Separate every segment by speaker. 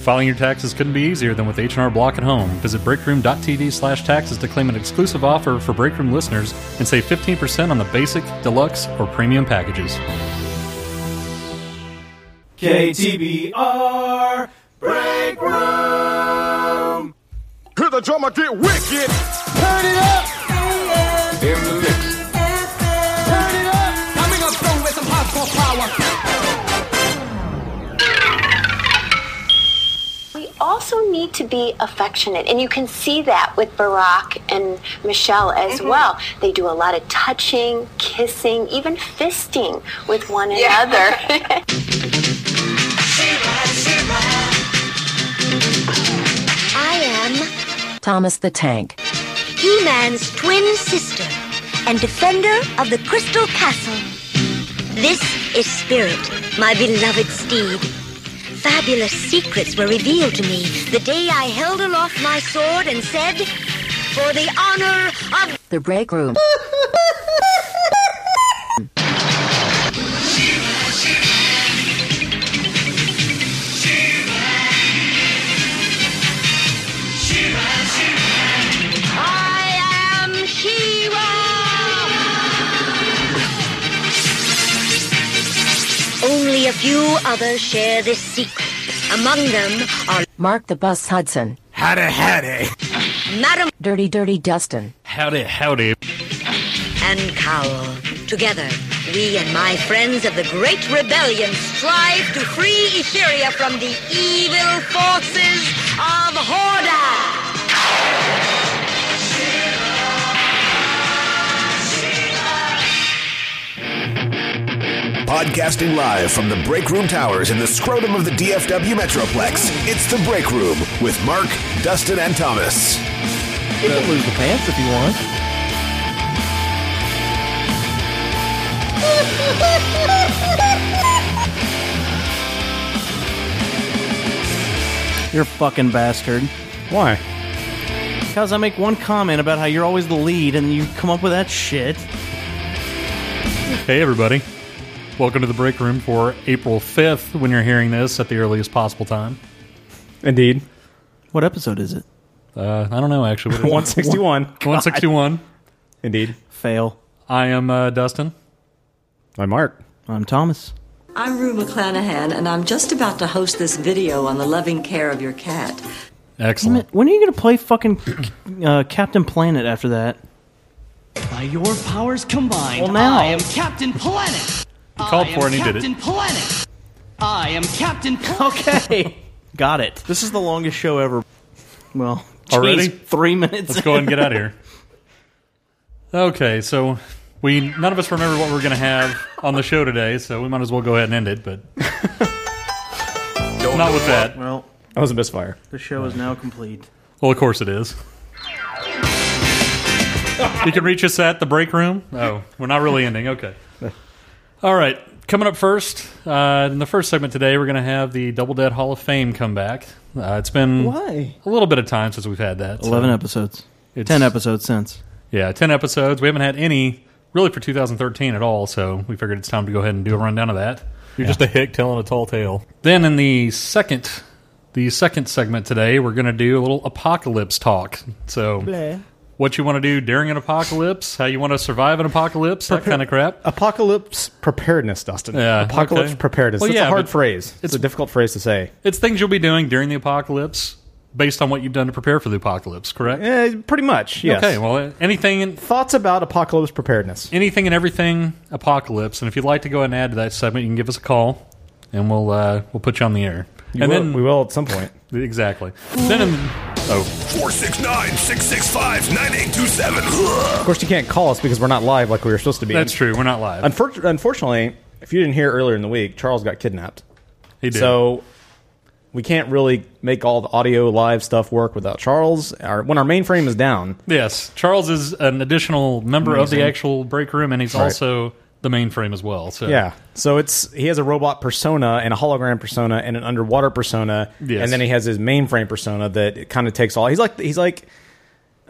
Speaker 1: Filing your taxes couldn't be easier than with H&R Block at Home. Visit breakroom.tv slash taxes to claim an exclusive offer for Breakroom listeners and save 15% on the basic, deluxe, or premium packages.
Speaker 2: Oh.
Speaker 3: KTBR Break Room.
Speaker 4: Hear the drummer get wicked.
Speaker 3: Turn it up.
Speaker 4: In the mix.
Speaker 3: Turn it up.
Speaker 5: Coming up soon with some hardcore power.
Speaker 6: We also need to be affectionate, and you can see that with Barack and Michelle as
Speaker 7: Mm-hmm.
Speaker 6: well. They do a lot of touching, kissing, even fisting with one another.
Speaker 8: I am
Speaker 9: Thomas the Tank.
Speaker 8: He Man's twin sister and defender of the Crystal Castle. This is Spirit, my beloved steed. Fabulous secrets were revealed to me the day I held aloft my sword and said, For the honor of.
Speaker 9: The Break Room.
Speaker 8: I am She-Ra! Only a few others share this secret. Among them are
Speaker 9: Mark the Bus Hudson.
Speaker 3: Howdy, howdy.
Speaker 8: Madam
Speaker 9: Dirty Dirty Dustin.
Speaker 1: Howdy, howdy.
Speaker 8: and Cowl. Together, we and my friends of the Great Rebellion strive to free Etheria from the evil forces of Horda.
Speaker 10: Podcasting live from the Break Room Towers in the scrotum of the DFW Metroplex, it's The Break Room with Mark, Dustin, and Thomas.
Speaker 3: You can lose the pants if you want.
Speaker 2: You're a fucking bastard.
Speaker 11: Why?
Speaker 2: Because I make one comment about how you're always the lead and you come up with that shit.
Speaker 1: Hey, everybody. Welcome to the break room for April 5th when you're hearing this at the earliest possible time.
Speaker 11: Indeed.
Speaker 2: What episode is it?
Speaker 1: Uh, I don't know, actually. What is it?
Speaker 11: 161.
Speaker 1: 161.
Speaker 11: Indeed.
Speaker 2: Fail.
Speaker 1: I am uh, Dustin.
Speaker 11: I'm Mark.
Speaker 2: I'm Thomas.
Speaker 7: I'm Rue McClanahan, and I'm just about to host this video on the loving care of your cat.
Speaker 1: Excellent.
Speaker 2: When are you going to play fucking uh, Captain Planet after that?
Speaker 5: By your powers combined,
Speaker 2: Well, now-
Speaker 5: I am Captain Planet.
Speaker 1: He called
Speaker 5: I
Speaker 1: for
Speaker 5: am
Speaker 1: it and he did
Speaker 5: Captain
Speaker 1: it.
Speaker 5: Planet. I am Captain Planet.
Speaker 2: Okay. Got it. This is the longest show ever. Well, geez,
Speaker 1: Already?
Speaker 2: three minutes.
Speaker 1: Let's go ahead and get out of here. Okay, so we none of us remember what we're going to have on the show today, so we might as well go ahead and end it, but not with that.
Speaker 2: well,
Speaker 11: That was a misfire.
Speaker 2: the show is now complete.
Speaker 1: Well, of course it is. you can reach us at the break room. Oh, we're not really ending. Okay. All right. Coming up first, uh, in the first segment today, we're going to have the Double Dead Hall of Fame comeback. Uh, it's been
Speaker 2: Why?
Speaker 1: a little bit of time since we've had that. so-
Speaker 2: 11 episodes.
Speaker 1: It's-
Speaker 2: 10 episodes since.
Speaker 1: Yeah, 10 episodes. We haven't had any really for 2013 at all, so we figured it's time to go ahead and do a rundown of that. You're just a hick telling a tall tale. Then in the second the second segment today, we're going to do a little apocalypse talk. So what you want to do during an apocalypse, how you want to survive an apocalypse, that kind of crap.
Speaker 11: Apocalypse preparedness, Dustin.
Speaker 1: Yeah,
Speaker 11: Apocalypse
Speaker 1: okay.
Speaker 11: preparedness.
Speaker 1: Well,
Speaker 11: It's
Speaker 1: yeah,
Speaker 11: a hard
Speaker 1: but
Speaker 11: phrase. It's,
Speaker 1: it's-
Speaker 11: a difficult phrase to say.
Speaker 1: It's things you'll be doing during the apocalypse based on what you've done to prepare for the apocalypse, correct?
Speaker 11: Eh, pretty much, yes.
Speaker 1: Okay, well, anything
Speaker 11: Thoughts about apocalypse preparedness.
Speaker 1: anything and everything apocalypse. And if you'd like to go ahead and add to that segment, you can give us a call, and we'll uh, we'll put you on the air.
Speaker 11: You
Speaker 1: and
Speaker 11: will-
Speaker 1: then
Speaker 11: we will at some point.
Speaker 1: exactly. Then in, oh
Speaker 10: 469 665 9827.
Speaker 11: Of course, you can't call us because we're not live like we were supposed to be.
Speaker 1: that's true. We're not live.
Speaker 11: Unfor- unfortunately, if you didn't hear earlier in the week, Charles got kidnapped.
Speaker 1: he did.
Speaker 11: So we can't really make all the audio live stuff work without Charles. Our, when our mainframe is down,
Speaker 1: yes, Charles is an additional member of the actual break room, and he's
Speaker 11: Right.
Speaker 1: also the mainframe as well. So
Speaker 11: yeah. So it's he has a robot persona and a hologram persona and an underwater persona,
Speaker 1: Yes.
Speaker 11: and then he has his mainframe persona that it kind of takes all. He's like he's like,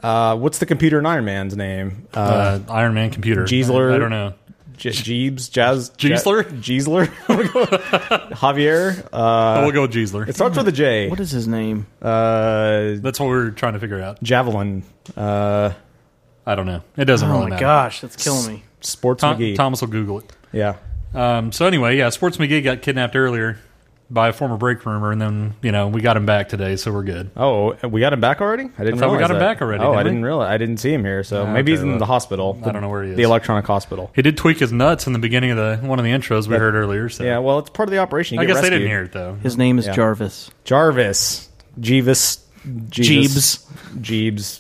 Speaker 11: uh, what's the computer in Iron Man's name? Uh,
Speaker 1: uh, Iron Man computer.
Speaker 11: Geisler.
Speaker 1: I, I don't know.
Speaker 11: J- Jeebs, Jazz,
Speaker 1: Jeezler?
Speaker 11: Jeezler, Javier. Uh,
Speaker 1: Oh, we'll go with Jeezler.
Speaker 11: It starts with a J.
Speaker 2: What is his name?
Speaker 11: Uh,
Speaker 1: That's what we're trying to figure out.
Speaker 11: Javelin. Uh,
Speaker 1: I don't know. It doesn't
Speaker 2: Oh
Speaker 1: really
Speaker 2: my
Speaker 1: matter.
Speaker 2: gosh, that's killing me.
Speaker 11: Sports
Speaker 1: Tom-
Speaker 11: McGee.
Speaker 1: Thomas will Google it.
Speaker 11: Yeah.
Speaker 1: Um, so anyway, yeah, Sports McGee got kidnapped earlier by a former break roomer, and then you know we got him back today, so we're good.
Speaker 11: Oh, we got him back already. I didn't.
Speaker 1: thought we
Speaker 11: realize
Speaker 1: got him
Speaker 11: that.
Speaker 1: back already,
Speaker 11: Oh, I
Speaker 1: didn't we?
Speaker 11: didn't realize. I didn't see him here. So
Speaker 1: Ah,
Speaker 11: maybe he's
Speaker 1: okay,
Speaker 11: in the
Speaker 1: well,
Speaker 11: hospital.
Speaker 1: I don't know where he is.
Speaker 11: The electronic hospital.
Speaker 1: He did tweak his nuts in the beginning of the one of the intros we heard earlier. So
Speaker 11: Yeah. Well, it's part of the operation. You
Speaker 1: I
Speaker 11: get
Speaker 1: guess they didn't
Speaker 11: rescued.
Speaker 1: hear it though.
Speaker 2: His name is
Speaker 11: Yeah.
Speaker 2: Jarvis.
Speaker 11: Jarvis, Jeeves,
Speaker 2: Jeebs.
Speaker 11: Jeebs.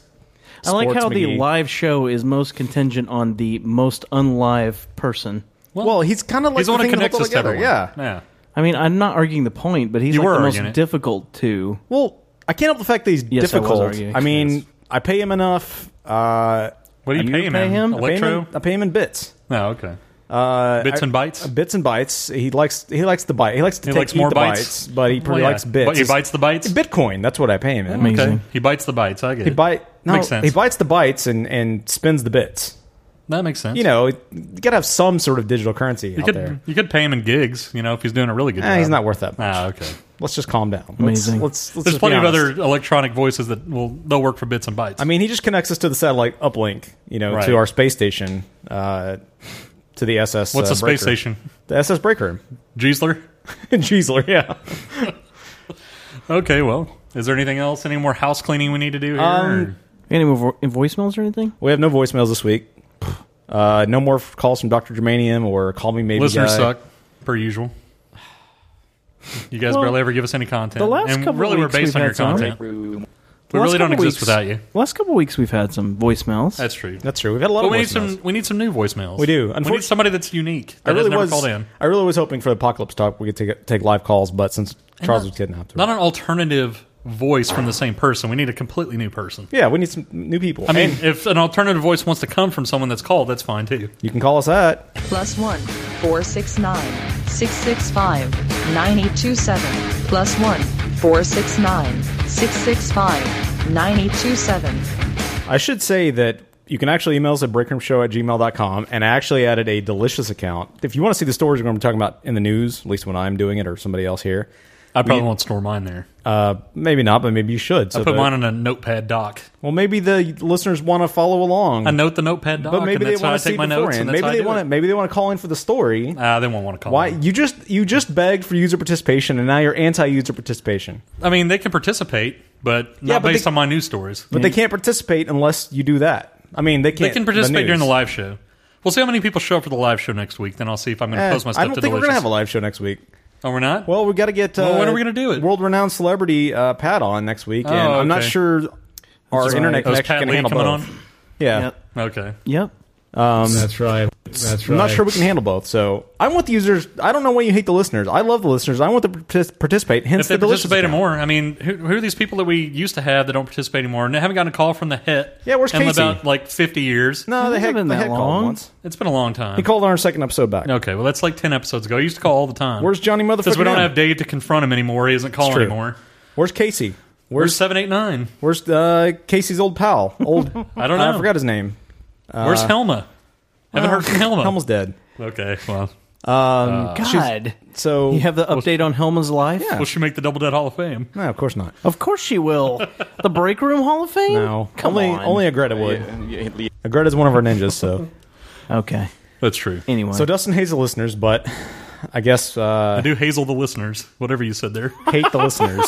Speaker 2: I like
Speaker 11: Sports
Speaker 2: how the
Speaker 11: McGee.
Speaker 2: live show is most contingent on the most unlive person.
Speaker 11: Well, he's kind of like
Speaker 1: He's the one who
Speaker 11: thing that holds
Speaker 1: connects
Speaker 11: it
Speaker 1: us to
Speaker 11: together.
Speaker 1: everyone.
Speaker 11: Yeah.
Speaker 1: yeah.
Speaker 2: I mean, I'm not arguing the point, but he's
Speaker 1: You
Speaker 2: like
Speaker 1: were
Speaker 2: the
Speaker 1: arguing
Speaker 2: most
Speaker 1: it.
Speaker 2: difficult to.
Speaker 11: Well, I can't help the fact that he's
Speaker 2: Yes, I was
Speaker 11: difficult.
Speaker 2: arguing.
Speaker 11: I, mean, I pay him enough. Uh,
Speaker 1: What do you
Speaker 11: I
Speaker 1: pay him? in?
Speaker 11: him? I pay him,
Speaker 1: Electro?
Speaker 11: in, I pay him in bits.
Speaker 1: No, okay.
Speaker 11: Uh,
Speaker 1: Bits
Speaker 11: I-
Speaker 1: and bites?
Speaker 11: uh, Bits and bites. He likes he likes the bite. He likes to
Speaker 1: He
Speaker 11: take
Speaker 1: likes
Speaker 11: eat
Speaker 1: more
Speaker 11: the
Speaker 1: bites?
Speaker 11: but he probably
Speaker 1: Well, yeah.
Speaker 11: likes bits.
Speaker 1: But he bites the bites?
Speaker 11: Bitcoin. That's what I pay him in.
Speaker 2: Amazing.
Speaker 1: Okay. He bites the bites. I get
Speaker 11: He
Speaker 1: it.
Speaker 11: bite. No,
Speaker 1: Makes sense.
Speaker 11: He bites the bites and and spends the bits.
Speaker 1: that makes sense.
Speaker 11: You know, you gotta have some sort of digital currency
Speaker 1: you
Speaker 11: out
Speaker 1: could
Speaker 11: there.
Speaker 1: you could pay him in gigs. You know, if he's doing a really good
Speaker 11: Eh,
Speaker 1: job.
Speaker 11: he's not worth that. Much.
Speaker 1: Ah, okay.
Speaker 11: Let's just calm down. Let's-
Speaker 2: Amazing.
Speaker 11: Let's,
Speaker 1: There's
Speaker 11: let's just be
Speaker 1: plenty of
Speaker 11: honest.
Speaker 1: other electronic voices that will they'll work for bits and bytes.
Speaker 11: I mean, he just connects us to the satellite uplink, you know,
Speaker 1: Right.
Speaker 11: to our space station, uh, to the SS.
Speaker 1: What's
Speaker 11: uh,
Speaker 1: the space
Speaker 11: breaker.
Speaker 1: station?
Speaker 11: The SS breaker.
Speaker 1: Jeezler.
Speaker 11: Jeezler, yeah.
Speaker 1: Okay, well, is there anything else? Any more house cleaning we need to do here?
Speaker 11: Um,
Speaker 2: Any vo- voicemails or anything?
Speaker 11: We have no voicemails this week. Uh, no more f- calls from Dr. Germanium or call me
Speaker 1: or
Speaker 11: maybe.
Speaker 1: listeners
Speaker 11: guy.
Speaker 1: suck per usual. You guys
Speaker 2: Well,
Speaker 1: barely ever give us any content.
Speaker 2: the last
Speaker 1: and
Speaker 2: couple
Speaker 1: really,
Speaker 2: weeks
Speaker 1: we're based on
Speaker 2: we've had
Speaker 1: your
Speaker 2: some.
Speaker 1: content. We really don't exist without you.
Speaker 2: Last couple weeks we've had some voicemails.
Speaker 1: That's true.
Speaker 11: That's true. We've had a lot
Speaker 1: But
Speaker 11: of
Speaker 1: we need
Speaker 11: voicemails.
Speaker 1: some. We need some new voicemails.
Speaker 11: We do.
Speaker 1: we need
Speaker 11: Unfortunately-
Speaker 1: somebody that's unique.
Speaker 11: I
Speaker 1: That has
Speaker 11: really
Speaker 1: never
Speaker 11: was.
Speaker 1: called in.
Speaker 11: I really was hoping for the apocalypse talk. We could take take live calls, but since Charles was kidnapped,
Speaker 1: Not an alternative voice from the same person. We need a completely new person.
Speaker 11: yeah, we need some new people.
Speaker 1: I mean,
Speaker 11: And
Speaker 1: if an alternative voice wants to come from someone that's called, that's fine too.
Speaker 11: you can call us at
Speaker 12: plus 1 469 665 9827 plus 1 469 665 9827
Speaker 11: I should say that you can actually email us at breakroomshow at gmail.com, and I actually added a delicious account. If you want to see the stories we're going to be talking about in the news, at least when I'm doing it or somebody else here,
Speaker 1: I probably
Speaker 11: We-
Speaker 1: won't store mine there.
Speaker 11: uh, maybe not, but maybe you should. So
Speaker 1: I put
Speaker 11: the-
Speaker 1: mine on a notepad doc.
Speaker 11: well, maybe the listeners want to follow along.
Speaker 1: I note the notepad doc,
Speaker 11: but maybe
Speaker 1: and
Speaker 11: they
Speaker 1: that's how I
Speaker 11: want to see
Speaker 1: take my notes.
Speaker 11: beforehand.
Speaker 1: And that's
Speaker 11: Maybe
Speaker 1: how I
Speaker 11: they
Speaker 1: do
Speaker 11: want to.
Speaker 1: it.
Speaker 11: Maybe they want to call in for the story.
Speaker 1: Ah, they won't want to call.
Speaker 11: Why
Speaker 1: in.
Speaker 11: you just you just begged for user participation, and now you're anti-user participation.
Speaker 1: I mean, they can participate, but not
Speaker 11: Yeah, but
Speaker 1: based
Speaker 11: they-
Speaker 1: on my news stories.
Speaker 11: But they can't participate unless you do that. I mean, they
Speaker 1: they
Speaker 11: can't.
Speaker 1: can participate during the
Speaker 11: news.
Speaker 1: live show. We'll see how many people show up for the live show next week. Then I'll see if I'm going to
Speaker 11: Eh,
Speaker 1: post my stuff
Speaker 11: I don't
Speaker 1: to
Speaker 11: think we're
Speaker 1: Delicious.
Speaker 11: gonna have a live show next week.
Speaker 1: oh, we're not.
Speaker 11: Well, we got to get. Uh,
Speaker 1: Well, when are we gonna do it?
Speaker 11: World-renowned celebrity uh, Pat on next week, and
Speaker 1: Oh,
Speaker 11: I'm not
Speaker 1: okay.
Speaker 11: sure our
Speaker 2: That's
Speaker 11: internet
Speaker 2: right.
Speaker 1: Oh, is
Speaker 11: connection
Speaker 1: Pat
Speaker 11: can
Speaker 1: Lee
Speaker 11: handle
Speaker 1: coming
Speaker 11: both.
Speaker 1: on?
Speaker 11: Yeah,
Speaker 2: Yep.
Speaker 1: Okay.
Speaker 2: Yep.
Speaker 3: That's right. That's
Speaker 11: Um, I'm not sure we can handle both. So I want the users. I don't know why you hate the listeners. I love the listeners. I want them to partic- participate. Hence
Speaker 1: If they
Speaker 11: the delicious
Speaker 1: participate
Speaker 11: account.
Speaker 1: more, I mean, who, who are these people that we used to have that don't participate anymore? And they haven't gotten a call from the hit.
Speaker 11: Yeah, where's
Speaker 1: in
Speaker 11: Casey?
Speaker 1: about like 50 years.
Speaker 11: No,
Speaker 2: It
Speaker 11: they
Speaker 2: hasn't
Speaker 11: had,
Speaker 2: been
Speaker 11: they
Speaker 2: that
Speaker 11: had called
Speaker 2: long.
Speaker 11: once.
Speaker 1: It's been a long time.
Speaker 11: He called on our second episode back.
Speaker 1: Okay, well, that's like 10 episodes ago. I used to call all the time.
Speaker 11: Where's Johnny motherfucking
Speaker 1: Since we don't
Speaker 11: M?
Speaker 1: have Dave to confront him anymore, he isn't calling
Speaker 11: true.
Speaker 1: anymore.
Speaker 11: Where's Casey?
Speaker 1: Where's
Speaker 11: Where's
Speaker 1: 789?
Speaker 11: where's uh, Casey's old pal? Old
Speaker 1: I don't know.
Speaker 11: I forgot his name.
Speaker 1: Where's Helma? Haven't heard from Helma.
Speaker 11: uh, Helma's dead. Uh,
Speaker 1: Okay, well,
Speaker 2: um,
Speaker 1: Uh,
Speaker 2: God.
Speaker 11: So
Speaker 2: You have the update on Helma's life?
Speaker 11: Yeah.
Speaker 1: will she make the Double Dead Hall of Fame?
Speaker 11: no, of course not.
Speaker 2: Of course she will. the Break Room Hall of Fame?
Speaker 11: No,
Speaker 2: Come
Speaker 11: only
Speaker 2: on.
Speaker 11: only Agreta would. Agreta's one of our ninjas, so
Speaker 2: Okay.
Speaker 1: That's true.
Speaker 2: Anyway.
Speaker 11: so Dustin hates the listeners, but I guess
Speaker 1: I
Speaker 11: uh,
Speaker 1: do hazel the listeners, whatever you said there.
Speaker 11: hate the listeners.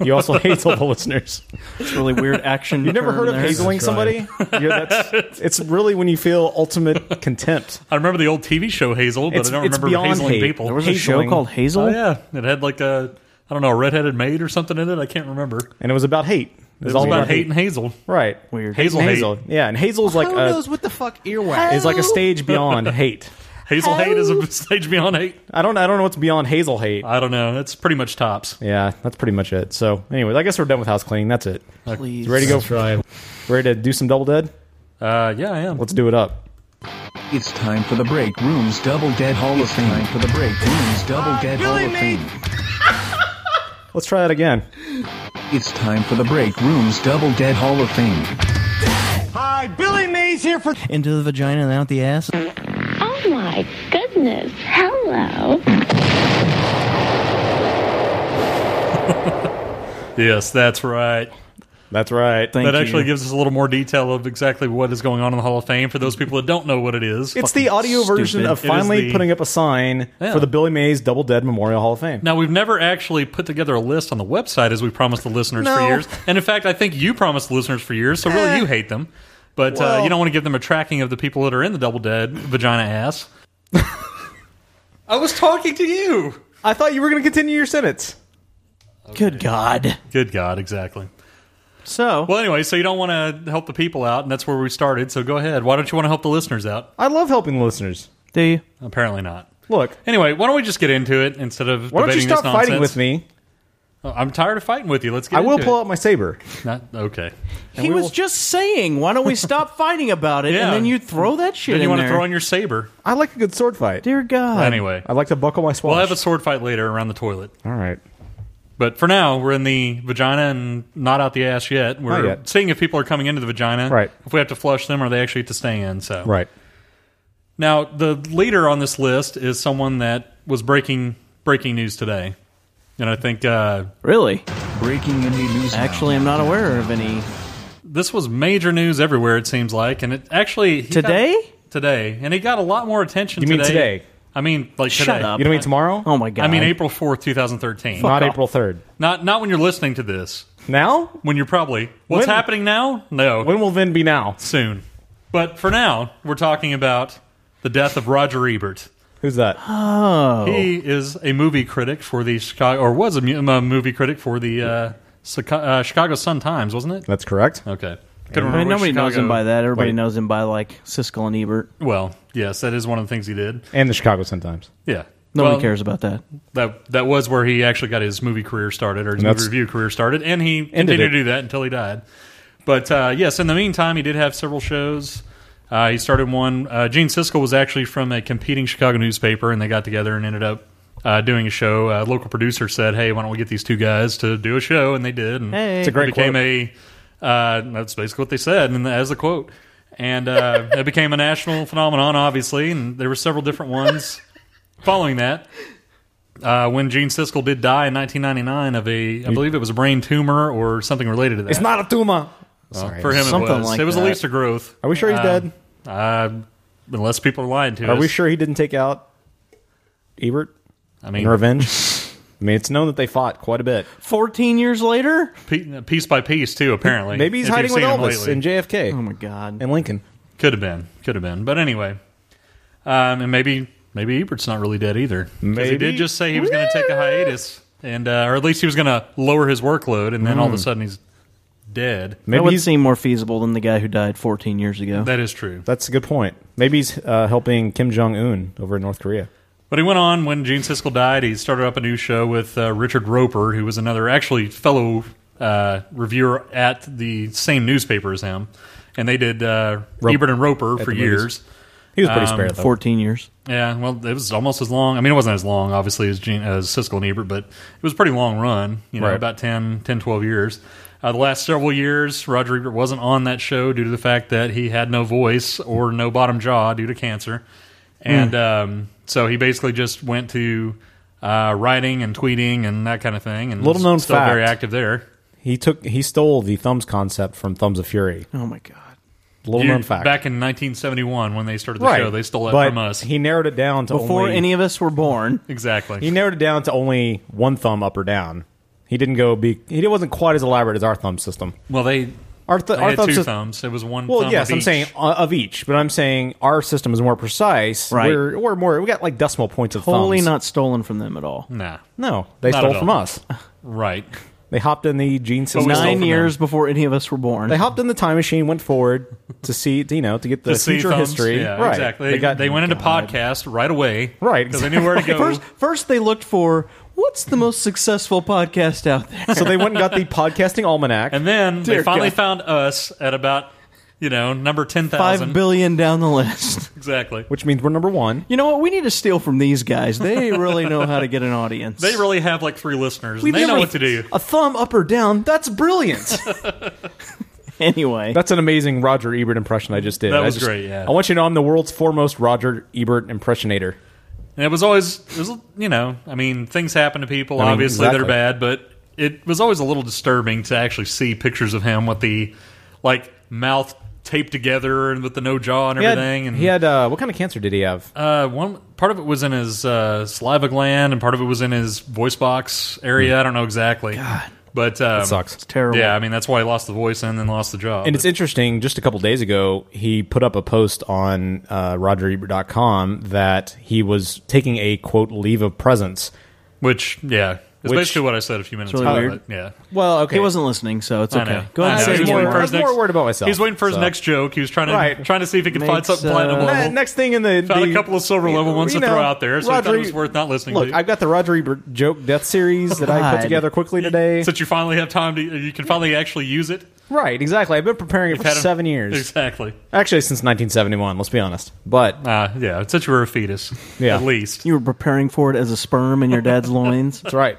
Speaker 11: You also hate all the listeners.
Speaker 2: It's really weird action.
Speaker 11: You never
Speaker 2: term
Speaker 11: heard of
Speaker 2: there.
Speaker 11: hazeling somebody? Yeah, that's, it's really when you feel ultimate contempt.
Speaker 1: I remember the old TV show Hazel, but
Speaker 11: It's-
Speaker 1: I don't
Speaker 11: it's
Speaker 1: remember
Speaker 11: beyond
Speaker 1: hazeling
Speaker 11: hate.
Speaker 1: people.
Speaker 11: There
Speaker 2: There was a show
Speaker 11: Hazeling.
Speaker 2: called Hazel?
Speaker 1: oh, yeah, it had like a I don't know a redheaded maid or something in it. I can't remember. It
Speaker 11: And it was about hate. It
Speaker 1: was all about hate and Hazel.
Speaker 11: Right.
Speaker 2: Weird.
Speaker 1: Hazel
Speaker 11: And
Speaker 1: hate.
Speaker 11: Hazel. Yeah, and Hazel's like
Speaker 3: Who
Speaker 11: a,
Speaker 3: knows what the fuck earwax?
Speaker 11: is like a stage beyond hate.
Speaker 1: Hazel hate is a stage beyond hate.
Speaker 11: I don't I don't know what's beyond Hazel hate.
Speaker 1: I don't know. That's pretty much tops.
Speaker 11: Yeah, that's pretty much it. So, anyways, I guess we're done with house cleaning. That's it.
Speaker 2: Please.
Speaker 11: Ready to go?
Speaker 3: That's right.
Speaker 11: Ready to do some double dead?
Speaker 1: Uh, yeah, I am.
Speaker 11: Let's do it up.
Speaker 13: It's time for the Break Room's Double Dead Hall of Fame. Time for the Break Room's Double Dead Hall of Fame.
Speaker 11: Let's try that again.
Speaker 13: It's time for the Break Room's Double Dead Hall of Fame.
Speaker 3: Hi, Billy Mays here for
Speaker 2: Into the vagina and out the ass.
Speaker 6: Oh my
Speaker 14: my goodness. Hello.
Speaker 1: Yes, that's right.
Speaker 11: That's right.
Speaker 1: that actually gives us a little more detail of exactly what is going on in the Hall of Fame for those people that don't know what it is.
Speaker 11: It's the audio version of finally putting up a sign
Speaker 1: Yeah.
Speaker 11: for the Billy Mays Double Dead Memorial Hall of Fame.
Speaker 1: Now we've never actually put together a list on the website as we promised the listeners for
Speaker 11: No.
Speaker 1: years, and in fact, I think you promised the listeners for years. So really,
Speaker 11: Eh.
Speaker 1: you hate them, but uh,
Speaker 11: Well-
Speaker 1: you don't want to give them a tracking of the people that are in the Double Dead vagina ass. I was talking to you.
Speaker 11: I thought you were going to continue your sentence.
Speaker 1: Good God. Good God, exactly.
Speaker 2: So
Speaker 1: well, anyway, so you don't want to help the people out, and that's where we started. So go ahead. Why don't you want to help the listeners out?
Speaker 11: I love helping the listeners.
Speaker 2: Do you?
Speaker 1: Apparently not.
Speaker 11: Look.
Speaker 1: Anyway, why don't we just get into it instead of
Speaker 11: Why don't you
Speaker 1: debating
Speaker 11: stop
Speaker 1: this nonsense?
Speaker 11: fighting with me?
Speaker 1: Oh, I'm tired of fighting with you. Let's get.
Speaker 11: I will
Speaker 1: into
Speaker 11: pull
Speaker 1: it.
Speaker 11: out my saber.
Speaker 1: Not okay.
Speaker 2: he was just saying, why don't we stop fighting about it?
Speaker 1: Yeah.
Speaker 2: And then you throw that shit
Speaker 1: Then you
Speaker 2: in
Speaker 1: want
Speaker 2: there.
Speaker 1: to throw in your saber.
Speaker 11: I like a good sword fight.
Speaker 2: Dear God.
Speaker 1: Anyway.
Speaker 11: I like to buckle my sword.
Speaker 1: We'll have a sword fight later around the toilet.
Speaker 11: All right.
Speaker 1: But for now, we're in the vagina and not out the ass yet. We're
Speaker 11: yet.
Speaker 1: seeing if people are coming into the vagina.
Speaker 11: Right.
Speaker 1: If we have to flush them or they actually have to stay in. So
Speaker 11: Right.
Speaker 1: Now, the leader on this list is someone that was breaking breaking news today, and I think uh,
Speaker 2: really
Speaker 13: breaking indie news.
Speaker 2: Actually, I'm not aware of any.
Speaker 1: This was major news everywhere. It seems like, and it actually he got-
Speaker 2: Today?
Speaker 1: today, and he got a lot more attention.
Speaker 11: You mean today?
Speaker 1: I mean, like
Speaker 11: Shut
Speaker 1: today.
Speaker 11: up. You don't mean tomorrow? Oh my God.
Speaker 1: I mean April fourth, two thousand thirteen.
Speaker 11: Not April 3rd.
Speaker 1: Not not when you're listening to this.
Speaker 11: Now?
Speaker 1: When you're probably what's
Speaker 11: When-
Speaker 1: happening now? No.
Speaker 11: When will then be now?
Speaker 1: Soon. But for now, we're talking about the death of Roger Ebert.
Speaker 11: Who's that?
Speaker 2: Oh.
Speaker 1: He is a movie critic for the Chicago, or was a, mu- a movie critic for the uh, Chica- uh, Chicago Sun Times, wasn't it?
Speaker 11: That's correct.
Speaker 1: Okay.
Speaker 2: I
Speaker 1: Couldn't
Speaker 2: mean,
Speaker 1: remember
Speaker 2: nobody
Speaker 1: which
Speaker 2: knows him
Speaker 1: Chicago-
Speaker 2: by that. Everybody
Speaker 1: Wait.
Speaker 2: knows him by like Siskel and Ebert.
Speaker 1: Well, yes, that is one of the things he did.
Speaker 11: And the Chicago Sun-Times.
Speaker 1: Yeah.
Speaker 2: Nobody
Speaker 1: Well,
Speaker 2: cares about that.
Speaker 1: That that was where he actually got his movie career started, or his
Speaker 2: And
Speaker 1: movie
Speaker 2: that's-
Speaker 1: review career started, and he
Speaker 2: Ended
Speaker 1: continued
Speaker 2: it.
Speaker 1: to do that until he died. But uh, yes, in the meantime, he did have several shows. Uh, he started one. Uh, Gene Siskel was actually from a competing Chicago newspaper, and they got together and ended up uh, doing a show. A local producer said, "Hey, why don't we get these two guys to do a show?" And they did.
Speaker 11: Mm-hmm.
Speaker 1: And
Speaker 2: Hey. It's a great
Speaker 1: it became a. Uh, that's basically what they said, and as a quote, and uh, it became a national phenomenon, obviously. And there were several different ones following that. Uh, when Gene Siskel did die in 1999 of a, I believe it was a brain tumor or something related to that.
Speaker 11: It's not a tumor.
Speaker 1: Well,
Speaker 11: Sorry.
Speaker 1: for him. it
Speaker 11: Something
Speaker 1: was.
Speaker 11: like
Speaker 1: it was at
Speaker 11: that.
Speaker 1: least a growth.
Speaker 11: Are we sure he's dead?
Speaker 1: Uh, unless people are lying to
Speaker 11: Are
Speaker 1: us.
Speaker 11: we sure he didn't take out Ebert? I
Speaker 1: mean-
Speaker 11: revenge. I mean, it's known that they fought quite a bit.
Speaker 2: 14 years later?
Speaker 1: Pe- uh, piece by piece, too, apparently.
Speaker 11: Maybe he's
Speaker 1: If
Speaker 11: hiding
Speaker 1: you've
Speaker 11: with
Speaker 1: seen him
Speaker 11: Elvis
Speaker 1: lately.
Speaker 11: and JFK.
Speaker 2: Oh my God.
Speaker 11: And Lincoln.
Speaker 1: Could have been. Could have been. But anyway. Um, and maybe maybe Ebert's not really dead either. 'Cause he
Speaker 11: Maybe.
Speaker 1: did just say he was going to take a hiatus, and uh, or at least he was going to lower his workload, and then all of a
Speaker 2: Mm.
Speaker 1: sudden he's dead.
Speaker 2: Maybe that would seem more feasible than the guy who died 14 years ago.
Speaker 1: That is true.
Speaker 11: That's a good point. Maybe he's uh, helping Kim Jong Un over in North Korea.
Speaker 1: But he went on when Gene Siskel died. He started up a new show with uh, Richard Roper, who was another actually fellow uh, reviewer at the same newspaper as him, and they did uh,
Speaker 2: Rope-
Speaker 1: Ebert and Roper
Speaker 2: at
Speaker 1: for
Speaker 2: the movies.
Speaker 1: years. Um,
Speaker 2: He was pretty spare, though. 14 years.
Speaker 1: Yeah, well, it was almost as long. I mean, it wasn't as long, obviously, as, Gene, as Siskel and Ebert, but it was a pretty long run. You know,
Speaker 11: Right.
Speaker 1: about 10, 10, 12 years. Uh, the last several years, Roger Ebert wasn't on that show due to the fact that he had no voice or no bottom jaw due to cancer, and
Speaker 11: Hmm.
Speaker 1: um, so he basically just went to uh, writing and tweeting and that kind of thing. And
Speaker 11: Little
Speaker 1: was
Speaker 11: known
Speaker 1: Mm, still
Speaker 11: fact.
Speaker 1: very active there.
Speaker 11: He took he stole the thumbs concept from Thumbs of Fury.
Speaker 2: Oh my god!
Speaker 11: Little
Speaker 1: You-
Speaker 11: known fact.
Speaker 1: Back in 1971, when they started the
Speaker 11: Right.
Speaker 1: show, they stole that
Speaker 11: But
Speaker 1: from us.
Speaker 11: He narrowed it down to
Speaker 2: Before
Speaker 11: only,
Speaker 2: any of us were born.
Speaker 1: Exactly.
Speaker 11: He narrowed it down to only one thumb up or down. He didn't go be. He wasn't quite as elaborate as our thumb system.
Speaker 1: Well, they
Speaker 11: our, th-
Speaker 1: they
Speaker 11: our
Speaker 1: had
Speaker 11: thumb
Speaker 1: two
Speaker 11: sys-
Speaker 1: thumbs. It was one.
Speaker 11: Well,
Speaker 1: thumb
Speaker 11: yes,
Speaker 1: of
Speaker 11: I'm
Speaker 1: each.
Speaker 11: saying uh, of each, but I'm saying our system is more precise.
Speaker 2: Right.
Speaker 11: We're, we're more. We got like decimal points of
Speaker 2: Totally
Speaker 11: thumbs.
Speaker 2: not stolen from them at all.
Speaker 1: Nah.
Speaker 11: No, they
Speaker 2: Not
Speaker 11: stole
Speaker 2: at
Speaker 11: from
Speaker 2: all.
Speaker 11: us.
Speaker 1: Right.
Speaker 11: They hopped in the gene system.
Speaker 2: Nine years before any of us were born.
Speaker 11: They hopped in the time machine, went forward to see, you know, to get the
Speaker 1: To see
Speaker 11: future
Speaker 1: thumbs.
Speaker 11: history.
Speaker 1: Yeah,
Speaker 11: right.
Speaker 1: exactly. They,
Speaker 11: got-
Speaker 1: they went into podcast right away.
Speaker 11: Right,
Speaker 1: Because they knew where to go.
Speaker 2: First, first they looked for what's the most successful podcast out there.
Speaker 11: So they went and got the podcasting almanac.
Speaker 1: and then they
Speaker 2: Dear
Speaker 1: finally
Speaker 2: God.
Speaker 1: found us at about, you know, number 10,000.
Speaker 2: five billion down the list.
Speaker 1: Exactly.
Speaker 11: Which means we're number one.
Speaker 2: You know what? We need to steal from these guys. They really know how to get an audience.
Speaker 1: They really have like three listeners.
Speaker 2: We've
Speaker 1: and they know
Speaker 2: never-
Speaker 1: what to do.
Speaker 2: A thumb up or down, that's brilliant.
Speaker 11: Anyway, that's an amazing Roger Ebert impression I just did.
Speaker 1: That
Speaker 11: I
Speaker 1: was
Speaker 11: just-
Speaker 1: great, yeah.
Speaker 11: I want you to know I'm the world's foremost Roger Ebert impressionator.
Speaker 1: And it was always, it was, you know, I mean, things happen to people.
Speaker 11: I mean,
Speaker 1: obviously,
Speaker 11: exactly.
Speaker 1: they're bad, but it was always a little disturbing to actually see pictures of him with the like mouth taped together and with the no jaw and
Speaker 11: He had-
Speaker 1: everything. and
Speaker 11: he had uh, what kind of cancer did he have?
Speaker 1: uh, one part of it was in his uh, saliva gland, and part of it was in his voice box area. I don't know exactly. But um,
Speaker 11: That sucks.
Speaker 1: It's terrible. Yeah, I mean that's why he lost the voice and then lost the job.
Speaker 11: And it's interesting. Just a couple days ago, he put up a post on uh, RogerEbert.com that he was taking a quote leave of presence,
Speaker 1: which yeah, it's
Speaker 11: Which-
Speaker 1: basically what I said a few minutes
Speaker 11: It's really
Speaker 1: ago.
Speaker 11: weird.
Speaker 1: but Yeah.
Speaker 11: Well, okay.
Speaker 2: He wasn't listening, so it's
Speaker 1: I
Speaker 2: okay.
Speaker 1: know.
Speaker 2: Go
Speaker 1: I
Speaker 2: ahead. and
Speaker 1: know.
Speaker 2: say
Speaker 1: He was
Speaker 2: what you
Speaker 1: waiting
Speaker 2: want.
Speaker 1: for his next-
Speaker 11: worried about myself,
Speaker 1: He was waiting for his
Speaker 11: so.
Speaker 1: next joke. He was trying to
Speaker 11: Right.
Speaker 1: trying to see if he could find
Speaker 11: Makes,
Speaker 1: something platinum
Speaker 11: uh,
Speaker 1: level.
Speaker 11: next thing in the
Speaker 1: found
Speaker 11: the-
Speaker 1: a couple of silver
Speaker 11: you-
Speaker 1: level ones
Speaker 11: you
Speaker 1: to throw
Speaker 11: know,
Speaker 1: out there, so I thought
Speaker 11: Roger-
Speaker 1: it was worth not listening.
Speaker 11: Look,
Speaker 1: to.
Speaker 11: I've got the Roger Ebert joke death series that I put
Speaker 1: God.
Speaker 11: together quickly today.
Speaker 1: since you finally have time to, you can finally actually use it.
Speaker 11: Right, exactly. I've been preparing it for
Speaker 1: You've had 'em-
Speaker 11: seven years.
Speaker 1: Exactly.
Speaker 11: Actually, since 1971. Let's be honest. But
Speaker 1: uh, yeah, since you were a fetus,
Speaker 11: yeah,
Speaker 1: at least
Speaker 2: you were preparing for it as a sperm in your dad's loins. That's
Speaker 11: right.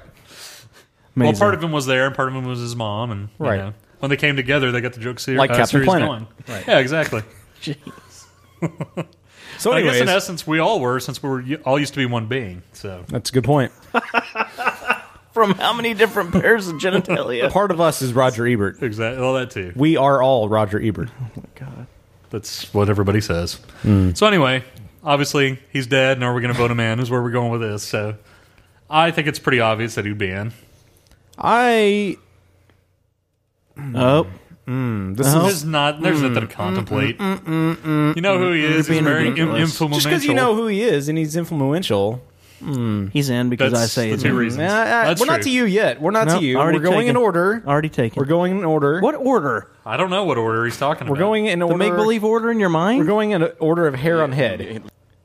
Speaker 2: Amazing.
Speaker 1: Well, part of him was there, and part of him was his mom, and you
Speaker 2: Right.
Speaker 1: know, when they came together, they got the joke series.
Speaker 11: Like
Speaker 1: uh,
Speaker 11: Captain
Speaker 1: series
Speaker 11: Planet.
Speaker 1: going.
Speaker 11: Right.
Speaker 1: Yeah, exactly.
Speaker 11: So
Speaker 1: I guess in
Speaker 11: anyways-
Speaker 1: essence, we all were, since we were y- all used to be one being. So
Speaker 11: that's a good point.
Speaker 2: From how many different pairs of genitalia?
Speaker 11: Part of us is Roger Ebert.
Speaker 1: Exactly. All that too.
Speaker 11: We are all Roger Ebert.
Speaker 1: that's what everybody says. So anyway, obviously he's dead, and are we going to vote him in? Is where we're going with this. So I think it's pretty obvious that he'd be in.
Speaker 11: I. Oh. Mm, this
Speaker 1: There's
Speaker 11: is
Speaker 1: not. There's
Speaker 11: Mm.
Speaker 1: nothing to contemplate.
Speaker 11: Mm, mm, mm,
Speaker 1: You know who he
Speaker 11: mm,
Speaker 1: is.
Speaker 11: mm.
Speaker 1: He's very in- influential.
Speaker 11: Just because you know who he is and he's influential. Hmm.
Speaker 2: He's in because
Speaker 11: That's
Speaker 2: I say
Speaker 11: the
Speaker 2: he's
Speaker 11: two
Speaker 2: in.
Speaker 11: reasons. Nah, uh, That's we're not true. to you yet. We're not to you.
Speaker 2: already
Speaker 11: We're going
Speaker 2: taken.
Speaker 11: in order.
Speaker 2: Already taken. We're
Speaker 11: going in order.
Speaker 2: What order?
Speaker 1: I don't know what order he's talking
Speaker 11: We're
Speaker 1: about.
Speaker 11: going in order.
Speaker 2: The make believe order in your mind.
Speaker 11: We're going in a order of hair on head.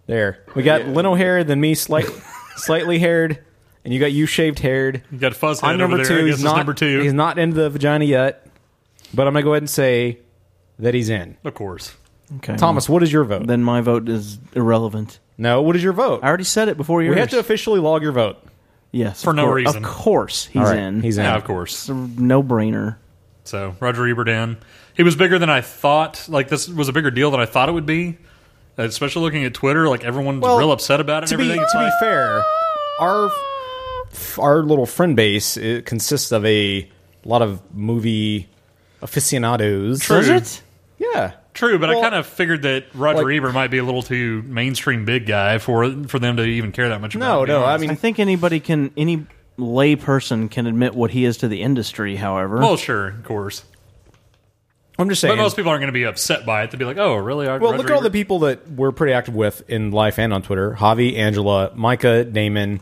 Speaker 11: There, we got Leno haired, then me slight, slightly haired, and you got you shaved haired. You
Speaker 1: got fuzz
Speaker 11: I'm
Speaker 1: head
Speaker 11: number
Speaker 1: over there. I guess
Speaker 11: two. He's
Speaker 1: it's
Speaker 11: not
Speaker 1: number two.
Speaker 11: He's not into the vagina yet, but I'm gonna go ahead and say that he's in.
Speaker 1: Of course.
Speaker 2: Okay.
Speaker 11: Thomas, what is your vote?
Speaker 2: Then my vote is irrelevant.
Speaker 11: No, what is your vote? I
Speaker 2: already said it before you.
Speaker 11: We have to officially log your vote.
Speaker 2: Yes,
Speaker 1: For
Speaker 2: of
Speaker 1: no
Speaker 2: cour-
Speaker 1: reason.
Speaker 2: Of course, he's
Speaker 1: All right,
Speaker 2: in.
Speaker 1: he's in. Yeah, of course.
Speaker 2: It's a no-brainer.
Speaker 1: So Roger Ebert in. He was bigger than I thought. Like this was a bigger deal than I thought it would be. Especially looking at Twitter, like everyone's
Speaker 11: Well,
Speaker 1: real upset about it.
Speaker 11: to
Speaker 1: and
Speaker 11: be,
Speaker 1: everything. It's
Speaker 11: to be
Speaker 1: like-
Speaker 11: fair, our f- our little friend base it consists of a lot of movie aficionados.
Speaker 1: True. Does it?
Speaker 11: Yeah.
Speaker 1: True, but I
Speaker 11: Well,
Speaker 1: kind of figured that Roger
Speaker 11: like-
Speaker 1: Ebert might be a little too mainstream big guy for for them to even care that much about.
Speaker 11: No,
Speaker 1: it, to be
Speaker 11: no, I
Speaker 1: honest.
Speaker 11: mean-
Speaker 2: I think anybody can, any lay person can admit what he is to the industry. However,
Speaker 1: well, sure, of course.
Speaker 11: I'm just saying.
Speaker 1: but most people aren't going to be upset by it. They'll be like, "Oh, really?" Well,
Speaker 11: Well, look at all the people that we're pretty active with in life and on Twitter: Javi, Angela, Micah, Damon,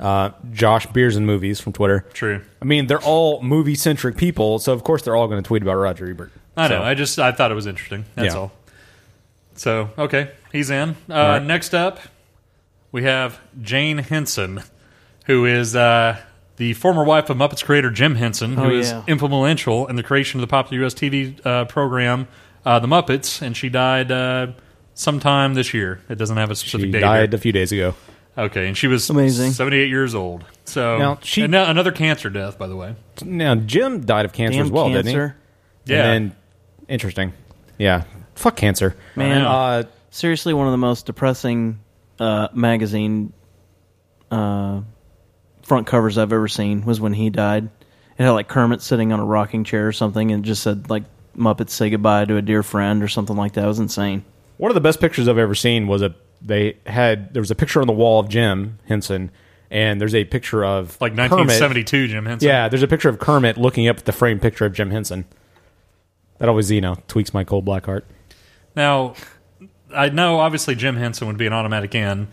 Speaker 11: uh, Josh, Beers and Movies from Twitter.
Speaker 1: True.
Speaker 11: I mean, they're all movie centric people, so of course they're all going to tweet about Roger Ebert.
Speaker 1: I know.
Speaker 11: So-
Speaker 1: I just I thought it was interesting. That's
Speaker 11: Yeah.
Speaker 1: all. So okay, he's in. Uh,
Speaker 11: All right.
Speaker 1: Next up, we have Jane Henson, who is uh, the former wife of Muppets creator Jim Henson, who
Speaker 2: Oh,
Speaker 1: is
Speaker 2: yeah.
Speaker 1: influential in the creation of the popular U.S. TV uh, program uh, The Muppets, and she died uh, sometime this year. It doesn't have a specific
Speaker 11: She
Speaker 1: date.
Speaker 11: died a few days ago.
Speaker 1: here. Okay, and she was
Speaker 11: Amazing.
Speaker 1: seventy-eight years old. So
Speaker 11: Now, she-
Speaker 1: and now- another cancer death, by the way.
Speaker 11: Now Jim died of cancer
Speaker 1: Damn
Speaker 11: as well, didn't
Speaker 1: cancer.
Speaker 11: he?
Speaker 1: Yeah.
Speaker 11: And then, interesting. Yeah. Fuck cancer,
Speaker 2: man,
Speaker 11: Uh,
Speaker 2: seriously, one of the most depressing uh, magazine uh, front covers I've ever seen was when he died. It had like Kermit sitting on a rocking chair or something, and it just said like Muppets say goodbye to a dear friend or something like that. It was insane.
Speaker 11: one of the best pictures I've ever seen was a they had there was a picture on the wall of Jim Henson, and there's a picture of
Speaker 1: Like
Speaker 11: Kermit.
Speaker 1: 1972 Jim Henson.
Speaker 11: Yeah, there's a picture of Kermit looking up at the framed picture of Jim Henson. That always, you know, tweaks my cold black heart.
Speaker 1: Now, I know obviously Jim Henson would be an automatic in.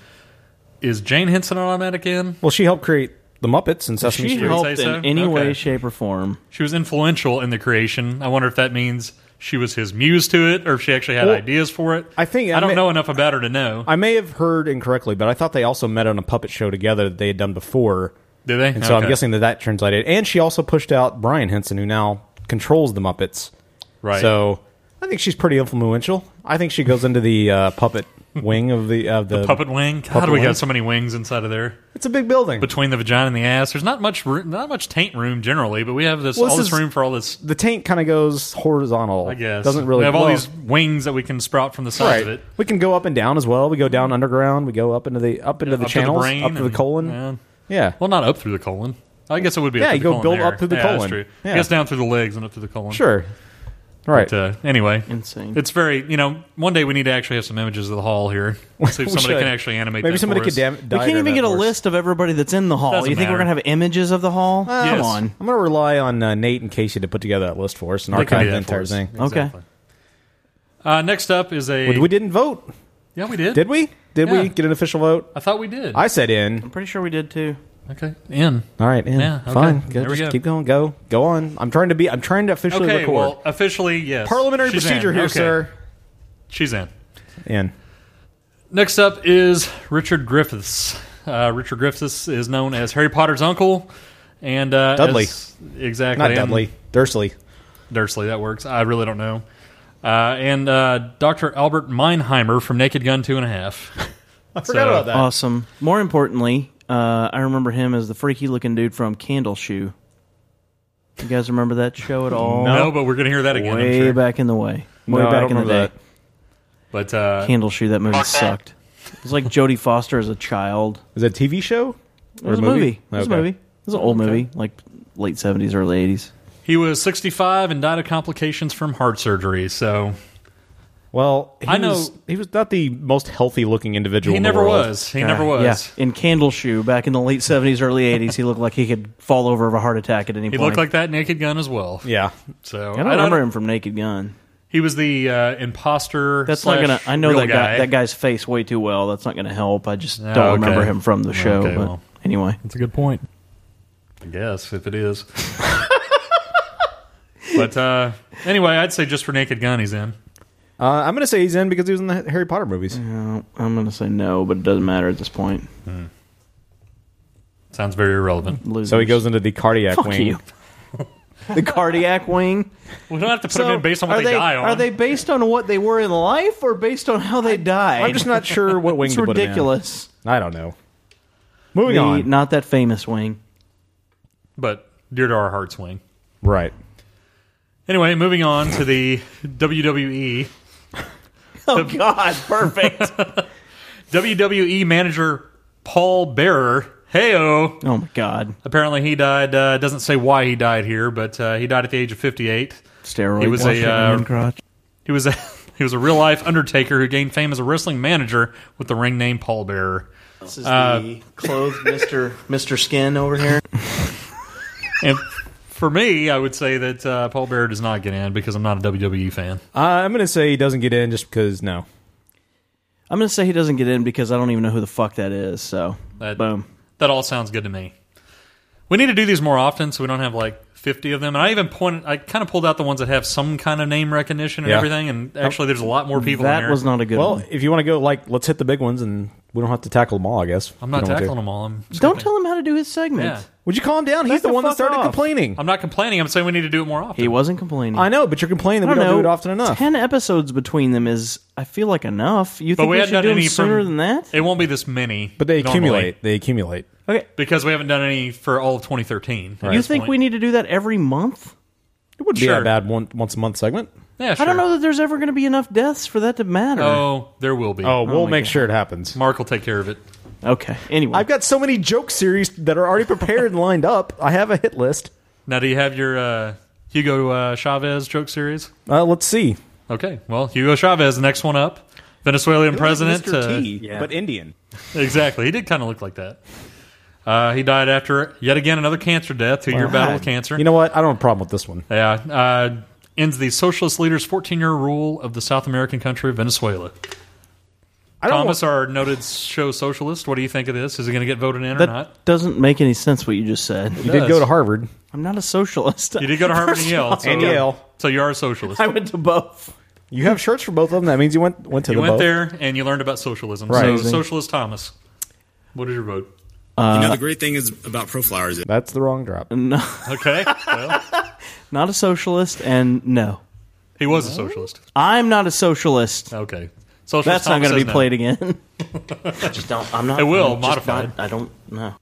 Speaker 1: Is Jane Henson an automatic in?
Speaker 11: Well, she helped create the Muppets and Sesame
Speaker 1: She
Speaker 11: Street.
Speaker 1: helped in any way,
Speaker 2: shape, or form.
Speaker 1: She was influential in the creation. I wonder if that means she was his muse to it, or if she actually had
Speaker 11: Well,
Speaker 1: ideas for it.
Speaker 11: I think
Speaker 1: I, don't
Speaker 11: may-
Speaker 1: know enough about her to know.
Speaker 11: I may have heard incorrectly, but I thought they also met on a puppet show together that they had done before.
Speaker 1: Did they?
Speaker 11: And so I'm
Speaker 1: Okay.
Speaker 11: guessing that that translated. And she also pushed out Brian Henson, who now controls the Muppets.
Speaker 1: Right.
Speaker 11: So I think she's pretty influential. I think she goes into the uh, puppet wing of the of the,
Speaker 1: The puppet wing. God,
Speaker 11: puppet
Speaker 1: we
Speaker 11: wing?
Speaker 1: got so many wings inside of there.
Speaker 11: It's a big building
Speaker 1: between the vagina and the ass. There's not much room, not much taint room generally, but we have this
Speaker 11: Well,
Speaker 1: all this
Speaker 11: is-
Speaker 1: room for all this.
Speaker 11: The tank kind of goes horizontal.
Speaker 1: I guess
Speaker 11: doesn't really
Speaker 1: We have all
Speaker 11: well,
Speaker 1: these wings that we can sprout from the sides
Speaker 11: Right.
Speaker 1: of it.
Speaker 11: We can go up and down as well. We go down underground. We go up into the up into the
Speaker 1: up to the
Speaker 11: channels,
Speaker 1: brain
Speaker 11: up to the
Speaker 1: and-
Speaker 11: colon. Yeah.
Speaker 1: Well, not up through the colon. I guess it would be.
Speaker 11: Yeah,
Speaker 1: up
Speaker 11: you
Speaker 1: to
Speaker 11: go
Speaker 1: the colon
Speaker 11: build
Speaker 1: there.
Speaker 11: up through the
Speaker 1: yeah,
Speaker 11: colon.
Speaker 1: That's true.
Speaker 11: Yeah.
Speaker 1: I guess down through the legs and up to the colon.
Speaker 11: Sure. Right.
Speaker 1: But, uh, anyway,
Speaker 2: insane.
Speaker 1: It's very you know. One day we need to actually have some images of the hall here. Let's see if
Speaker 2: We
Speaker 1: somebody
Speaker 2: should.
Speaker 1: can actually animate.
Speaker 2: Maybe
Speaker 1: that
Speaker 2: somebody
Speaker 1: for
Speaker 2: could
Speaker 1: us.
Speaker 2: dam- We can't even get a list of everybody that's in the hall.
Speaker 1: Doesn't
Speaker 2: you think we're
Speaker 1: matter.
Speaker 2: gonna have images of the hall?
Speaker 11: Uh,
Speaker 2: Come on.
Speaker 11: I'm going to rely on uh, Nate and Casey to put together that list for us and
Speaker 1: They can
Speaker 11: archive
Speaker 1: do
Speaker 11: the
Speaker 1: that for
Speaker 11: entire
Speaker 1: us.
Speaker 11: thing.
Speaker 1: Okay. Uh, next up is a.
Speaker 11: We- we didn't vote.
Speaker 1: Yeah, we did.
Speaker 11: Did we? Did
Speaker 1: Yeah.
Speaker 11: we get an official vote?
Speaker 1: I thought we did.
Speaker 11: I said in.
Speaker 2: I'm pretty sure we did too.
Speaker 1: Okay. In.
Speaker 11: All right, in.
Speaker 1: Yeah, okay.
Speaker 11: Fine. Go,
Speaker 1: There we
Speaker 11: just
Speaker 1: go.
Speaker 11: keep going. Go. Go on. I'm trying to be. I'm trying to officially
Speaker 1: okay.
Speaker 11: record.
Speaker 1: Well, officially, yes.
Speaker 11: Parliamentary
Speaker 1: She's
Speaker 11: procedure
Speaker 1: in.
Speaker 11: here,
Speaker 1: Okay.
Speaker 11: sir.
Speaker 1: She's in.
Speaker 11: In.
Speaker 1: Next up is Richard Griffiths. Uh, Richard Griffiths is known as Harry Potter's uncle, and uh,
Speaker 11: Dudley.
Speaker 1: as- exactly,
Speaker 11: Not
Speaker 1: and-
Speaker 11: Dudley. Dursley.
Speaker 1: Dursley, that works. I really don't know. Uh, and uh, Dr. Albert Meinheimer from Naked Gun Two and a Half. I
Speaker 2: Awesome. More importantly, uh, I remember him as the freaky looking dude from Candle Shoe. You guys remember that show at all?
Speaker 1: No, but we're gonna hear that again, I'm
Speaker 2: Way
Speaker 1: sure.
Speaker 2: back in the way. Way
Speaker 1: No, I
Speaker 2: back
Speaker 1: don't
Speaker 2: in the
Speaker 1: remember
Speaker 2: day.
Speaker 1: that. But uh,
Speaker 2: Candle Shoe. That movie sucked. It was like Jodie Foster as a child.
Speaker 11: Is that a TV show?
Speaker 2: It was
Speaker 11: Or
Speaker 2: a
Speaker 11: a movie?
Speaker 2: movie. It was
Speaker 11: Okay.
Speaker 2: a movie. It was an old movie, like late seventies, early eighties.
Speaker 1: He was 65 and died of complications from heart surgery. So,
Speaker 11: well, he
Speaker 1: I know
Speaker 11: was- he was not the most healthy looking individual.
Speaker 1: He
Speaker 11: in the
Speaker 1: never
Speaker 11: world.
Speaker 1: was. He never was.
Speaker 2: Yeah. In Candle Shoe, back in the late seventies, early eighties, he looked like he could fall over of a heart attack at any
Speaker 1: he
Speaker 2: point.
Speaker 1: looked like that in Naked Gun as well.
Speaker 11: Yeah.
Speaker 1: So
Speaker 2: I don't remember him from Naked Gun.
Speaker 1: He was the uh, imposter.
Speaker 2: That's not gonna.
Speaker 1: slash
Speaker 2: I know
Speaker 1: real
Speaker 2: that guy,
Speaker 1: guy.
Speaker 2: that guy's face way too well. That's not gonna help. I just
Speaker 1: Oh,
Speaker 2: don't
Speaker 1: okay.
Speaker 2: remember him from the show.
Speaker 1: Okay,
Speaker 2: but
Speaker 1: well.
Speaker 2: anyway,
Speaker 1: that's a good point. I guess if it is. but uh, anyway, I'd say just for Naked Gun, he's in.
Speaker 11: Uh, I'm going to say he's in because he was in the Harry Potter movies.
Speaker 2: I'm gonna say no, but it doesn't matter at this point.
Speaker 11: Hmm.
Speaker 1: Sounds very irrelevant.
Speaker 11: So he goes into the cardiac
Speaker 2: Fuck
Speaker 11: wing.
Speaker 2: you. the cardiac wing.
Speaker 1: We don't have to put
Speaker 2: So,
Speaker 1: him in based on what
Speaker 2: are
Speaker 1: they, die on.
Speaker 2: Are they based on what they were in life or based on how they died?
Speaker 11: I'm just not sure what wing
Speaker 2: it's
Speaker 11: to put him in.
Speaker 2: ridiculous.
Speaker 11: I don't know. Moving
Speaker 2: The
Speaker 11: on.
Speaker 2: Not that famous wing.
Speaker 1: But dear to our hearts, wing.
Speaker 11: Right.
Speaker 1: Anyway, moving on to the E. WWE.
Speaker 2: Oh God, perfect.
Speaker 1: WWE E manager Paul Bearer. Heyo.
Speaker 2: Oh my God.
Speaker 1: Apparently he died. Uh, doesn't say why he died here, but uh, he died at the age of 58.
Speaker 2: Steroid.
Speaker 1: He was a
Speaker 2: bullshit,
Speaker 1: uh,
Speaker 2: man, crotch.
Speaker 1: he was a he was a real life undertaker who gained fame as a wrestling manager with the ring name Paul Bearer.
Speaker 2: This is
Speaker 1: Uh,
Speaker 2: the clothed Mister Mister Skin over here.
Speaker 1: and for me, I would say that uh, Paul Bearer does not get in because I'm not a WWE fan.
Speaker 11: Uh, I'm going to say he doesn't get in just because no.
Speaker 2: I'm gonna say he doesn't get in because I don't even know who the fuck that is. So
Speaker 1: That,
Speaker 2: boom.
Speaker 1: That all sounds good to me. We need to do these more often so we don't have like 50 of them. And I even pointed, I kind of pulled out the ones that have some kind of name recognition and
Speaker 11: Yeah.
Speaker 1: everything. And actually, there's a lot more people in there.
Speaker 11: Well, if you want to go, like, let's hit the big ones, and we don't have to tackle them all. I guess
Speaker 1: I'm not
Speaker 11: We don't want to.
Speaker 1: tackling them all. I'm,
Speaker 2: Don't tell him how to do his segment.
Speaker 1: Yeah.
Speaker 11: Would you calm down? He's
Speaker 2: Back
Speaker 11: the
Speaker 2: the
Speaker 11: one that
Speaker 2: fuck
Speaker 11: started
Speaker 2: off.
Speaker 11: complaining.
Speaker 1: I'm not complaining. I'm saying we need to do it more often. Uh,
Speaker 2: He wasn't complaining.
Speaker 11: I know, but you're complaining that we don't do it often enough.
Speaker 2: Ten episodes between them is, I feel like enough. You think
Speaker 1: but we,
Speaker 2: we,
Speaker 1: haven't
Speaker 2: should
Speaker 1: done
Speaker 2: do them
Speaker 1: any
Speaker 2: sooner
Speaker 1: from-
Speaker 2: than that?
Speaker 1: It won't be this many.
Speaker 11: But they
Speaker 1: normally,
Speaker 11: accumulate. They accumulate.
Speaker 1: Because we haven't done any for all of 2013. at
Speaker 2: You
Speaker 1: this
Speaker 2: think
Speaker 1: point.
Speaker 2: we need to do that every month?
Speaker 11: It would be
Speaker 1: Sure.
Speaker 11: a bad one, once a month segment.
Speaker 1: Yeah,
Speaker 2: I
Speaker 1: sure.
Speaker 2: don't know that there's ever going to be enough deaths for that to matter.
Speaker 1: Oh, there will be.
Speaker 11: Oh, we'll Oh my make God. sure it happens.
Speaker 1: Mark will take care of it.
Speaker 2: Okay. Anyway,
Speaker 11: I've got so many joke series that are already prepared and lined up. I have a hit list.
Speaker 1: Now, do you have your uh, Hugo uh, Chavez joke series?
Speaker 11: Uh, let's see.
Speaker 1: Okay. Well, Hugo Chavez, the next one up. Venezuelan
Speaker 11: It was
Speaker 1: president.
Speaker 11: Mr.
Speaker 1: uh,
Speaker 11: T, but Indian.
Speaker 1: exactly. He did kind of look like that. Uh, he died after yet again another cancer death, two year
Speaker 11: Wow.
Speaker 1: battle with cancer.
Speaker 11: You know what? I don't have a problem with this one.
Speaker 1: Yeah. Uh, ends the socialist leader's 14 year rule of the South American country of Venezuela.
Speaker 11: I don't
Speaker 1: Thomas, our noted show socialist, what do you think of this? Is he going to get voted in or not?
Speaker 2: that doesn't make any sense what you just said.
Speaker 1: It You did does. go to
Speaker 11: Harvard.
Speaker 2: I'm not a socialist.
Speaker 1: You did go to Harvard and
Speaker 2: First
Speaker 1: Yale.
Speaker 2: off.
Speaker 1: So, So you are a socialist.
Speaker 2: I went to both.
Speaker 11: You have shirts for both of them. That means you went went to
Speaker 1: You
Speaker 11: the
Speaker 1: went
Speaker 11: both.
Speaker 1: there and you learned about socialism.
Speaker 11: Right.
Speaker 1: So,
Speaker 11: Amazing.
Speaker 1: socialist Thomas, what is your vote?
Speaker 2: Uh,
Speaker 15: you know, the great thing is about ProFlowers is
Speaker 11: That's the wrong drop.
Speaker 2: No,
Speaker 1: Okay. Well,
Speaker 2: not a socialist, and no,
Speaker 1: he was a socialist.
Speaker 2: I'm not a socialist.
Speaker 1: Okay. Socialist
Speaker 2: That's not
Speaker 1: Thomas
Speaker 2: going to
Speaker 1: says
Speaker 2: be
Speaker 1: no.
Speaker 2: played again. just don't. I'm not.
Speaker 1: It will,
Speaker 2: I'm just
Speaker 1: modified.
Speaker 2: not- I don't know.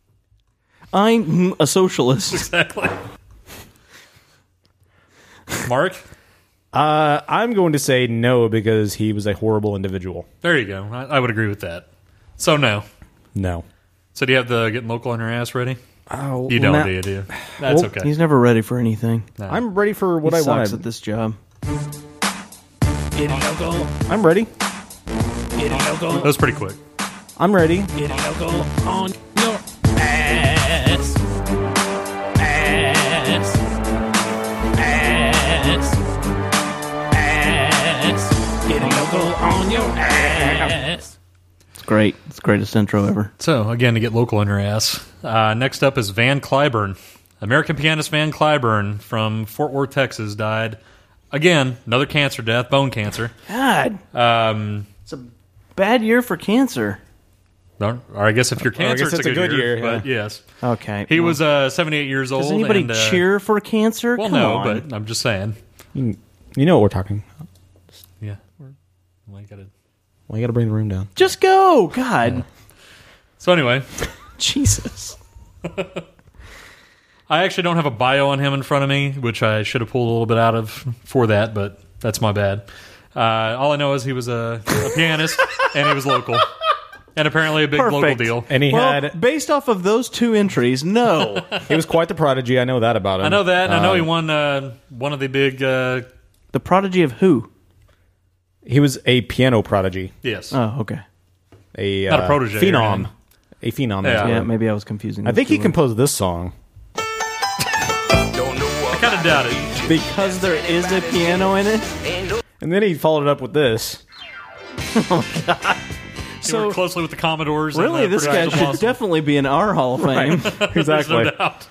Speaker 2: I'm a socialist.
Speaker 1: Exactly. Mark?
Speaker 11: Uh, I'm going to say no because he was a horrible individual.
Speaker 1: There you go. I, I would agree with that. So no.
Speaker 11: No.
Speaker 1: So do you have the getting local on your ass ready?
Speaker 11: Oh,
Speaker 1: you don't,
Speaker 11: well,
Speaker 1: do you?
Speaker 11: now-
Speaker 1: Do you? That's
Speaker 2: Well,
Speaker 1: okay.
Speaker 2: He's never ready for anything.
Speaker 11: I'm ready for what
Speaker 2: he
Speaker 11: I
Speaker 2: sucks
Speaker 11: wanted.
Speaker 2: at this job.
Speaker 11: I'm ready.
Speaker 1: That was pretty quick.
Speaker 11: I'm ready.
Speaker 3: on your ass. Ass. Ass. Ass. Get a local on your ass.
Speaker 2: It's great. It's the greatest intro ever.
Speaker 1: So again, to get local on your ass. Uh, next up is Van Cliburn, American pianist Van Cliburn from Fort Worth, Texas, died again another cancer death, bone cancer.
Speaker 2: God,
Speaker 1: Um,
Speaker 2: it's a bad year for cancer.
Speaker 1: or I guess if you're
Speaker 2: Or I
Speaker 1: cancer,
Speaker 2: guess
Speaker 1: it's, a good, year.
Speaker 2: yeah.
Speaker 1: But yes,
Speaker 2: Okay.
Speaker 1: He
Speaker 2: well,
Speaker 1: was uh, 78 years old.
Speaker 2: Does anybody
Speaker 1: and, uh,
Speaker 2: cheer for cancer?
Speaker 1: Well,
Speaker 2: Come
Speaker 1: no,
Speaker 2: on.
Speaker 1: but I'm just saying.
Speaker 11: You you know what we're talking.
Speaker 1: Yeah, Well, you gotta-
Speaker 11: Well, you got to bring the room down.
Speaker 2: Just go, God.
Speaker 1: So anyway,
Speaker 2: Jesus.
Speaker 1: I actually don't have a bio on him in front of me, which I should have pulled a little bit out of for that, but that's my bad. Uh, all I know is he was a, a pianist and he was local, and apparently a big local
Speaker 2: Perfect.
Speaker 1: deal.
Speaker 2: Well, based off of those two entries. No,
Speaker 11: he was quite the prodigy. I know that about him.
Speaker 1: I know that. and I know he
Speaker 11: Um,
Speaker 1: won uh, one of the big. Uh,
Speaker 2: The prodigy of who?
Speaker 11: He was a piano prodigy.
Speaker 1: Yes.
Speaker 2: Oh, okay.
Speaker 11: A
Speaker 2: Not a
Speaker 11: uh,
Speaker 2: protege or
Speaker 11: Phenom.
Speaker 2: anything.
Speaker 11: A phenom.
Speaker 2: Yeah.
Speaker 11: that's
Speaker 2: Yeah,
Speaker 11: right.
Speaker 2: maybe I was confusing
Speaker 11: I
Speaker 2: those
Speaker 11: think
Speaker 2: two
Speaker 11: he
Speaker 2: words.
Speaker 11: composed this song.
Speaker 1: I kind of doubt it.
Speaker 2: Because there is a piano in it. Oh,
Speaker 11: And then he followed it up with this.
Speaker 1: So he worked closely with the Commodores.
Speaker 2: Really,
Speaker 1: and, uh,
Speaker 2: this guy
Speaker 1: Project
Speaker 2: should
Speaker 1: Blossom.
Speaker 2: definitely be in our Hall of Fame.
Speaker 1: There's no doubt.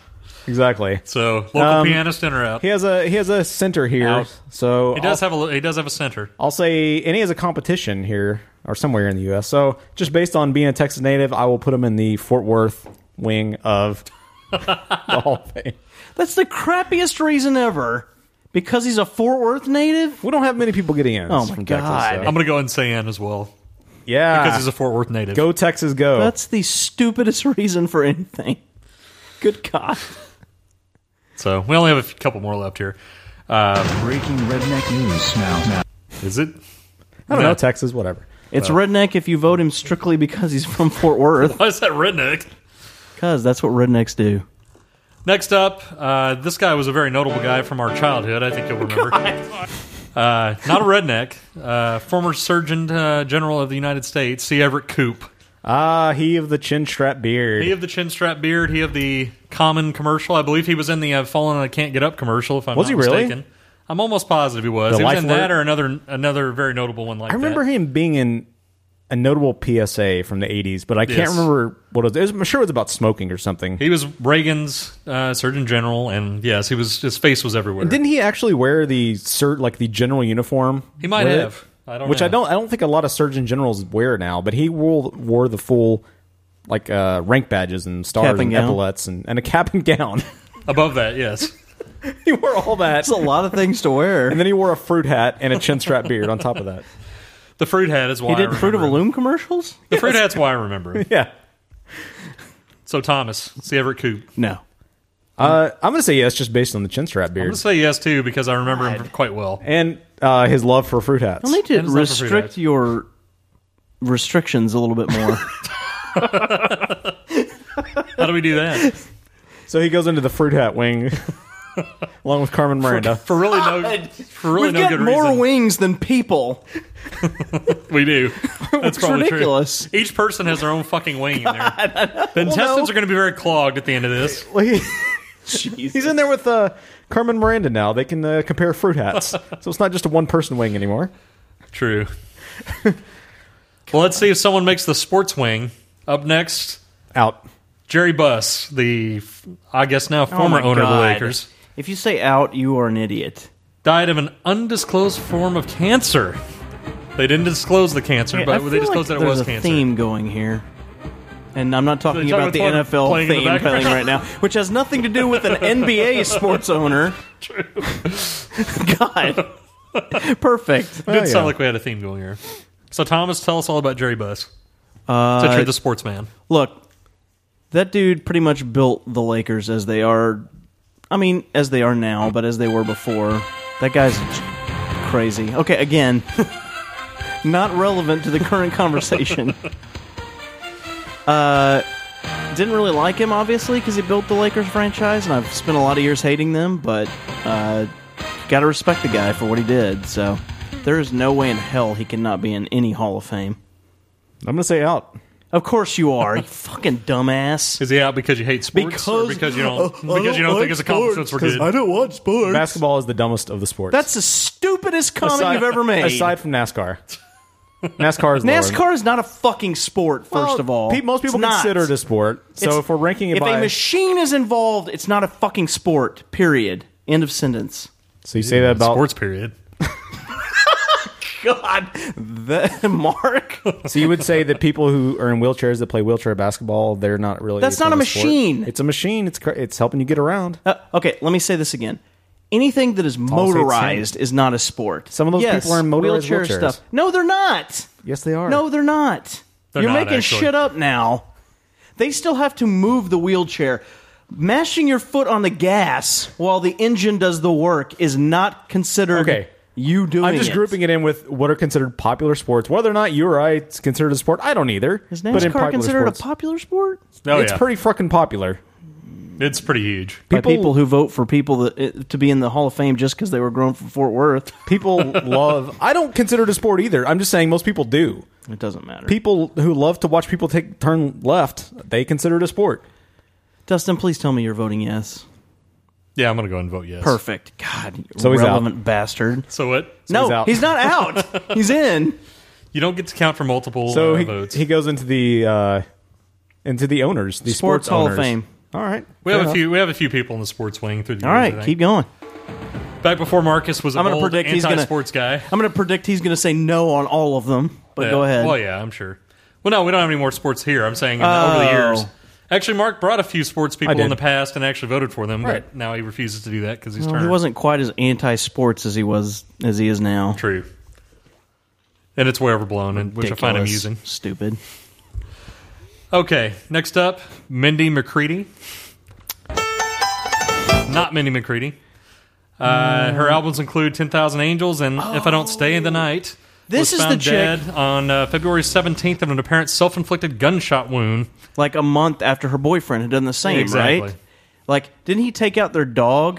Speaker 11: Exactly.
Speaker 1: So local
Speaker 11: Um,
Speaker 1: pianist in or out.
Speaker 11: He has a he has a center here. So
Speaker 1: He does have a he does have a center.
Speaker 11: I'll say, and he has a competition here or somewhere in the U.S. So, just based on being a Texas native, I will put him in the Fort Worth wing of the Hall of Fame.
Speaker 2: That's the crappiest reason ever. Because he's a Fort Worth native.
Speaker 11: We don't have many people getting in.
Speaker 2: Oh my
Speaker 11: from Texas,
Speaker 2: god!
Speaker 11: so-
Speaker 1: I'm gonna go and say Ann as well.
Speaker 11: Yeah,
Speaker 1: Because he's a Fort Worth native.
Speaker 11: Go Texas, go!
Speaker 2: That's the stupidest reason for anything. Good God!
Speaker 1: So we only have a f- couple more left here. Uh,
Speaker 13: Breaking redneck news now.
Speaker 1: Is it?
Speaker 11: I don't know Texas, whatever.
Speaker 2: It's redneck if you vote him strictly because he's from Fort Worth.
Speaker 1: Why is that redneck?
Speaker 2: Because that's what rednecks do.
Speaker 1: Next up, uh, this guy was a very notable guy from our childhood. I think you'll remember. Uh, not a redneck. Uh, former Surgeon uh, General of the United States, C. Everett Koop.
Speaker 11: Ah, he of the chin strap beard.
Speaker 1: He of the chin strap beard. He of the common commercial. I believe he was in the uh, "Fallen and I Can't Get Up" commercial. If I'm not
Speaker 11: Was he really?
Speaker 1: mistaken. I'm almost positive he was.
Speaker 11: The
Speaker 1: he was
Speaker 11: life
Speaker 1: in
Speaker 11: alert?
Speaker 1: that or another another very notable one like
Speaker 11: I remember
Speaker 1: that.
Speaker 11: him being in a notable PSA from the '80s, but I can't
Speaker 1: Yes.
Speaker 11: remember what it was. It was- I'm sure it was about smoking or something.
Speaker 1: He was Reagan's uh, Surgeon General, and yes, he was. His face was everywhere.
Speaker 11: And didn't he actually wear the sur- like the general uniform?
Speaker 1: He might
Speaker 11: with it?
Speaker 1: have. I don't
Speaker 11: Which
Speaker 1: know.
Speaker 11: I don't. I don't think a lot of surgeon generals wear now. But he wore, wore the full like uh, rank badges and
Speaker 2: Cap
Speaker 11: stars
Speaker 2: and
Speaker 11: and,
Speaker 2: gown.
Speaker 11: epaulets and, and a cap and gown.
Speaker 1: Above that, yes.
Speaker 11: he wore all that. It's
Speaker 2: a lot of things to wear.
Speaker 11: And then he wore a fruit hat and a chin strap beard on top of that.
Speaker 1: The fruit hat is why
Speaker 2: he
Speaker 1: I
Speaker 2: did Fruit of a
Speaker 1: remember him.
Speaker 2: Loom commercials.
Speaker 1: The fruit hat's why I remember. him.
Speaker 11: Yeah.
Speaker 1: So Thomas, see Everett Koop.
Speaker 2: No.
Speaker 11: Uh, I'm gonna say yes, just based on the chin strap
Speaker 1: I'm
Speaker 11: beard
Speaker 1: gonna say yes too because I remember him quite well.
Speaker 11: and uh, his love for fruit hats.
Speaker 2: You'll need to
Speaker 1: And it's not for free
Speaker 2: restrict your restrictions a little bit more.
Speaker 1: How do we do that?
Speaker 11: So he goes into the fruit hat wing, along with Carmen Miranda.
Speaker 1: For really no, for really
Speaker 2: We've
Speaker 1: no
Speaker 2: got
Speaker 1: good
Speaker 2: more
Speaker 1: reason.
Speaker 2: wings than people.
Speaker 1: we do. That's
Speaker 2: It's
Speaker 1: probably
Speaker 2: ridiculous.
Speaker 1: true. Each person has their own fucking wing in there. The intestines are going to be very clogged at the end of this.
Speaker 11: He's in there with uh, Carmen Miranda now. They can uh, compare fruit hats. so it's not just a one person wing anymore.
Speaker 1: True. well, let's see if someone makes the sports wing. Up next,
Speaker 11: out
Speaker 1: Jerry Buss, the f- I guess now former
Speaker 2: Oh my
Speaker 1: owner of the
Speaker 2: God.
Speaker 1: Lakers,
Speaker 2: If you say out, you are an idiot.
Speaker 1: died of an undisclosed form of cancer. They didn't disclose the cancer,
Speaker 2: Yeah, I
Speaker 1: but
Speaker 2: feel
Speaker 1: they disclosed
Speaker 2: like
Speaker 1: that it was
Speaker 2: there's a
Speaker 1: cancer.
Speaker 2: theme going here. And I'm not talking
Speaker 1: They're
Speaker 2: about the
Speaker 1: talking about
Speaker 2: NFL
Speaker 1: playing in the
Speaker 2: theme
Speaker 1: background.
Speaker 2: playing right now, which has nothing to do with an NBA sports owner.
Speaker 1: True.
Speaker 2: God. Perfect.
Speaker 1: Oh, It did sound like we had a theme going here. So Thomas, tell us all about Jerry Buss.
Speaker 2: Uh,
Speaker 1: Since you're the sportsman.
Speaker 2: Look, that dude pretty much built the Lakers as they are. I mean, as they are now, but as they were before. That guy's crazy. Okay, again, not relevant to the current conversation. uh, didn't really like him, obviously, because he built the Lakers franchise, and I've spent a lot of years hating them. But uh, gotta respect the guy for what he did. So there is no way in hell he cannot be in any Hall of Fame.
Speaker 11: I'm gonna say out.
Speaker 2: Of course you are. You fucking dumbass.
Speaker 1: Is he out because you hate sports? Because, because you don't, because you don't think his accomplishments were good.
Speaker 2: don't watch sports.
Speaker 11: Basketball is the dumbest of the sports.
Speaker 2: That's the stupidest comment
Speaker 11: Aside-
Speaker 2: you've ever made.
Speaker 11: Aside from NASCAR. NASCAR is lower.
Speaker 2: NASCAR is not a fucking sport. First
Speaker 11: Well,
Speaker 2: of all,
Speaker 11: pe- most people
Speaker 2: It's not.
Speaker 11: consider it a sport. So
Speaker 2: It's-
Speaker 11: if we're ranking it
Speaker 2: if
Speaker 11: by-
Speaker 2: a machine is involved, it's not a fucking sport. Period. End of sentence.
Speaker 11: So you say that about
Speaker 1: sports period.
Speaker 2: God, that, Mark.
Speaker 11: so you would say that people who are in wheelchairs that play wheelchair basketball, they're not really.
Speaker 2: That's not
Speaker 11: from
Speaker 2: a
Speaker 11: the sport.
Speaker 2: machine.
Speaker 11: It's a machine. It's cr- it's helping you get around.
Speaker 2: Uh, okay, let me say this again. Anything that is
Speaker 11: all same.
Speaker 2: motorized is not a sport. Some
Speaker 11: of those people are in motorized
Speaker 2: wheelchair
Speaker 11: wheelchairs.
Speaker 2: stuff. No, they're not.
Speaker 11: Yes, they are.
Speaker 2: No, they're not.
Speaker 11: They're
Speaker 2: You're
Speaker 11: not,
Speaker 2: making
Speaker 11: actually.
Speaker 2: shit up now. They still have to move the wheelchair. Mashing your foot on the gas while the engine does the work is not considered
Speaker 11: Okay.
Speaker 2: you doing
Speaker 11: I'm just
Speaker 2: it.
Speaker 11: grouping it in with what are considered popular sports. Whether or not you or I it's considered a sport, I don't either. Is
Speaker 2: NASCAR considered a popular sport?
Speaker 1: Oh,
Speaker 11: it's
Speaker 1: yeah.
Speaker 11: pretty fucking popular.
Speaker 1: It's pretty huge.
Speaker 2: By people, who vote for people that, eh, to be in the Hall of Fame just because they were grown from Fort Worth.
Speaker 11: People love. I don't consider it a sport either. I'm just saying most people do.
Speaker 2: It doesn't matter.
Speaker 11: People who love to watch people take turn left, they consider it a sport.
Speaker 2: Dustin, please tell me you're voting yes.
Speaker 1: Yeah, I'm going to go and vote yes.
Speaker 2: Perfect. God,
Speaker 1: So he's out.
Speaker 2: relevant bastard.
Speaker 1: So what?
Speaker 2: no, he's, not out. he's in.
Speaker 1: You don't get to count for multiple
Speaker 11: So
Speaker 1: uh,
Speaker 11: he,
Speaker 1: votes.
Speaker 11: he goes into the uh, into the owners, the sports,
Speaker 2: Sports Hall of
Speaker 11: owners.
Speaker 2: Fame.
Speaker 11: All right,
Speaker 1: We have
Speaker 11: fair
Speaker 1: a few. We have a few people in the sports wing through the.
Speaker 2: All
Speaker 1: years,
Speaker 2: right,
Speaker 1: I think.
Speaker 2: keep going.
Speaker 1: Back before Marcus was a
Speaker 2: I'm
Speaker 1: bold
Speaker 2: going to predict he's going to
Speaker 1: anti-sports guy.
Speaker 2: I'm going to predict he's going to say no on all of them. But
Speaker 1: Yeah.
Speaker 2: go ahead.
Speaker 1: Well, yeah, I'm sure. Well, no, we don't have any more sports here. I'm saying in the- over the
Speaker 2: Oh.
Speaker 1: years. Actually, Mark brought a few sports people in
Speaker 2: did.
Speaker 1: the past and actually voted for them,
Speaker 2: Right.
Speaker 1: but now he refuses to do that because he's
Speaker 2: Well,
Speaker 1: turned.
Speaker 2: he wasn't quite as anti-sports as he was as he is now.
Speaker 1: True. And it's way overblown, and which I find
Speaker 2: Ridiculous.
Speaker 1: amusing.
Speaker 2: Stupid.
Speaker 1: Okay, next up, Mindy McCready. Not Mindy McCready.
Speaker 2: Mm.
Speaker 1: Uh, her albums include 10,000 Angels and If I Don't Stay in the Night. was
Speaker 2: This is the
Speaker 1: found
Speaker 2: chick-
Speaker 1: dead on uh, February 17th of an apparent self inflicted gunshot wound.
Speaker 2: Like a month after her boyfriend had done the same,
Speaker 1: Exactly.
Speaker 2: right? Like, didn't he take out their dog?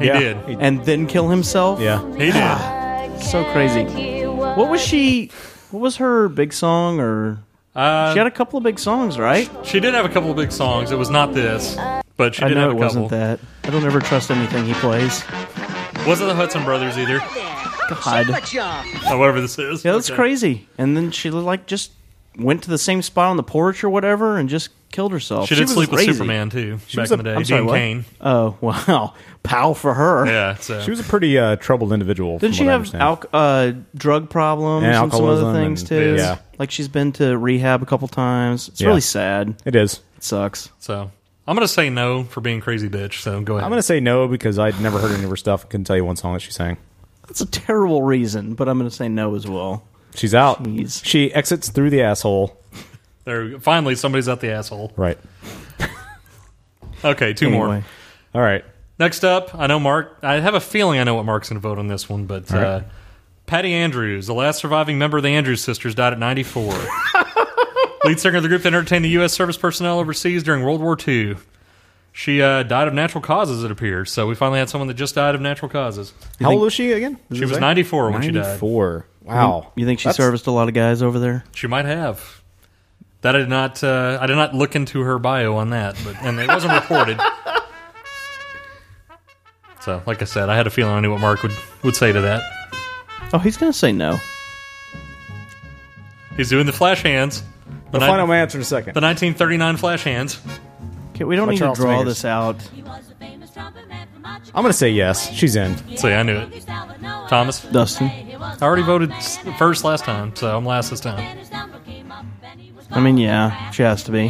Speaker 1: He Yeah. did.
Speaker 2: and then kill himself.
Speaker 11: Yeah,
Speaker 1: he
Speaker 2: did. so crazy. What was she? What was her big song? Or
Speaker 1: Uh,
Speaker 2: she had a couple of big songs, right?
Speaker 1: She did have a couple of big songs. It was not this, but she
Speaker 2: I
Speaker 1: did
Speaker 2: know
Speaker 1: have
Speaker 2: it
Speaker 1: a couple.
Speaker 2: wasn't that. I don't ever trust anything he plays.
Speaker 1: Wasn't the Hudson Brothers either.
Speaker 2: God.
Speaker 1: Oh, whatever this is.
Speaker 2: Yeah, that's
Speaker 1: Okay.
Speaker 2: crazy. And then she like just went to the same spot on the porch or whatever and just killed herself.
Speaker 1: She did
Speaker 2: was
Speaker 1: sleep with
Speaker 2: crazy.
Speaker 1: Superman, too,
Speaker 2: She
Speaker 1: back
Speaker 2: was
Speaker 1: in
Speaker 2: a-
Speaker 1: the day.
Speaker 2: I'm sorry,
Speaker 1: Dean
Speaker 2: what?
Speaker 1: Cain.
Speaker 2: Oh wow, pow for her.
Speaker 1: Yeah, so-
Speaker 11: She was a pretty uh, troubled individual.
Speaker 2: Didn't
Speaker 11: from
Speaker 2: she
Speaker 11: what I
Speaker 2: have
Speaker 11: understand.
Speaker 2: alc uh, drug problems
Speaker 11: And
Speaker 2: and, some other
Speaker 11: alcoholism
Speaker 2: things
Speaker 11: and-
Speaker 2: too?
Speaker 11: Yeah.
Speaker 2: like she's been to rehab a couple times. It's
Speaker 11: Yeah.
Speaker 2: really sad.
Speaker 11: It is.
Speaker 2: It sucks.
Speaker 1: So I'm going to say no for being crazy bitch, so go ahead.
Speaker 11: I'm gonna say no because I'd never heard any of her stuff. and Couldn't tell you one song that she sang.
Speaker 2: That's a terrible reason, but I'm going to say no as well.
Speaker 11: She's out. She exits through the asshole.
Speaker 1: There, we go. finally, somebody's out the asshole.
Speaker 11: Right.
Speaker 1: Okay, two more.
Speaker 11: Anyway. All right.
Speaker 1: Next up, I know Mark. I have a feeling I know what Mark's going to vote on this one, but
Speaker 11: All right.
Speaker 1: uh, Patty Andrews, the last surviving member of the Andrews sisters, died at 94. Lead singer of the group that entertained the U.S. service personnel overseas during World War II. She uh, died of natural causes, it appears. So we finally had someone that just died of natural causes.
Speaker 11: How old was she again? Does
Speaker 1: She
Speaker 11: it
Speaker 1: was
Speaker 11: say?
Speaker 1: 94 when she died.
Speaker 11: 94. Wow.
Speaker 2: You think she
Speaker 11: That's-
Speaker 2: serviced a lot of guys over there?
Speaker 1: She might have. That I did not. Uh, I did not look into her bio on that, but and it wasn't reported. So, like I said, I had a feeling I knew what Mark would, would say to that.
Speaker 2: Oh, he's going to say no.
Speaker 1: He's doing the flash hands.
Speaker 11: We'll
Speaker 1: ni-
Speaker 11: find out my answer in a second.
Speaker 1: The 1939 flash hands.
Speaker 2: Okay, we don't
Speaker 1: By
Speaker 2: need
Speaker 1: Charles
Speaker 2: to draw
Speaker 1: Mingus.
Speaker 2: this out.
Speaker 11: I'm gonna say yes. She's in.
Speaker 1: See, I knew it. Thomas?
Speaker 2: Dustin.
Speaker 1: I already voted s- first last time, so I'm last this time.
Speaker 2: I mean, yeah, she has to be.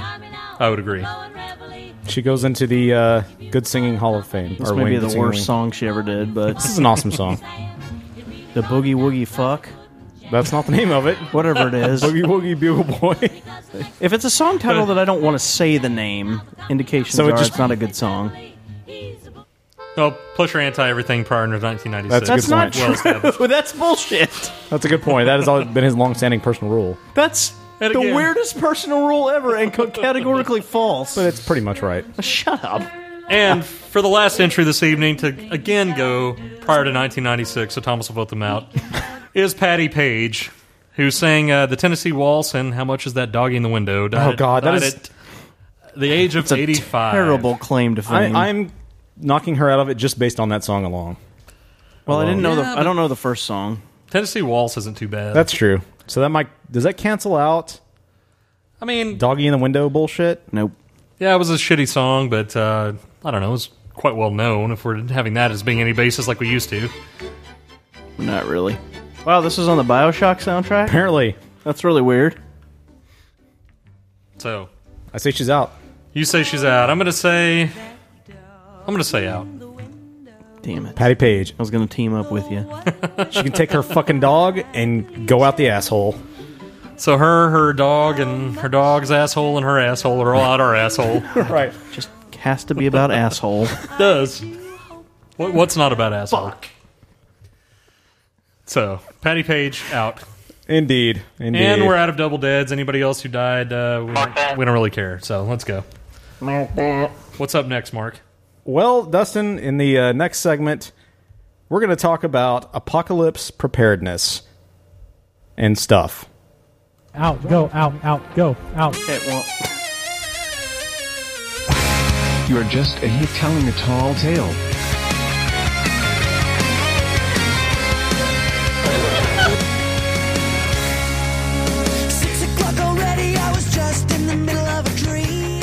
Speaker 1: I would agree.
Speaker 11: She goes into the uh, Good Singing Hall of Fame.
Speaker 2: This
Speaker 11: or
Speaker 2: may
Speaker 11: Wayne
Speaker 2: be
Speaker 11: Good
Speaker 2: the
Speaker 11: Singing
Speaker 2: worst
Speaker 11: Wing.
Speaker 2: song she ever did, but
Speaker 11: This is an awesome song.
Speaker 2: the boogie woogie fuck.
Speaker 11: That's not the name of it.
Speaker 2: Whatever it is.
Speaker 11: Boogie Woogie Bugle Boy.
Speaker 2: If it's a song title that I don't want to say the name, indications
Speaker 11: So it
Speaker 2: are
Speaker 11: just-
Speaker 2: it's not a good song.
Speaker 1: Oh, plus you're anti everything prior to 1996.
Speaker 11: That's a good That's point. not
Speaker 1: established.
Speaker 2: That's bullshit.
Speaker 11: That's a good point. That has always been his long-standing personal rule.
Speaker 2: That's
Speaker 1: And
Speaker 2: the
Speaker 1: again.
Speaker 2: weirdest personal rule ever and co- categorically false. But
Speaker 11: it's pretty much right.
Speaker 2: Shut up.
Speaker 1: And for the last entry this evening, to again go prior to 1996, so Thomas will vote them out, is Patty Page, who sang uh, the Tennessee Waltz and How Much Is That Doggy in the Window? Died
Speaker 11: Oh,
Speaker 1: at-
Speaker 11: God, that
Speaker 1: died
Speaker 11: is-
Speaker 1: at the age of 85.
Speaker 2: claim to fame.
Speaker 11: I, I'm knocking her out of it just based on that song alone.
Speaker 2: Well, I didn't know
Speaker 1: Yeah,
Speaker 2: the. I
Speaker 1: but-
Speaker 2: don't know the first song.
Speaker 1: Tennessee Waltz isn't too bad.
Speaker 11: That's true. So that might does that cancel out
Speaker 1: I mean,
Speaker 11: doggy in the window bullshit?
Speaker 2: Nope.
Speaker 1: yeah, it was a shitty song, but uh, I don't know. It was quite well known if we're having that as being any basis like we used to.
Speaker 2: Not really. Wow, this was on the Bioshock soundtrack.
Speaker 11: Apparently,
Speaker 2: that's really weird.
Speaker 1: So
Speaker 11: I say she's out.
Speaker 1: You say she's out. I'm gonna say. I'm gonna say out.
Speaker 2: Damn it,
Speaker 11: Patty Page.
Speaker 2: I was gonna team up with you.
Speaker 11: she can take her fucking dog and go out the asshole.
Speaker 1: So her, her dog, and her dog's asshole and her asshole are all out our asshole.
Speaker 11: right.
Speaker 2: Just has to be about asshole.
Speaker 1: Does. What, what's not about asshole? So Patty Page out.
Speaker 11: Indeed. Indeed.
Speaker 1: And we're out of double deads. Anybody else who died, uh, we, don't, we don't really care. So let's go. What's up next, Mark?
Speaker 11: Well, Dustin, in the uh, next segment, we're going to talk about apocalypse preparedness and stuff.
Speaker 16: Out, go, out, out, go, out.
Speaker 13: You're just a hit telling a tall tale.
Speaker 3: Six o'clock already, I was just in the middle of a dream.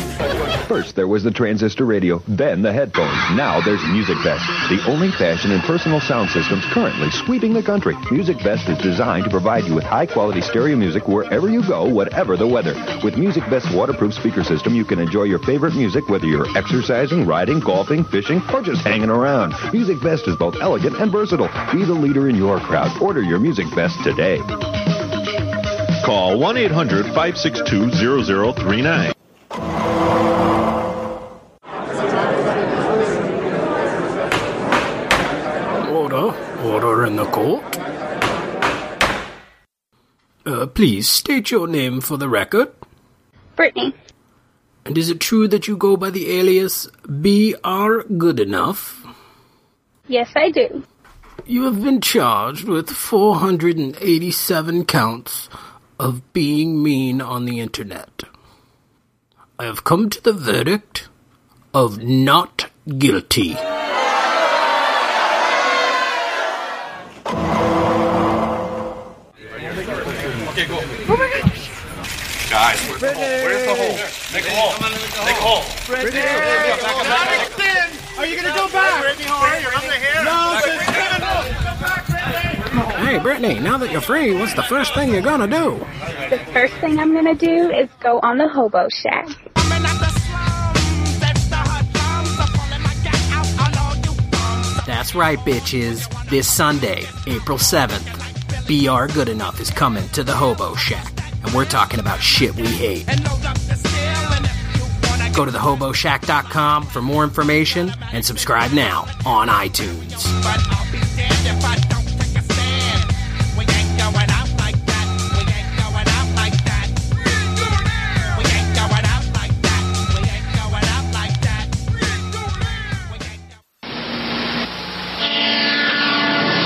Speaker 17: First, there was the transistor radio, then the headphones. Now there's Music Vest, the only fashion and personal sound systems currently sweeping the country. Music Vest is designed to provide you with high quality stereo music wherever you go, whatever the weather. With Music Vest's waterproof speaker system, you can enjoy your favorite music whether you're exercising, riding, golfing, fishing, or just hanging around. Music Vest is both elegant and versatile. Be the leader in your crowd. Order your Music Vest today.
Speaker 18: Call 1 800 562 0039.
Speaker 19: Order, order in the court. Uh, please state your name for the record.
Speaker 14: Brittany.
Speaker 19: And is it true that you go by the alias B.R. Goodenough?
Speaker 14: Yes, I do.
Speaker 19: You have been charged with 487 counts of being mean on the internet. I have come to the verdict of not guilty.
Speaker 3: Guys, where's the hole? Where's the hole? Make a hole. Make a hole. Are you gonna go back?
Speaker 19: No, Hey, Brittany, now that you're free, what's the first thing you're gonna do?
Speaker 14: The first thing I'm gonna do is go on the hobo shack.
Speaker 19: That's right, bitches. This Sunday, April 7th, BR Good Enough is coming to the Hobo Shack. And we're talking about shit we hate. Go to thehoboshack.com for more information and subscribe now on iTunes.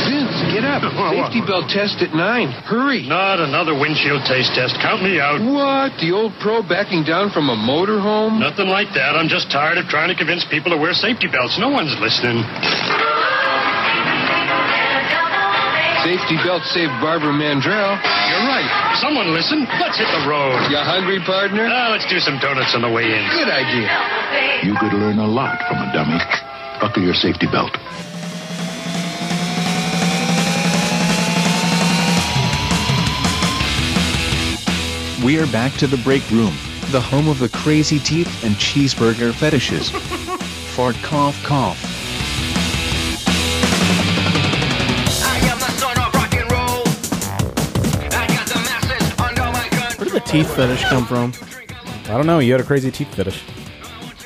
Speaker 20: Vince, get up. Safety belt test at 9. Hurry. Not another windshield taste test. Count me out. What? The old pro backing down from a motorhome? Nothing like that. I'm just tired of trying to convince people to wear safety belts. No one's listening. Safety belt saved Barbara Mandrell. You're right. Someone listen. Let's hit the road. You hungry, partner? Ah, let's do some donuts on the way in. Good idea.
Speaker 21: You could learn a lot from a dummy. Buckle your safety belt.
Speaker 13: We are back to the break room, the home of the crazy teeth and cheeseburger fetishes. Fart cough cough.
Speaker 2: teeth fetish come from?
Speaker 11: I don't know. You had a crazy teeth fetish.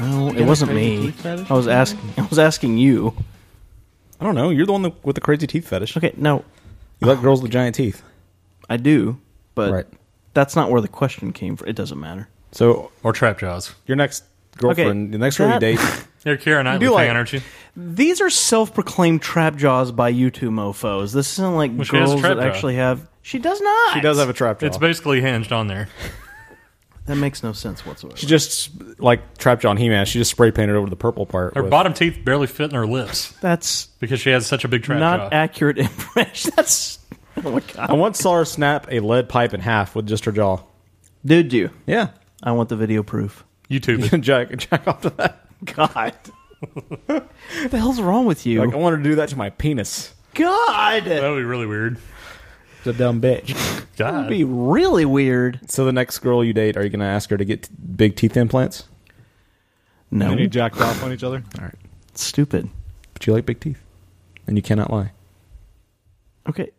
Speaker 2: No,
Speaker 11: You
Speaker 2: it
Speaker 11: had
Speaker 2: wasn't
Speaker 11: a crazy
Speaker 2: me.
Speaker 11: teeth fetish?
Speaker 2: I was asking. I was asking you.
Speaker 11: I don't know. You're the one that, with the crazy teeth fetish.
Speaker 2: Okay, no.
Speaker 11: You like girls with giant teeth.
Speaker 2: I do, but
Speaker 11: Right.
Speaker 2: that's not where the question came from. It doesn't matter.
Speaker 11: So
Speaker 1: or trap jaws.
Speaker 11: Your next girlfriend, the next girl you date.
Speaker 1: You're Karen Knightley fan, aren't you?
Speaker 2: These are self-proclaimed trap jaws by you two mofo's. This isn't like
Speaker 1: Well, she has a
Speaker 2: girls
Speaker 1: trap
Speaker 2: that
Speaker 1: jaw.
Speaker 2: actually have. She does not.
Speaker 1: It's basically hinged on there.
Speaker 2: That makes no sense whatsoever.
Speaker 11: She just like Trap John He-Man. She just spray painted over the purple part.
Speaker 1: Her
Speaker 11: with-
Speaker 1: bottom teeth barely fit in her lips.
Speaker 2: That's
Speaker 1: because she has such a big trap
Speaker 2: not
Speaker 1: jaw.
Speaker 2: accurate impression. That's oh my god.
Speaker 11: I once saw her snap a lead pipe in half with just her jaw.
Speaker 2: Did you?
Speaker 11: Yeah.
Speaker 2: I want the video proof.
Speaker 1: YouTube.
Speaker 11: jack, jack off to that.
Speaker 2: God. what the hell's wrong with you?
Speaker 11: Like, I wanted to do that to my penis.
Speaker 2: God.
Speaker 1: That would be really weird.
Speaker 11: It's a dumb bitch.
Speaker 1: God.
Speaker 2: That'd be really weird.
Speaker 11: So the next girl you date, are you going to ask her to get t- big teeth implants?
Speaker 2: No.
Speaker 4: Then you jacked off on each other.
Speaker 11: All right.
Speaker 2: Stupid.
Speaker 11: But you like big teeth. And you cannot lie.
Speaker 2: Okay.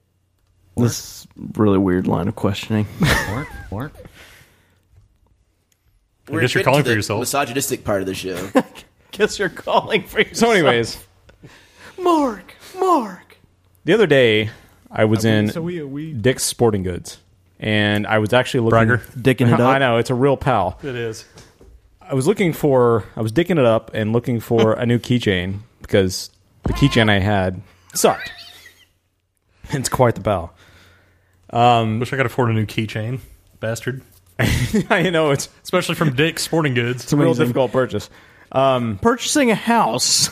Speaker 2: This really weird line of questioning.
Speaker 22: Work, work.
Speaker 2: I guess you're calling for
Speaker 22: yourself. Misogynistic part of the show.
Speaker 2: Guess you're calling for
Speaker 11: So, anyways,
Speaker 2: Mark, Mark.
Speaker 11: the other day I was
Speaker 4: Uh, we-
Speaker 11: in
Speaker 4: so we- we-
Speaker 11: Dick's Sporting Goods, and I was actually looking
Speaker 2: dicking it up.
Speaker 11: I know it's a real pal.
Speaker 1: It is.
Speaker 11: I was looking for I was dicking it up and looking for a new keychain because the keychain I had sucked. It's quite the pal. Um,
Speaker 1: Wish I could afford a new keychain, bastard.
Speaker 11: I know it's
Speaker 1: especially from Dick's Sporting Goods.
Speaker 11: It's a real difficult purchase. Um,
Speaker 2: Purchasing a house.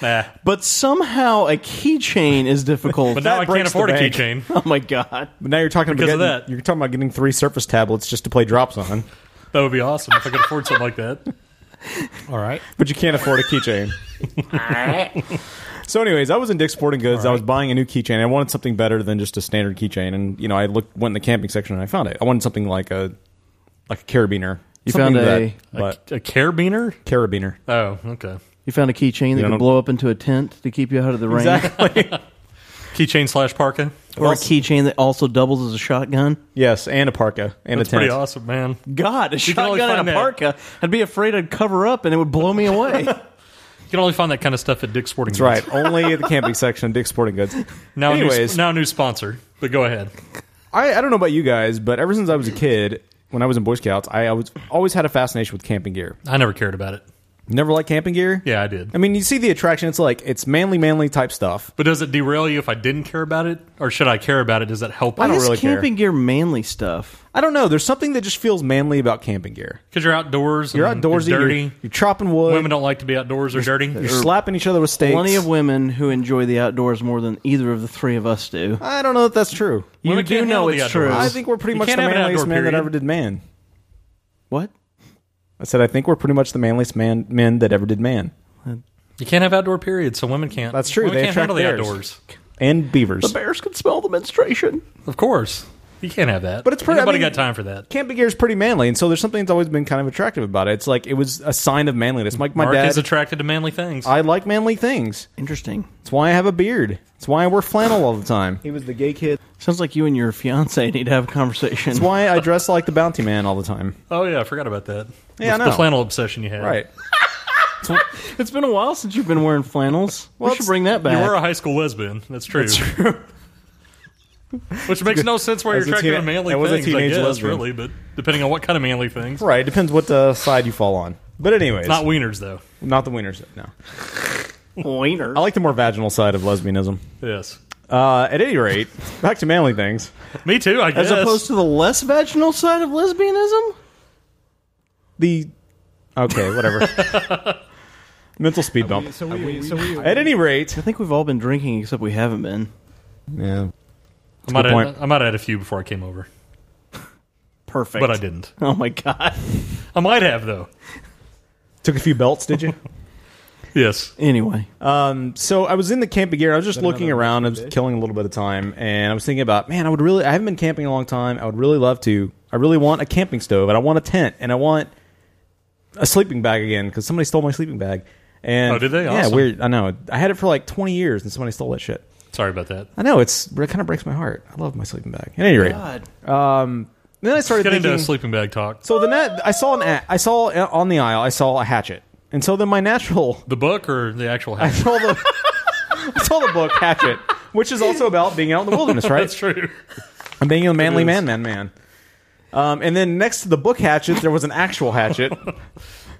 Speaker 1: Nah.
Speaker 2: But somehow a keychain is difficult.
Speaker 1: But now That I can't breaks the afford a bank. keychain.
Speaker 2: Oh my god.
Speaker 11: But now you're talking
Speaker 1: Because
Speaker 11: about
Speaker 1: of
Speaker 11: getting, You're talking about getting three Surface tablets just to play drops on,
Speaker 1: That would be awesome if I could afford something like that. All right.
Speaker 11: but you can't afford a keychain. So, anyways, I was in Dick's Sporting Goods. I was buying a new keychain. I wanted something better than just a standard keychain, and you know, I looked went in the camping section and I found it. I wanted something like a like a carabiner.
Speaker 2: You
Speaker 11: Something
Speaker 2: found
Speaker 11: to
Speaker 2: a-
Speaker 11: but
Speaker 1: a, carabiner?
Speaker 11: Carabiner.
Speaker 1: Oh, okay.
Speaker 2: You found a keychain that
Speaker 11: You
Speaker 2: can
Speaker 11: don't-
Speaker 2: blow up into a tent to keep you out of the rain.
Speaker 1: Keychain slash parka.
Speaker 2: Or a keychain that also doubles as a shotgun.
Speaker 11: Yes, and a parka and
Speaker 1: That's
Speaker 2: a tent.
Speaker 1: pretty awesome, man.
Speaker 2: God, a
Speaker 1: You can only
Speaker 2: shotgun
Speaker 1: find
Speaker 2: and a
Speaker 1: that-
Speaker 2: parka. I'd be afraid I'd cover up and it would blow me away.
Speaker 1: You can only find that kind of stuff at Dick's Sporting
Speaker 11: That's
Speaker 1: Goods.
Speaker 11: right. Only the camping section, Dick's Sporting Goods.
Speaker 1: Now, a new,
Speaker 11: anyways,
Speaker 1: sp- now a new sponsor. But go ahead.
Speaker 11: I, I don't know about you guys, but ever since I was a kid, when I was in Boy Scouts, I always always had a fascination with camping gear.
Speaker 1: I never cared about it.
Speaker 11: Never liked camping gear.
Speaker 1: Yeah, I did.
Speaker 11: I mean, you see the attraction. It's like it's manly, manly type stuff.
Speaker 1: But does it derail you if I didn't care about it? Or should I care about it? Does that help?
Speaker 11: I don't really care.
Speaker 2: camping gear manly stuff?
Speaker 11: I don't know. There's something that just feels manly about camping gear.
Speaker 1: Because you're outdoors.
Speaker 11: You're
Speaker 1: and
Speaker 11: outdoorsy.
Speaker 1: You're
Speaker 11: You're,
Speaker 1: dirty.
Speaker 11: you're chopping wood.
Speaker 1: Women don't like to be outdoors or dirty.
Speaker 11: You're slapping each other with stakes.
Speaker 2: Plenty of women who enjoy the outdoors more than either of the three of us do.
Speaker 11: I don't know if that's true.
Speaker 2: You
Speaker 11: Women
Speaker 2: do
Speaker 11: can't handle
Speaker 2: know
Speaker 11: the
Speaker 2: it's
Speaker 11: outdoors.
Speaker 2: true.
Speaker 11: I think we're pretty much the manliest man that ever did man.
Speaker 2: What?
Speaker 11: I said I think we're pretty much the manliest man men that ever did man.
Speaker 1: You can't have outdoor periods, so women can't.
Speaker 11: That's true.
Speaker 1: Women
Speaker 11: they
Speaker 1: can't
Speaker 11: attract
Speaker 1: handle the
Speaker 11: bears.
Speaker 1: outdoors.
Speaker 11: and beavers.
Speaker 2: bears can smell the menstruation.
Speaker 1: Of course, you can't have that.
Speaker 11: But it's pretty- I
Speaker 1: Nobody
Speaker 11: mean-
Speaker 1: got time for that.
Speaker 11: Camping gear is pretty manly, and so there's something that's always been kind of attractive about it. It's like it was a sign of manliness. Like my
Speaker 1: Mark
Speaker 11: dad,
Speaker 1: is attracted to manly things.
Speaker 11: I like manly things.
Speaker 2: Interesting.
Speaker 11: It's why I have a beard. It's why I wear flannel all the time.
Speaker 2: He was the gay kid. Sounds like you and your fiance need to have a conversation.
Speaker 11: It's why I dress like the bounty man all the time.
Speaker 1: oh yeah, I forgot about that.
Speaker 11: Yeah, I
Speaker 1: the,
Speaker 11: know.
Speaker 1: the flannel obsession you had.
Speaker 11: Right.
Speaker 2: it's been a while since you've been wearing flannels.
Speaker 1: Well,
Speaker 2: we should bring that back.
Speaker 1: You were a high school lesbian. That's true.
Speaker 2: That's
Speaker 1: Which makes no sense why
Speaker 11: I
Speaker 1: you're
Speaker 11: was a
Speaker 1: attracted
Speaker 11: teen-
Speaker 1: to manly
Speaker 11: I was a
Speaker 1: things. I
Speaker 11: teenage
Speaker 1: guess
Speaker 11: lesbian.
Speaker 1: really, but depending on what kind of manly things.
Speaker 11: Right. Depends what uh, side you fall on. But anyways,
Speaker 1: It's not wieners though.
Speaker 11: Not the wieners. No.
Speaker 2: Wiener.
Speaker 11: I like the more vaginal side of lesbianism.
Speaker 1: Yes.
Speaker 11: Uh, at any rate, back to manly things.
Speaker 1: Me too. I
Speaker 2: As
Speaker 1: guess.
Speaker 2: opposed to the less vaginal side of lesbianism?
Speaker 11: The okay, whatever. Mental speed bump.
Speaker 4: So we, so we,
Speaker 11: At any rate,
Speaker 2: I think we've all been drinking, except we haven't been.
Speaker 11: Yeah.
Speaker 1: I might, have, I might have had a few before I came over,
Speaker 2: Perfect.
Speaker 1: but I didn't.
Speaker 2: Oh my god.
Speaker 1: I might have though.
Speaker 11: Took a few belts, did you?
Speaker 1: yes.
Speaker 2: Anyway.
Speaker 11: Um, so I was in the camping gear. I was just
Speaker 2: Is that
Speaker 11: looking
Speaker 2: another
Speaker 11: around. I was killing a little bit of time, and I was thinking about, man, I would really. I haven't been camping in a long time. I would really love to. I really want a camping stove, and I want a tent, and I want a sleeping bag again because somebody stole my sleeping bag. And
Speaker 1: Oh, did they?
Speaker 11: Yeah,
Speaker 1: Awesome.
Speaker 11: weird. I know. I had it for like 20 years, and somebody stole that shit.
Speaker 1: Sorry about that.
Speaker 11: I know it's it kind of breaks my heart. I love my sleeping bag. At any rate,
Speaker 1: God.
Speaker 11: um, Then I started
Speaker 1: Get into
Speaker 11: thinking
Speaker 1: sleeping bag talk.
Speaker 11: So the net, I saw an a- I saw uh, on the aisle, I saw a hatchet, and so then my natural
Speaker 1: the book or the actual
Speaker 11: hatchet. I saw the I saw the book hatchet, which is also about being out in the wilderness, right?
Speaker 1: That's true.
Speaker 11: I'm being a manly
Speaker 1: is.
Speaker 11: man, man, man. Um, and then next to the book hatchet, there was an actual hatchet.